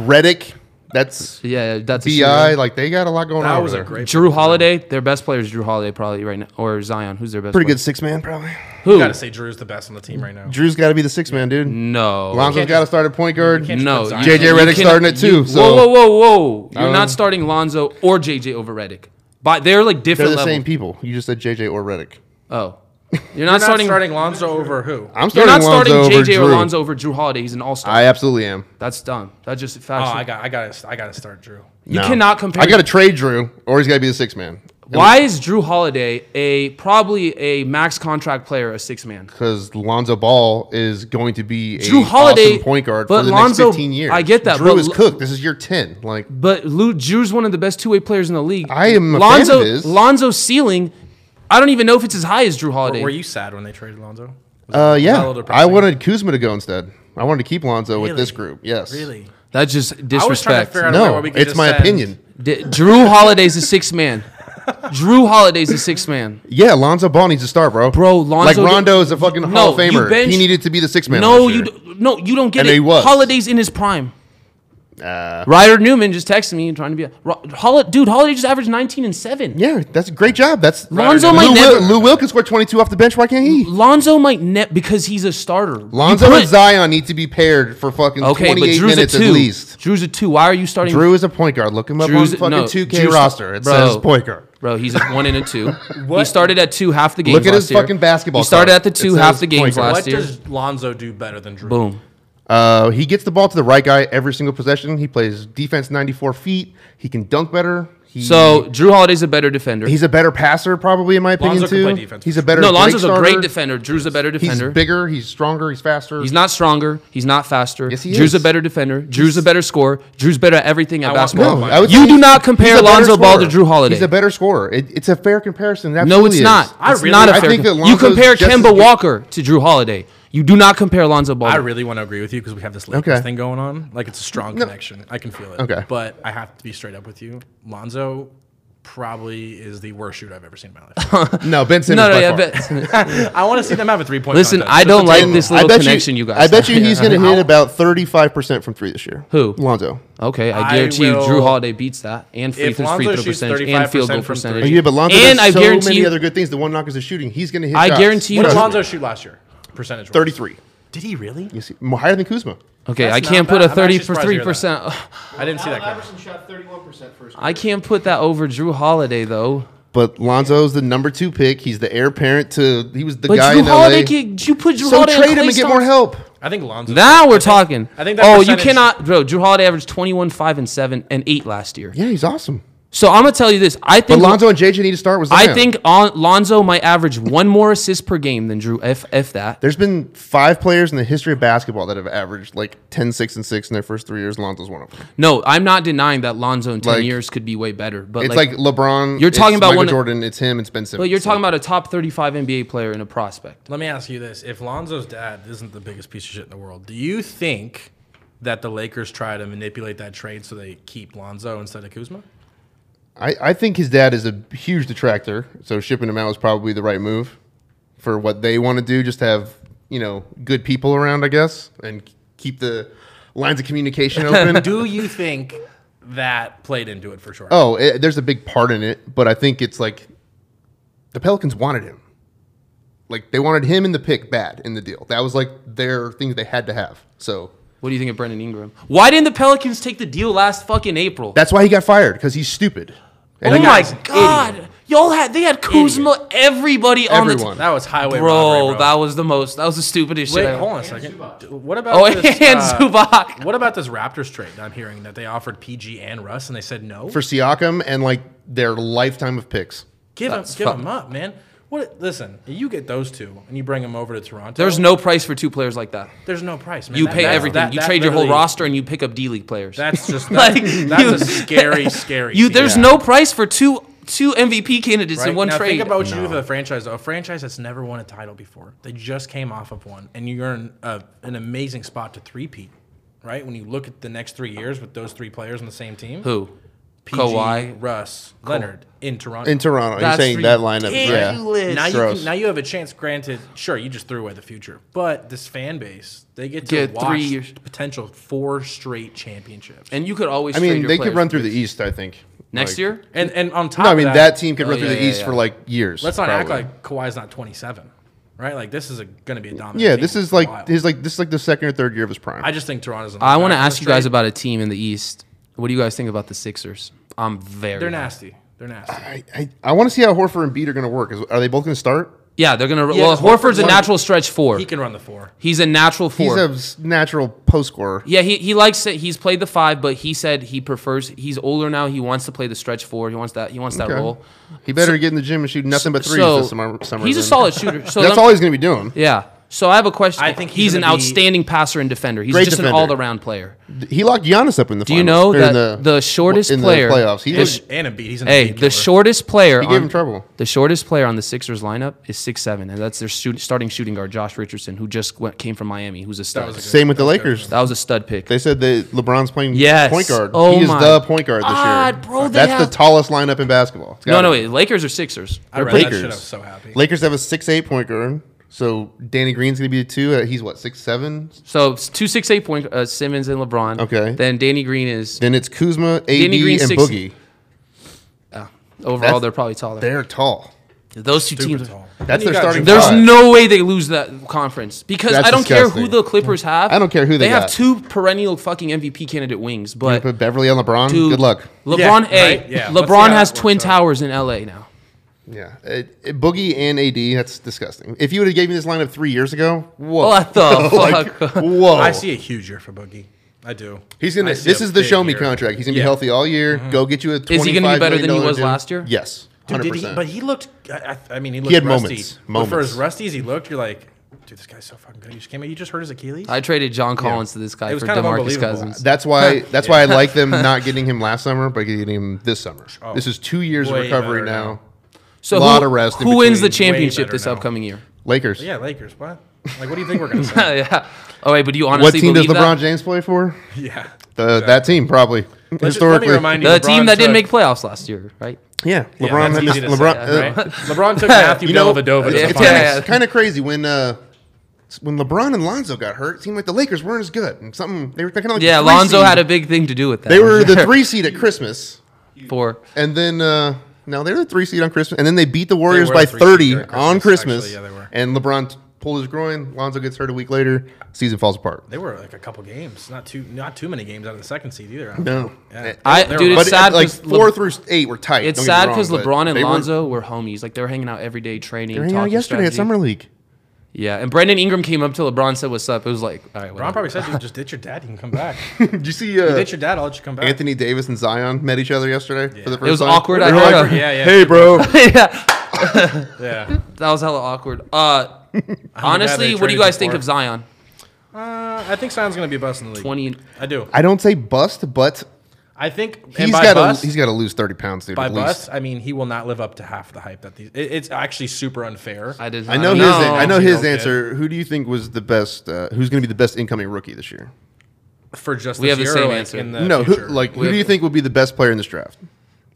Speaker 5: Reddick, that's
Speaker 1: Yeah, that's a
Speaker 5: bi. Like they got a lot going on.
Speaker 3: That
Speaker 5: over
Speaker 3: was a
Speaker 5: there.
Speaker 3: great.
Speaker 1: Drew Holiday, their best player is Drew Holiday probably right now, or Zion. Who's their best?
Speaker 5: pretty
Speaker 1: player?
Speaker 5: good six man. Probably
Speaker 1: Who?
Speaker 3: You got to say Drew's the best on the team right now.
Speaker 5: Drew's got to be the six man,
Speaker 1: Mm,
Speaker 5: dude.
Speaker 1: no,
Speaker 5: Lonzo's
Speaker 3: can't
Speaker 5: got to
Speaker 3: just-
Speaker 5: start at point guard.
Speaker 3: can't
Speaker 1: No,
Speaker 3: It's
Speaker 1: you-
Speaker 3: Zion.
Speaker 5: JJ Redick's
Speaker 1: cannot-
Speaker 5: starting at two,
Speaker 1: you-
Speaker 5: so-
Speaker 1: Whoa, whoa, whoa, whoa! You're
Speaker 5: don't know.
Speaker 1: not starting Lonzo or JJ over Redick. But they're like
Speaker 5: They're
Speaker 1: different
Speaker 5: the
Speaker 1: levels.
Speaker 5: same people. You just said JJ or Reddick. [laughs]
Speaker 1: Oh, you're
Speaker 3: You're
Speaker 1: not,
Speaker 3: not
Speaker 1: starting.
Speaker 3: starting, Lonzo over who?
Speaker 5: I'm
Speaker 1: You're
Speaker 5: starting.
Speaker 1: not starting
Speaker 5: Lonzo over
Speaker 1: JJ
Speaker 5: Drew.
Speaker 1: or Lonzo over Drew Holiday. He's an all star.
Speaker 5: I absolutely am.
Speaker 1: That's dumb. That's just
Speaker 3: Oh,
Speaker 1: factual.
Speaker 3: I got, I got, I got to start Drew.
Speaker 1: you
Speaker 5: No.
Speaker 1: cannot compare.
Speaker 5: I got to trade Drew, or he's got to be the six man.
Speaker 1: Why is Drew Holiday a probably a max contract player, a six man?
Speaker 5: Because Lonzo Ball is going to be a
Speaker 1: Drew Holiday,
Speaker 5: awesome point guard
Speaker 1: but
Speaker 5: for the
Speaker 1: Lonzo-
Speaker 5: next 15 years.
Speaker 1: I get that,
Speaker 5: Drew
Speaker 1: but
Speaker 5: is
Speaker 1: Lo-
Speaker 5: cooked. This is year 10. Like
Speaker 1: But Lou Drew's one of the best two way players in the league.
Speaker 5: I am a fan of
Speaker 1: Lonzo.
Speaker 5: his.
Speaker 1: Lonzo's ceiling. I don't even know if it's as high as Drew Holiday.
Speaker 3: Were you sad when they traded Lonzo?
Speaker 5: Uh,
Speaker 3: a
Speaker 5: yeah.
Speaker 3: little
Speaker 5: I
Speaker 3: depressing?
Speaker 5: wanted Kuzma to go instead. I wanted to keep Lonzo with
Speaker 3: Really?
Speaker 5: this group. Yes.
Speaker 3: Really?
Speaker 1: That's just disrespect.
Speaker 3: I was trying to figure out a way
Speaker 5: No,
Speaker 3: where we could
Speaker 5: it's
Speaker 3: just
Speaker 5: my
Speaker 3: send-
Speaker 5: opinion.
Speaker 1: D- Drew Holiday's a six man. Drew Holiday's a six man.
Speaker 5: Yeah, Lonzo Ball needs a star, bro.
Speaker 1: Bro, Lonzo
Speaker 5: like
Speaker 1: did-
Speaker 5: Rondo is a fucking Hall of
Speaker 1: No, you
Speaker 5: Famer.
Speaker 1: benched-
Speaker 5: he needed to be the sixth [laughs] man.
Speaker 1: No,
Speaker 5: last
Speaker 1: you
Speaker 5: year.
Speaker 1: d- no, you don't get
Speaker 5: And
Speaker 1: it.
Speaker 5: he was.
Speaker 1: Holiday's in his prime.
Speaker 5: Uh,
Speaker 1: Ryder Newman just texted me trying to be a Ro- Holi- dude. Holiday just averaged 19 and seven.
Speaker 5: yeah, that's a great job. That's
Speaker 1: Lonzo
Speaker 5: Lou,
Speaker 1: might
Speaker 5: Wil-
Speaker 1: never-
Speaker 5: Lou Wilkins scored twenty two off the bench. Why can't he?
Speaker 1: Lonzo might net because he's a starter. You
Speaker 5: Lonzo
Speaker 1: put-
Speaker 5: and Zion need to be paired for fucking
Speaker 1: Okay,
Speaker 5: twenty
Speaker 1: but
Speaker 5: eight
Speaker 1: Drew's a
Speaker 5: minutes at
Speaker 1: two.
Speaker 5: least.
Speaker 1: Drew's a two. Why are you starting?
Speaker 5: Drew is a point guard. Look him up
Speaker 1: Drew's-
Speaker 5: on fucking
Speaker 1: no,
Speaker 5: two K
Speaker 1: Drew's-
Speaker 5: roster. It
Speaker 1: bro.
Speaker 5: says point guard.
Speaker 1: Bro, he's a one and a two.
Speaker 3: [laughs]
Speaker 1: he started at two half the games.
Speaker 5: Look at
Speaker 1: last
Speaker 5: his
Speaker 1: year.
Speaker 5: fucking basketball
Speaker 1: He started
Speaker 5: card.
Speaker 1: at the
Speaker 5: It
Speaker 1: two
Speaker 5: says
Speaker 1: half the games
Speaker 5: point guard.
Speaker 1: last
Speaker 3: What
Speaker 1: year.
Speaker 3: does Lonzo do better than Drew?
Speaker 1: Boom.
Speaker 5: Uh, he gets the ball to the right guy every single possession. He plays defense ninety four feet. He can dunk better. He,
Speaker 1: So Drew Holiday's a better defender.
Speaker 5: he's a better passer, probably in my opinion
Speaker 3: Lonzo can
Speaker 5: too.
Speaker 3: play defense.
Speaker 5: He's a better.
Speaker 1: no, Lonzo's
Speaker 5: Drake
Speaker 1: a
Speaker 5: starter.
Speaker 1: great defender. Drew's a better
Speaker 5: He's
Speaker 1: defender.
Speaker 5: bigger. He's stronger. He's faster.
Speaker 1: He's not stronger. He's not faster.
Speaker 5: Yes, he
Speaker 1: Drew's
Speaker 5: is.
Speaker 1: a better defender. Drew's a better scorer. Drew's better at everything at
Speaker 3: want-
Speaker 1: basketball.
Speaker 5: No, I would
Speaker 1: you
Speaker 5: say
Speaker 1: do not
Speaker 5: he's
Speaker 1: compare
Speaker 5: a better
Speaker 1: Lonzo Ball to
Speaker 5: scorer.
Speaker 1: Drew Holiday.
Speaker 5: He's a better scorer. It, it's a fair comparison. It
Speaker 1: no, it's
Speaker 5: absolutely
Speaker 1: not.
Speaker 5: is.
Speaker 3: I
Speaker 1: It's
Speaker 3: really-
Speaker 1: not a
Speaker 3: I
Speaker 1: fair.
Speaker 5: think that
Speaker 1: you
Speaker 5: Lonzo's
Speaker 1: compare
Speaker 5: just as
Speaker 1: Kemba
Speaker 5: good.
Speaker 1: Walker to Drew Holiday. You do not compare Lonzo Ball.
Speaker 3: I
Speaker 1: to-
Speaker 3: really want to agree with you because we have this Lakers
Speaker 5: Okay.
Speaker 3: thing going on. Like it's a strong connection. I can feel it.
Speaker 5: Okay.
Speaker 3: But I have to be straight up with you. Lonzo probably is the worst shooter I've ever seen in my life.
Speaker 1: [laughs]
Speaker 5: No, Ben
Speaker 1: no,
Speaker 5: Simmons.
Speaker 1: no,
Speaker 5: by
Speaker 1: yeah,
Speaker 5: far.
Speaker 3: [laughs]
Speaker 1: but
Speaker 3: I want to see them have a three point.
Speaker 1: Listen, I don't like this
Speaker 5: I
Speaker 1: little
Speaker 5: bet
Speaker 1: connection you guys.
Speaker 5: I bet you
Speaker 1: have. [laughs]
Speaker 5: he's going to hit about thirty-five percent from three this year.
Speaker 1: Who?
Speaker 5: Lonzo.
Speaker 1: Okay, I
Speaker 3: I
Speaker 1: guarantee you, Drew
Speaker 3: will-
Speaker 1: Holiday beats that, and free,
Speaker 3: If
Speaker 1: throw, free
Speaker 3: Lonzo
Speaker 1: throw
Speaker 3: shoots
Speaker 1: percentage, and field goal
Speaker 3: 35% from
Speaker 1: percentage.
Speaker 3: three.
Speaker 5: Yeah, but Lonzo
Speaker 1: and
Speaker 5: does
Speaker 1: I
Speaker 5: so
Speaker 1: guarantee
Speaker 5: many
Speaker 1: you,
Speaker 5: other good things. The one knock is the shooting. He's going to hit.
Speaker 1: I
Speaker 5: shots.
Speaker 1: guarantee you-
Speaker 3: What did
Speaker 1: No.
Speaker 3: Lonzo shoot last year? Percentage wise?
Speaker 5: Thirty-three.
Speaker 3: Did he really?
Speaker 5: You see, more higher than Kuzma.
Speaker 1: Okay,
Speaker 3: That's
Speaker 1: I
Speaker 3: not
Speaker 1: can't put
Speaker 3: bad.
Speaker 1: a
Speaker 3: I'm actually
Speaker 1: thirty for
Speaker 3: surprised to
Speaker 1: three
Speaker 3: hear that.
Speaker 1: percent. [laughs]
Speaker 3: I didn't see that.
Speaker 4: Allen
Speaker 3: Coming.
Speaker 4: Iverson shot 31% first.
Speaker 1: I can't put that over Drew Holiday though.
Speaker 5: But Lonzo's the number two pick. He's the heir parent to. He was the
Speaker 1: But
Speaker 5: guy
Speaker 1: Drew
Speaker 5: in
Speaker 1: Holiday,
Speaker 5: LA.
Speaker 1: can, you put Drew
Speaker 5: so
Speaker 1: Holiday on
Speaker 5: trade him
Speaker 1: Klay
Speaker 5: and get more
Speaker 1: Thompson?
Speaker 5: help.
Speaker 3: I think Lonzo.
Speaker 1: Now we're
Speaker 3: I think-
Speaker 1: talking.
Speaker 3: I think that
Speaker 1: oh, you
Speaker 3: percentage-
Speaker 1: cannot, bro. Drew Holiday averaged 21, 5, and 7, and 8 last year.
Speaker 5: Yeah, he's awesome.
Speaker 1: So I'm going to tell you this. I
Speaker 5: But
Speaker 1: think
Speaker 5: Lonzo and JJ need to start with. Zion.
Speaker 1: I think on, Lonzo might average one more assist per game than Drew, if, if that.
Speaker 5: There's been five players in the history of basketball that have averaged like 10, 6, and 6 in their first three years. Lonzo's one of them.
Speaker 1: No, I'm not denying that Lonzo in 10
Speaker 5: Like,
Speaker 1: years could be way better. But
Speaker 5: It's
Speaker 1: like,
Speaker 5: like, LeBron.
Speaker 1: You're talking
Speaker 5: it's
Speaker 1: about
Speaker 5: Michael
Speaker 1: one-
Speaker 5: Jordan. It's him. It's Ben Simmons.
Speaker 1: but you're talking about a top 35 NBA player and a prospect.
Speaker 3: Let me ask you this: If Lonzo's dad isn't the biggest piece of shit in the world, do you think that the Lakers try to manipulate that trade so they keep Lonzo instead of Kuzma?
Speaker 5: I, I think his dad is a huge detractor, so shipping him out is probably the right move for what they want to do. Just to have you know good people around, I guess, and keep the lines
Speaker 1: [laughs]
Speaker 5: of communication open.
Speaker 3: Do you think that played into it for sure?
Speaker 5: oh, it, there's a big part in it, but I think it's like the Pelicans wanted him. Like they wanted him in the pick bad in the deal. That was like their thing they had to have. So
Speaker 1: What do you think of Brendan Ingram? Why didn't the Pelicans take the deal last fucking April?
Speaker 5: that's why he got fired because he's stupid. And
Speaker 1: oh
Speaker 5: he
Speaker 1: my
Speaker 5: got-
Speaker 1: god, y'all had they had Kuzma, everybody on
Speaker 5: Everyone.
Speaker 1: the
Speaker 3: That was highway
Speaker 1: t-
Speaker 3: robbery,
Speaker 1: bro, That was the most. That was the stupidest
Speaker 3: Wait,
Speaker 1: shit. I-
Speaker 3: hold on a second. D- What about
Speaker 1: Oh,
Speaker 3: this,
Speaker 1: and
Speaker 3: uh,
Speaker 1: Zubac.
Speaker 3: What about this Raptors trade? I'm hearing that they offered PG and Russ, and they said no.
Speaker 5: for Siakam and like their lifetime of picks.
Speaker 3: give them,
Speaker 1: That's
Speaker 3: give
Speaker 1: fuck-
Speaker 3: them up, man. What? Listen, you get those two, and you bring them over to Toronto.
Speaker 1: There's no price for two players like that.
Speaker 3: there's no price, man.
Speaker 1: You
Speaker 3: That-
Speaker 1: pay
Speaker 3: that-
Speaker 1: everything.
Speaker 3: that-
Speaker 1: you
Speaker 3: that
Speaker 1: trade your whole
Speaker 3: literally-
Speaker 1: roster and you pick up D League players.
Speaker 3: That's
Speaker 1: [laughs]
Speaker 3: just that's,
Speaker 1: Like,
Speaker 3: that's
Speaker 1: you- [laughs]
Speaker 3: a scary, scary.
Speaker 1: you.
Speaker 3: team,
Speaker 1: There's no price for two two MVP candidates
Speaker 3: right?
Speaker 1: in one
Speaker 3: now
Speaker 1: trade.
Speaker 3: Think about you, the franchise, though. a franchise that's never won a title before. They just came off of one, and you're in a, an amazing spot to three-peat, right? When you look at the next three years with those three players on the same team,
Speaker 1: Who?
Speaker 3: PG,
Speaker 1: Kawhi.
Speaker 3: Russ, Leonard in Toronto.
Speaker 5: In Toronto,
Speaker 1: That's
Speaker 5: you're saying that lineup.
Speaker 1: ridiculous.
Speaker 5: Yeah.
Speaker 3: now you
Speaker 5: Gross.
Speaker 3: can, now you have a chance. Granted, sure you just threw away the future, but this fan base they get to
Speaker 1: Yeah,
Speaker 3: watch
Speaker 1: three years.
Speaker 3: potential four straight championships.
Speaker 1: And you could always.
Speaker 5: I
Speaker 1: trade
Speaker 5: mean,
Speaker 1: your
Speaker 5: they could
Speaker 1: players.
Speaker 5: run through the East, I think.
Speaker 1: next
Speaker 5: Like-
Speaker 1: year.
Speaker 3: And and on top,
Speaker 5: No, I
Speaker 3: of
Speaker 5: mean
Speaker 3: that,
Speaker 5: that team could run
Speaker 1: Oh,
Speaker 5: through
Speaker 1: yeah,
Speaker 5: the
Speaker 1: yeah,
Speaker 5: East
Speaker 1: yeah.
Speaker 5: for like years.
Speaker 3: Let's not
Speaker 5: probably.
Speaker 3: act like Kawhi's not 27, right? Like this is going to be a dominant.
Speaker 5: Yeah,
Speaker 3: team
Speaker 5: this is
Speaker 3: for a
Speaker 5: like
Speaker 3: while.
Speaker 5: his like this is like the second or third year of his prime.
Speaker 3: I just think Toronto's. on the
Speaker 1: I want to
Speaker 3: back of
Speaker 1: ask
Speaker 3: this
Speaker 1: you guys
Speaker 3: trade.
Speaker 1: about a team in the East. What do you guys think about the Sixers? I'm very.
Speaker 3: They're nasty. They're nasty.
Speaker 5: I, I, I want to see how Horford and Beat are going to work. Is, are they both going to start?
Speaker 1: Yeah, they're gonna.
Speaker 3: Yeah,
Speaker 1: well,
Speaker 3: 'cause
Speaker 1: Horford's a
Speaker 3: Horford-
Speaker 1: natural stretch four.
Speaker 3: He can run the four.
Speaker 1: He's a natural four.
Speaker 5: He's a s- natural post scorer.
Speaker 1: yeah, he, he likes it. He's played the five, but he said he prefers. He's older now. He wants to play the stretch four. He wants that. He wants that
Speaker 5: Okay.
Speaker 1: role.
Speaker 5: He better get in the gym and shoot nothing but threes
Speaker 1: So
Speaker 5: this summer. summer
Speaker 1: he's a
Speaker 5: then.
Speaker 1: solid
Speaker 5: [laughs]
Speaker 1: shooter. So
Speaker 5: That's
Speaker 1: lem-
Speaker 5: all he's going to be doing.
Speaker 1: Yeah. So I have a question.
Speaker 3: I think
Speaker 1: he's,
Speaker 3: he's
Speaker 1: an
Speaker 3: gonna be-
Speaker 1: outstanding passer and defender. He's
Speaker 5: Great
Speaker 1: just an
Speaker 5: defender.
Speaker 1: all-around player.
Speaker 5: He locked Giannis up in the.
Speaker 1: Do you know
Speaker 5: finals, or
Speaker 1: that
Speaker 5: in
Speaker 1: the, shortest
Speaker 5: in
Speaker 1: player
Speaker 5: the playoffs? He,
Speaker 1: the
Speaker 5: was,
Speaker 1: sh-
Speaker 3: And a beat. He's an
Speaker 1: Hey,
Speaker 3: Embiid
Speaker 1: the
Speaker 3: killer.
Speaker 1: shortest player.
Speaker 5: he gave
Speaker 1: on-
Speaker 5: him trouble.
Speaker 1: The shortest player on the Sixers lineup is six seven, and that's their shoot, starting shooting guard Josh Richardson, who just went, came from Miami, who's a stud. That
Speaker 3: was a
Speaker 1: was
Speaker 3: good-
Speaker 1: a,
Speaker 5: Same with the Lakers.
Speaker 1: stud pick.
Speaker 5: They said that LeBron's playing
Speaker 1: Yes.
Speaker 5: point guard.
Speaker 1: Oh
Speaker 5: he is
Speaker 1: my
Speaker 5: the point guard this
Speaker 1: God,
Speaker 5: year.
Speaker 1: bro, they
Speaker 5: That's
Speaker 1: have-
Speaker 5: the tallest lineup in basketball. It's
Speaker 1: no,
Speaker 5: gotta
Speaker 1: no,
Speaker 5: be.
Speaker 1: wait. Lakers or Sixers?
Speaker 3: I read that shit. I
Speaker 5: Lakers.
Speaker 3: was so happy.
Speaker 5: Lakers have a six eight point guard. So Danny Green's gonna be a two. Uh, he's what six seven.
Speaker 1: So it's two six eight point uh, Simmons and LeBron.
Speaker 5: Okay.
Speaker 1: Then Danny Green is
Speaker 5: Then it's Kuzma, AD,
Speaker 1: Danny Green's
Speaker 5: and
Speaker 1: six-
Speaker 5: Boogie.
Speaker 1: overall
Speaker 5: That's-
Speaker 1: they're probably taller.
Speaker 5: They're tall.
Speaker 1: Those two
Speaker 3: Super
Speaker 1: teams.
Speaker 3: tall.
Speaker 5: That's
Speaker 3: Then you
Speaker 5: their
Speaker 3: got
Speaker 5: starting
Speaker 3: Jabari.
Speaker 1: There's
Speaker 5: Five.
Speaker 1: no way they lose that conference because
Speaker 5: That's
Speaker 1: I don't care who
Speaker 5: disgusting.
Speaker 1: the Clippers have.
Speaker 5: I don't care who they
Speaker 1: have
Speaker 5: got.
Speaker 1: two perennial fucking MVP candidate wings,
Speaker 5: You
Speaker 1: but
Speaker 5: put Beverly on LeBron.
Speaker 1: dude,
Speaker 5: Good luck.
Speaker 1: LeBron,
Speaker 3: Yeah,
Speaker 1: hey,
Speaker 3: right? Yeah. Let's see
Speaker 1: LeBron
Speaker 3: how
Speaker 1: has
Speaker 3: that
Speaker 1: twin
Speaker 3: works out.
Speaker 1: towers in LA now.
Speaker 5: Yeah, It- it- Boogie and AD. That's disgusting. If you [laughs] would have gave me this lineup three years ago, whoa,
Speaker 1: What the fuck?
Speaker 5: whoa.
Speaker 3: I see a huge year for Boogie. I do.
Speaker 5: He's gonna.
Speaker 3: I see
Speaker 5: This
Speaker 3: a
Speaker 5: is the
Speaker 3: big
Speaker 5: show me
Speaker 3: year.
Speaker 5: contract. He's gonna be
Speaker 3: Yeah. Mm-hmm.
Speaker 5: healthy all year. Go get you a.
Speaker 1: Is he gonna be better than he
Speaker 5: $25
Speaker 1: was
Speaker 5: deal.
Speaker 1: last year?
Speaker 5: Yes,
Speaker 3: Dude,
Speaker 5: hundred
Speaker 3: did he, but
Speaker 5: percent.
Speaker 3: he looked. I, I I mean, he looked
Speaker 5: had
Speaker 3: rusty.
Speaker 5: moments,
Speaker 3: But for
Speaker 5: moments.
Speaker 3: as rusty as he looked, you're like, dude, this guy's so fucking good. He just came. out- He just hurt his Achilles.
Speaker 1: I traded John Collins to this guy
Speaker 3: It was
Speaker 1: for
Speaker 3: kind of
Speaker 1: Demarcus
Speaker 3: unbelievable.
Speaker 1: Cousins.
Speaker 5: That's why. That's why I like them not getting him last summer, but getting him this summer. This is two years of
Speaker 3: Way
Speaker 5: recovery
Speaker 3: better
Speaker 5: now.
Speaker 3: now.
Speaker 1: So
Speaker 5: Lot
Speaker 1: who,
Speaker 5: of rest in
Speaker 1: who wins the
Speaker 5: between.
Speaker 3: Way
Speaker 1: championship
Speaker 3: better
Speaker 1: this
Speaker 3: now.
Speaker 1: upcoming year?
Speaker 5: Lakers.
Speaker 3: yeah, Lakers. What? Like, what do you think we're gonna
Speaker 1: [laughs]
Speaker 3: say?
Speaker 1: yeah. Oh wait, but do you honestly
Speaker 5: What team does
Speaker 1: believe
Speaker 5: LeBron
Speaker 1: that?
Speaker 5: James play for?
Speaker 3: yeah.
Speaker 5: The, That team probably
Speaker 3: Let's just-
Speaker 5: historically.
Speaker 3: let me remind you,
Speaker 1: The team
Speaker 3: LeBron
Speaker 1: that didn't
Speaker 3: took-
Speaker 1: make playoffs last year, right?
Speaker 5: yeah,
Speaker 3: Yeah,
Speaker 5: LeBron.
Speaker 3: that's
Speaker 5: had
Speaker 3: easy
Speaker 5: this-
Speaker 3: to say,
Speaker 5: LeBron. uh,
Speaker 3: [laughs] right? LeBron
Speaker 5: [laughs]
Speaker 3: took Matthew
Speaker 5: You know,
Speaker 3: Dellavedova to
Speaker 1: yeah,
Speaker 3: the
Speaker 5: it's
Speaker 1: yeah,
Speaker 3: finals.
Speaker 1: yeah.
Speaker 5: kind of crazy when uh, when LeBron and Lonzo got hurt. It seemed like the Lakers weren't as good. And something they were kind of like
Speaker 1: Yeah,
Speaker 5: the three
Speaker 1: Lonzo
Speaker 5: seed.
Speaker 1: had a big thing to do with that. [laughs]
Speaker 5: They were the three seed at Christmas,
Speaker 1: four.
Speaker 5: and then uh, no, they were the three seed on Christmas, and then they beat the Warriors
Speaker 3: were
Speaker 5: by
Speaker 3: the three seed
Speaker 5: thirty
Speaker 3: during
Speaker 5: on Christmas.
Speaker 3: Christmas, actually, yeah, they were.
Speaker 5: And LeBron t- pulled his groin. Lonzo gets hurt a week later. Season falls apart.
Speaker 3: They were like a couple games, not too not too many games out of the second seed either. I don't
Speaker 5: No, Eh,
Speaker 3: Yeah.
Speaker 1: I,
Speaker 3: They were-
Speaker 1: dude, it's
Speaker 5: but
Speaker 1: sad
Speaker 5: it, like
Speaker 1: 'cause
Speaker 5: four
Speaker 1: Le-
Speaker 5: through eight were tight.
Speaker 1: It's
Speaker 5: don't get me
Speaker 1: sad
Speaker 5: wrong,
Speaker 1: because
Speaker 5: but
Speaker 1: LeBron and
Speaker 5: they were-
Speaker 1: Lonzo were homies. Like they were hanging out every day, training.
Speaker 5: they were hanging out
Speaker 1: talking
Speaker 5: yesterday at
Speaker 1: strategy.
Speaker 5: summer
Speaker 3: [laughs]
Speaker 5: league.
Speaker 1: Yeah, and Brendan Ingram came up to LeBron, said, "What's up?" It was like, all right,
Speaker 3: LeBron
Speaker 1: whatever.
Speaker 3: probably said, "Dude, just ditch your dad. You can come
Speaker 5: [laughs]
Speaker 3: back.
Speaker 5: Did you see uh,
Speaker 3: ditch your dad. I'll let you come back."
Speaker 5: Anthony Davis and Zion met each other yesterday for the first
Speaker 1: was
Speaker 5: time?
Speaker 1: awkward,
Speaker 5: They
Speaker 1: I
Speaker 5: were
Speaker 1: heard
Speaker 5: like,
Speaker 1: of-
Speaker 3: Yeah, yeah.
Speaker 5: Hey, bro.
Speaker 1: [laughs] yeah,
Speaker 3: yeah.
Speaker 1: that was hella awkward.
Speaker 5: [laughs]
Speaker 1: Uh, honestly,
Speaker 3: they
Speaker 1: what do you
Speaker 3: traded
Speaker 1: guys
Speaker 3: him
Speaker 1: think
Speaker 3: for.
Speaker 1: of Zion?
Speaker 3: Uh, I think Zion's gonna be a bust in the league.
Speaker 1: Twenty.
Speaker 3: I do.
Speaker 5: I don't say bust, but
Speaker 3: I think
Speaker 5: he's
Speaker 3: and by
Speaker 5: got
Speaker 3: bust,
Speaker 5: to he's got to lose thirty pounds, dude.
Speaker 3: by
Speaker 5: at least.
Speaker 3: bust, I mean he will not live up to half the hype that these. It, it's actually super unfair.
Speaker 1: I did.
Speaker 5: I know
Speaker 1: don't
Speaker 5: his. I know
Speaker 3: You
Speaker 5: his
Speaker 3: don't get-
Speaker 5: answer. Who do you think was the best? Uh, who's going to be the best incoming rookie this year?
Speaker 3: for just
Speaker 1: We
Speaker 3: this
Speaker 1: have the
Speaker 3: year,
Speaker 1: same
Speaker 3: like,
Speaker 1: answer.
Speaker 3: In the
Speaker 5: no, who,
Speaker 3: future.
Speaker 5: like who
Speaker 1: With-
Speaker 5: do you think would be the best player in this draft?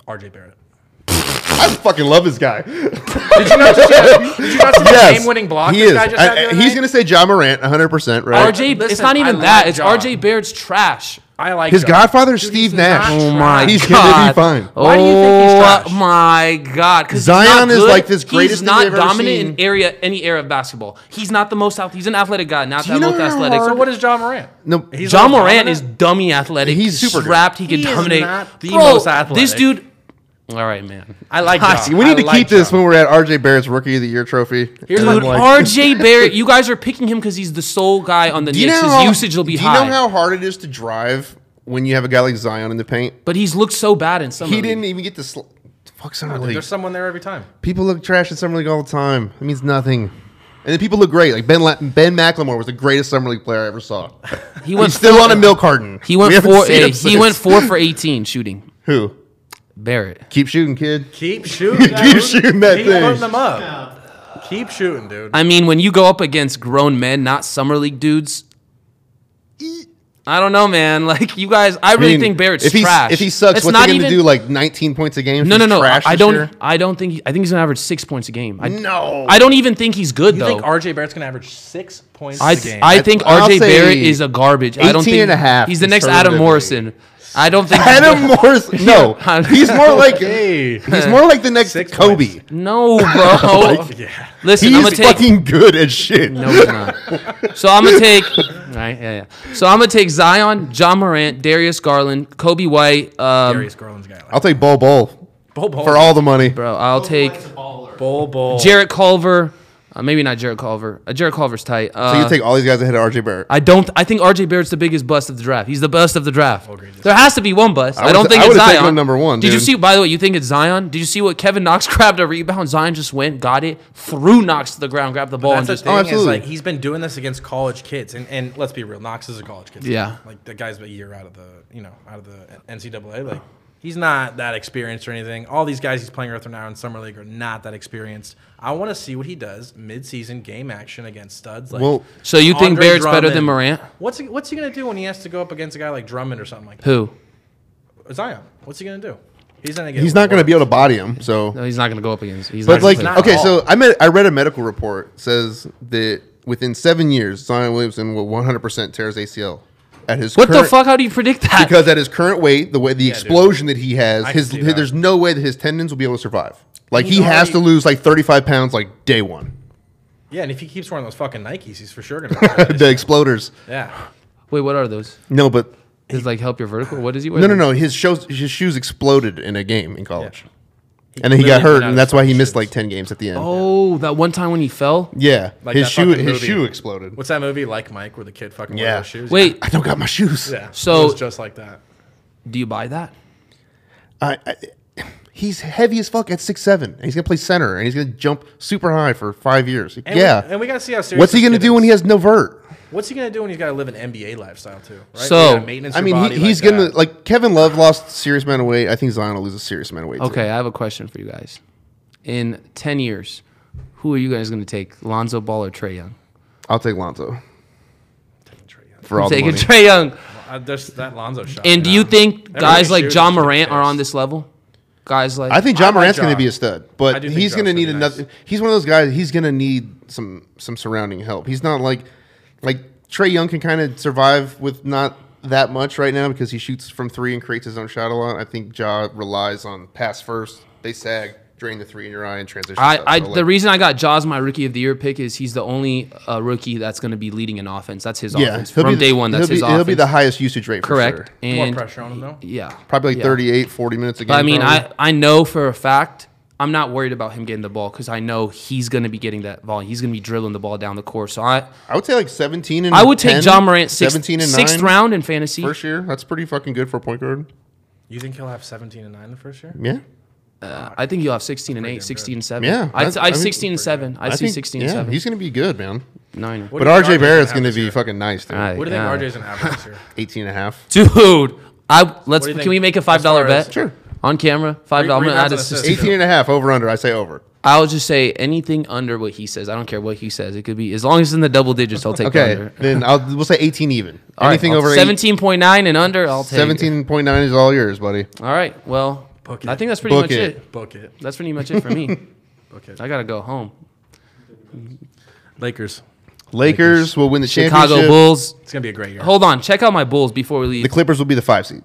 Speaker 3: RJ Barrett.
Speaker 5: I fucking love this
Speaker 3: [laughs]
Speaker 5: guy.
Speaker 3: Did you not, did you
Speaker 5: [laughs]
Speaker 3: not, did you not see the game-winning block?
Speaker 5: he
Speaker 3: this
Speaker 5: is.
Speaker 3: guy just
Speaker 5: I-
Speaker 3: had the
Speaker 5: I-
Speaker 3: other
Speaker 5: he's
Speaker 3: night?
Speaker 5: going to say John Morant, 100. percent Right?
Speaker 1: RJ, it's
Speaker 3: Listen,
Speaker 1: not even
Speaker 3: I
Speaker 1: that.
Speaker 3: like
Speaker 1: It's
Speaker 3: John.
Speaker 1: RJ Barrett's trash.
Speaker 3: I like
Speaker 5: his
Speaker 3: him.
Speaker 5: godfather's Steve Nash.
Speaker 1: Oh my
Speaker 5: he's
Speaker 1: god!
Speaker 5: gonna be fine.
Speaker 3: Oh,
Speaker 1: Why do you think he's trash?
Speaker 3: trash?
Speaker 1: Oh my god! 'Cause he's
Speaker 5: Zion
Speaker 1: not
Speaker 5: is
Speaker 1: good.
Speaker 5: like this greatest
Speaker 1: He's
Speaker 5: thing
Speaker 1: not
Speaker 5: they've ever
Speaker 1: dominant
Speaker 5: seen.
Speaker 1: in area any era of basketball. He's not the most athletic. He's an athletic guy, not
Speaker 5: Do
Speaker 1: that
Speaker 5: you
Speaker 1: most
Speaker 5: know how
Speaker 1: athletic.
Speaker 5: hard-
Speaker 3: So what is John Morant?
Speaker 5: No,
Speaker 3: He's
Speaker 1: John
Speaker 3: not
Speaker 1: Morant
Speaker 3: dominant?
Speaker 1: is dummy athletic.
Speaker 5: He's
Speaker 1: He's
Speaker 5: super
Speaker 1: super
Speaker 5: good.
Speaker 1: strapped. He can
Speaker 3: He is
Speaker 1: dominate.
Speaker 3: not the
Speaker 1: Bro,
Speaker 3: most athletic.
Speaker 1: This dude. All right, man.
Speaker 3: I
Speaker 5: [laughs]
Speaker 3: like.
Speaker 1: I
Speaker 3: John.
Speaker 1: see.
Speaker 5: we need
Speaker 3: I
Speaker 5: to
Speaker 3: like
Speaker 5: keep this
Speaker 3: John.
Speaker 5: when we're at RJ Barrett's Rookie of the Year trophy.
Speaker 3: Here's
Speaker 5: And
Speaker 3: my-
Speaker 1: Dude, [laughs]
Speaker 5: like-
Speaker 1: RJ Barrett, you guys are picking him because he's the sole guy on the
Speaker 5: Do you
Speaker 1: Knicks.
Speaker 5: know
Speaker 1: His
Speaker 5: how,
Speaker 1: usage will be
Speaker 5: do you
Speaker 1: high,
Speaker 5: know how hard it is to drive when you have a guy like Zion in the paint?
Speaker 1: but he's looked so bad in some.
Speaker 5: He
Speaker 1: of them.
Speaker 5: didn't even get to sl- fuck summer league.
Speaker 3: There's someone there every time.
Speaker 5: People look trash at summer league all the time. It means nothing. And then people look great. Like Ben La- Ben McLemore was the greatest summer league player I ever saw.
Speaker 1: He
Speaker 5: He's
Speaker 1: went
Speaker 5: still on a milk carton.
Speaker 1: He went
Speaker 5: We haven't
Speaker 1: four.
Speaker 5: seen him
Speaker 1: eh, he
Speaker 5: since.
Speaker 1: went four
Speaker 5: [laughs]
Speaker 1: for eighteen shooting.
Speaker 5: Who?
Speaker 1: Barrett.
Speaker 5: Keep shooting,
Speaker 3: [laughs]
Speaker 5: kid.
Speaker 3: Keep shooting. that
Speaker 5: Keep
Speaker 3: dude.
Speaker 5: shooting that
Speaker 3: Keep
Speaker 5: thing.
Speaker 3: putting them up. Keep shooting, dude.
Speaker 1: I mean, when you go up against grown men, not summer league dudes. I don't know, man. [laughs] Like you guys, I really
Speaker 5: I mean,
Speaker 1: think Barrett's
Speaker 5: if he,
Speaker 1: trash.
Speaker 5: If he sucks,
Speaker 1: It's
Speaker 5: what's he
Speaker 1: not
Speaker 5: going to
Speaker 1: even-
Speaker 5: do? Like 19 points a game? if
Speaker 1: No, no,
Speaker 5: he's
Speaker 1: no. I
Speaker 5: trash
Speaker 1: I
Speaker 5: this
Speaker 1: don't.
Speaker 5: year?
Speaker 1: I don't think. He, I think he's gonna average six points a game. I,
Speaker 5: No.
Speaker 1: I don't even think he's good
Speaker 3: You
Speaker 1: though.
Speaker 3: think RJ Barrett's gonna average six points
Speaker 1: I
Speaker 3: a game?
Speaker 1: I think
Speaker 5: I'll
Speaker 1: RJ
Speaker 5: say
Speaker 1: Barrett is a garbage. I don't
Speaker 5: 18
Speaker 1: think
Speaker 5: and a half
Speaker 1: he's the
Speaker 5: is
Speaker 1: next
Speaker 5: totally
Speaker 1: Adam
Speaker 5: good.
Speaker 1: Morrison. I
Speaker 5: [laughs]
Speaker 1: don't think
Speaker 5: Adam
Speaker 1: [laughs]
Speaker 5: Morris. No,
Speaker 1: Yeah.
Speaker 5: he's more like
Speaker 3: Hey.
Speaker 5: he's more like the next
Speaker 3: Six
Speaker 5: Kobe.
Speaker 3: points.
Speaker 1: No,
Speaker 5: [laughs]
Speaker 1: bro.
Speaker 3: yeah.
Speaker 1: Listen, I'm gonna
Speaker 5: He's
Speaker 1: take
Speaker 5: fucking good as shit.
Speaker 1: No, he's not. So I'm gonna take. Right, yeah, yeah. So I'm gonna take Zion, John Morant, Darius Garland, Kobe White. Um,
Speaker 3: Darius Garland's guy. I
Speaker 5: I'll
Speaker 3: Like.
Speaker 5: take Bol Bol
Speaker 3: Bol Bol.
Speaker 5: for all the money.
Speaker 1: bro, I'll take
Speaker 4: Dwight's a baller.
Speaker 3: Bol Bol.
Speaker 1: Jarrett Culver. Uh, maybe not Jarrett Culver. Uh, Jarrett Culver's tight. Uh,
Speaker 5: So you take all these guys ahead of RJ Barrett.
Speaker 1: I don't. I think RJ Barrett's the biggest bust of the draft. He's the bust of the draft. There has to be one bust. I,
Speaker 5: would've-
Speaker 1: don't think
Speaker 5: I
Speaker 1: it's
Speaker 5: would've taken
Speaker 1: Zion.
Speaker 5: him number one,
Speaker 1: Did you
Speaker 5: dude.
Speaker 1: see? By the way, you think it's Zion? Did you see what Kevin Knox [laughs] grabbed a rebound? Zion just went, got it, threw Knox to the ground, grabbed the ball,
Speaker 3: That's
Speaker 1: and
Speaker 3: the
Speaker 1: just
Speaker 3: thing is
Speaker 5: Oh, absolutely.
Speaker 3: like he's been doing this against college kids, and, and let's be real, Knox is a college kid.
Speaker 1: Yeah.
Speaker 3: like the guy's a year out of the you know out of the NCAA. Like he's not that experienced or anything. All these guys he's playing with right now in summer league are not that experienced. I want to see what he does midseason game action against studs. Like
Speaker 5: Well,
Speaker 1: So you think
Speaker 3: Andre
Speaker 1: Barrett's better than
Speaker 3: Drummond.
Speaker 1: Morant?
Speaker 3: What's he, what's he gonna do when he has to go up against a guy like Drummond or something like that?
Speaker 1: Who?
Speaker 3: Zion? What's he gonna do? He's gonna get.
Speaker 5: He's not going to be able to body him. So
Speaker 1: No, he's not gonna go up against. He's
Speaker 5: But
Speaker 1: not
Speaker 5: like,
Speaker 1: gonna
Speaker 3: not
Speaker 1: play.
Speaker 5: okay,
Speaker 3: at
Speaker 5: so I met, I read a medical report says that within seven years, Zion Williamson will 100 percent tear his ACL at his
Speaker 1: what the
Speaker 5: current-
Speaker 1: fuck? How do you predict that?
Speaker 5: Because at his current weight, the way the explosion that he has,
Speaker 3: I can
Speaker 5: his
Speaker 3: see that.
Speaker 5: there's no way that his tendons will be able to survive. Like
Speaker 3: He's
Speaker 5: he has
Speaker 3: already-
Speaker 5: to lose like 35 pounds like day one. [laughs]
Speaker 3: Yeah, and if he keeps wearing those fucking Nikes, he's for sure
Speaker 5: [laughs]
Speaker 3: gonna.
Speaker 5: the exploders.
Speaker 3: yeah.
Speaker 1: Wait, what are those?
Speaker 5: No, but
Speaker 1: Does like help your vertical? What does he wear?
Speaker 5: no, no,
Speaker 1: then?
Speaker 5: no. His shoes his shoes exploded in a game in college. and then he got
Speaker 3: literally
Speaker 5: hurt,
Speaker 3: ran out
Speaker 5: and
Speaker 3: of
Speaker 5: that's why he missed
Speaker 3: functions.
Speaker 5: like ten games at the end.
Speaker 1: Oh, that one time when he fell.
Speaker 5: Yeah,
Speaker 3: Like
Speaker 5: his
Speaker 3: that
Speaker 5: shoe
Speaker 3: fucking
Speaker 5: his
Speaker 3: movie.
Speaker 5: shoe exploded.
Speaker 3: What's that movie like, Mike, where the kid fucking wears
Speaker 5: Yeah.
Speaker 3: those shoes?
Speaker 1: Wait,
Speaker 5: I don't got my shoes.
Speaker 3: yeah.
Speaker 1: So-
Speaker 3: it was just like that.
Speaker 1: do you buy that?
Speaker 5: I, I, he's heavy as fuck at six seven, and he's gonna play center, and he's gonna jump super high for five years.
Speaker 3: And
Speaker 5: yeah.
Speaker 3: we, and we gotta see how serious.
Speaker 5: What's he
Speaker 3: this
Speaker 5: gonna
Speaker 3: kid
Speaker 5: do when he
Speaker 3: is.
Speaker 5: has no vert?
Speaker 3: What's he gonna do when he's gotta live an NBA lifestyle too? Right?
Speaker 1: So-
Speaker 3: You gotta maintenance
Speaker 5: I
Speaker 3: your
Speaker 5: mean,
Speaker 3: body
Speaker 5: he,
Speaker 3: like uh,
Speaker 5: he's gonna
Speaker 3: that.
Speaker 5: like Kevin Love lost a serious amount of weight. I think Zion will lose a serious amount of weight. too.
Speaker 1: Okay, I have a question for you guys. In ten years, who are you guys going to take, Lonzo Ball or Trey Young?
Speaker 5: I'll take Lonzo
Speaker 3: Trey Young.
Speaker 5: for all the
Speaker 1: Taking
Speaker 5: money.
Speaker 1: Trey Young.
Speaker 3: Uh, there's that Lonzo shot.
Speaker 1: And do you think
Speaker 3: Everybody
Speaker 1: guys like
Speaker 3: shoots
Speaker 1: John
Speaker 3: is just
Speaker 1: Morant are
Speaker 3: pissed.
Speaker 1: on this level? Guys like
Speaker 5: I think John
Speaker 3: I like
Speaker 5: Morant's going
Speaker 3: Ja.
Speaker 5: to be a stud,
Speaker 3: I
Speaker 5: but
Speaker 3: do think
Speaker 5: he's going to
Speaker 3: Ja's gonna
Speaker 5: need
Speaker 3: be
Speaker 5: another.
Speaker 3: nice.
Speaker 5: He's one of those guys. He's going to need some some surrounding help. He's not like like Trey Young can kind of survive with not that much right now because he shoots from three and creates his own shot a lot. I think Ja relies on pass first. They sag, drain the three in your eye, and transition.
Speaker 1: I,
Speaker 5: stuff.
Speaker 1: I
Speaker 5: So, like,
Speaker 1: the reason I got Jaws my rookie of the year pick is he's the only uh, rookie that's going to be leading an offense. That's his
Speaker 5: yeah
Speaker 1: offense
Speaker 5: he'll be
Speaker 1: from
Speaker 5: the-
Speaker 1: day one. That's
Speaker 5: he'll
Speaker 1: his
Speaker 5: be,
Speaker 1: offense.
Speaker 5: He'll be the highest usage rate. For
Speaker 1: correct
Speaker 5: sure.
Speaker 1: and
Speaker 3: more pressure on him though?
Speaker 1: yeah,
Speaker 5: Probably like
Speaker 1: yeah.
Speaker 5: 38, 40 minutes a game.
Speaker 1: But I mean,
Speaker 5: probably.
Speaker 1: I I know for a fact I'm not worried about him getting the ball because I know he's going to be getting that volume. He's going to be dribbling the ball down the court. So I
Speaker 5: I would say like seventeen and
Speaker 1: I would
Speaker 5: 10,
Speaker 1: take John Morant sixth,
Speaker 5: seventeen and
Speaker 1: sixth
Speaker 5: nine
Speaker 1: round in fantasy.
Speaker 5: first year. That's pretty fucking good for a point guard.
Speaker 3: You think he'll have 17 and nine the first year?
Speaker 5: Yeah.
Speaker 1: Uh, I think you'll have 16 and 8, 16 and 7.
Speaker 5: Yeah,
Speaker 1: I'd,
Speaker 5: I-
Speaker 1: I'd
Speaker 5: I mean-
Speaker 1: 16 and 7. I'd see
Speaker 5: think-
Speaker 1: 16
Speaker 5: yeah,
Speaker 1: and 7.
Speaker 5: He's going to be good, man.
Speaker 1: Nine.
Speaker 3: What
Speaker 5: But
Speaker 3: do you think
Speaker 5: RJ
Speaker 3: RJ's
Speaker 5: Barrett's
Speaker 3: gonna
Speaker 5: going to
Speaker 3: have
Speaker 5: be
Speaker 3: this year?
Speaker 5: fucking nice, dude.
Speaker 1: Right.
Speaker 3: What do you think
Speaker 1: Yeah.
Speaker 3: RJ's gonna average
Speaker 1: [laughs]
Speaker 3: this year?
Speaker 5: 18 and a half.
Speaker 1: Dude, I let's
Speaker 3: do you
Speaker 1: can
Speaker 3: think
Speaker 1: we make a
Speaker 3: as far
Speaker 1: $5 dollar
Speaker 3: as-
Speaker 1: bet?
Speaker 5: Sure.
Speaker 1: On camera, $5. dollar- I'm going to
Speaker 3: rebounds
Speaker 1: add
Speaker 3: and
Speaker 1: assist. [laughs]
Speaker 3: assists.
Speaker 5: 18 and a half over under. I say over.
Speaker 1: I'll just say anything under what he says. I don't care what he says. It could be as long as it's in the double digits, I'll take the
Speaker 5: Okay.
Speaker 1: under.
Speaker 5: then I'll we'll say 18 even.
Speaker 1: All right,
Speaker 5: Anything
Speaker 1: I'll-
Speaker 5: over 17,
Speaker 1: 17.9 and under, I'll take. 17.
Speaker 5: 17.9 is all yours, buddy.
Speaker 1: All right. Well,
Speaker 3: Book
Speaker 1: I
Speaker 3: it.
Speaker 1: think that's pretty
Speaker 5: Book
Speaker 1: much
Speaker 5: it.
Speaker 1: it.
Speaker 3: Book it.
Speaker 1: That's pretty much it for me.
Speaker 5: [laughs]
Speaker 3: Book it.
Speaker 1: I got to go home.
Speaker 3: Lakers.
Speaker 5: Lakers, will win the
Speaker 1: Chicago
Speaker 5: championship.
Speaker 1: Bulls.
Speaker 3: It's gonna be a great year.
Speaker 1: Hold on. Check out my Bulls before we leave.
Speaker 5: The Clippers will be the five seed,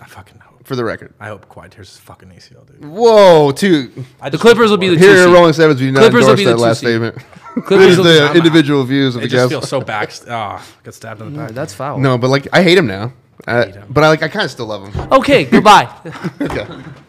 Speaker 3: I fucking hope.
Speaker 5: for the record.
Speaker 3: I hope Kawhi tears his fucking ACL, dude.
Speaker 5: Whoa, two.
Speaker 3: I
Speaker 1: The
Speaker 3: just
Speaker 1: Clippers
Speaker 3: hope
Speaker 1: will be
Speaker 3: it
Speaker 1: the
Speaker 3: works.
Speaker 1: two
Speaker 5: Here at
Speaker 1: seed.
Speaker 5: Rolling Sevens, we do not
Speaker 1: Clippers will
Speaker 5: endorse
Speaker 1: be the
Speaker 5: that
Speaker 1: two
Speaker 5: last
Speaker 1: seed.
Speaker 5: statement.
Speaker 1: Clippers
Speaker 5: There's [laughs]
Speaker 1: will be-
Speaker 5: the individual views of
Speaker 3: It
Speaker 5: the
Speaker 3: just
Speaker 5: guys.
Speaker 3: feels so back. Ah, got stabbed in the back.
Speaker 1: That's foul.
Speaker 5: No, but like I hate him now. I-
Speaker 3: him.
Speaker 5: But I like I kind of still love him. [laughs]
Speaker 1: Okay. Goodbye.
Speaker 5: Okay.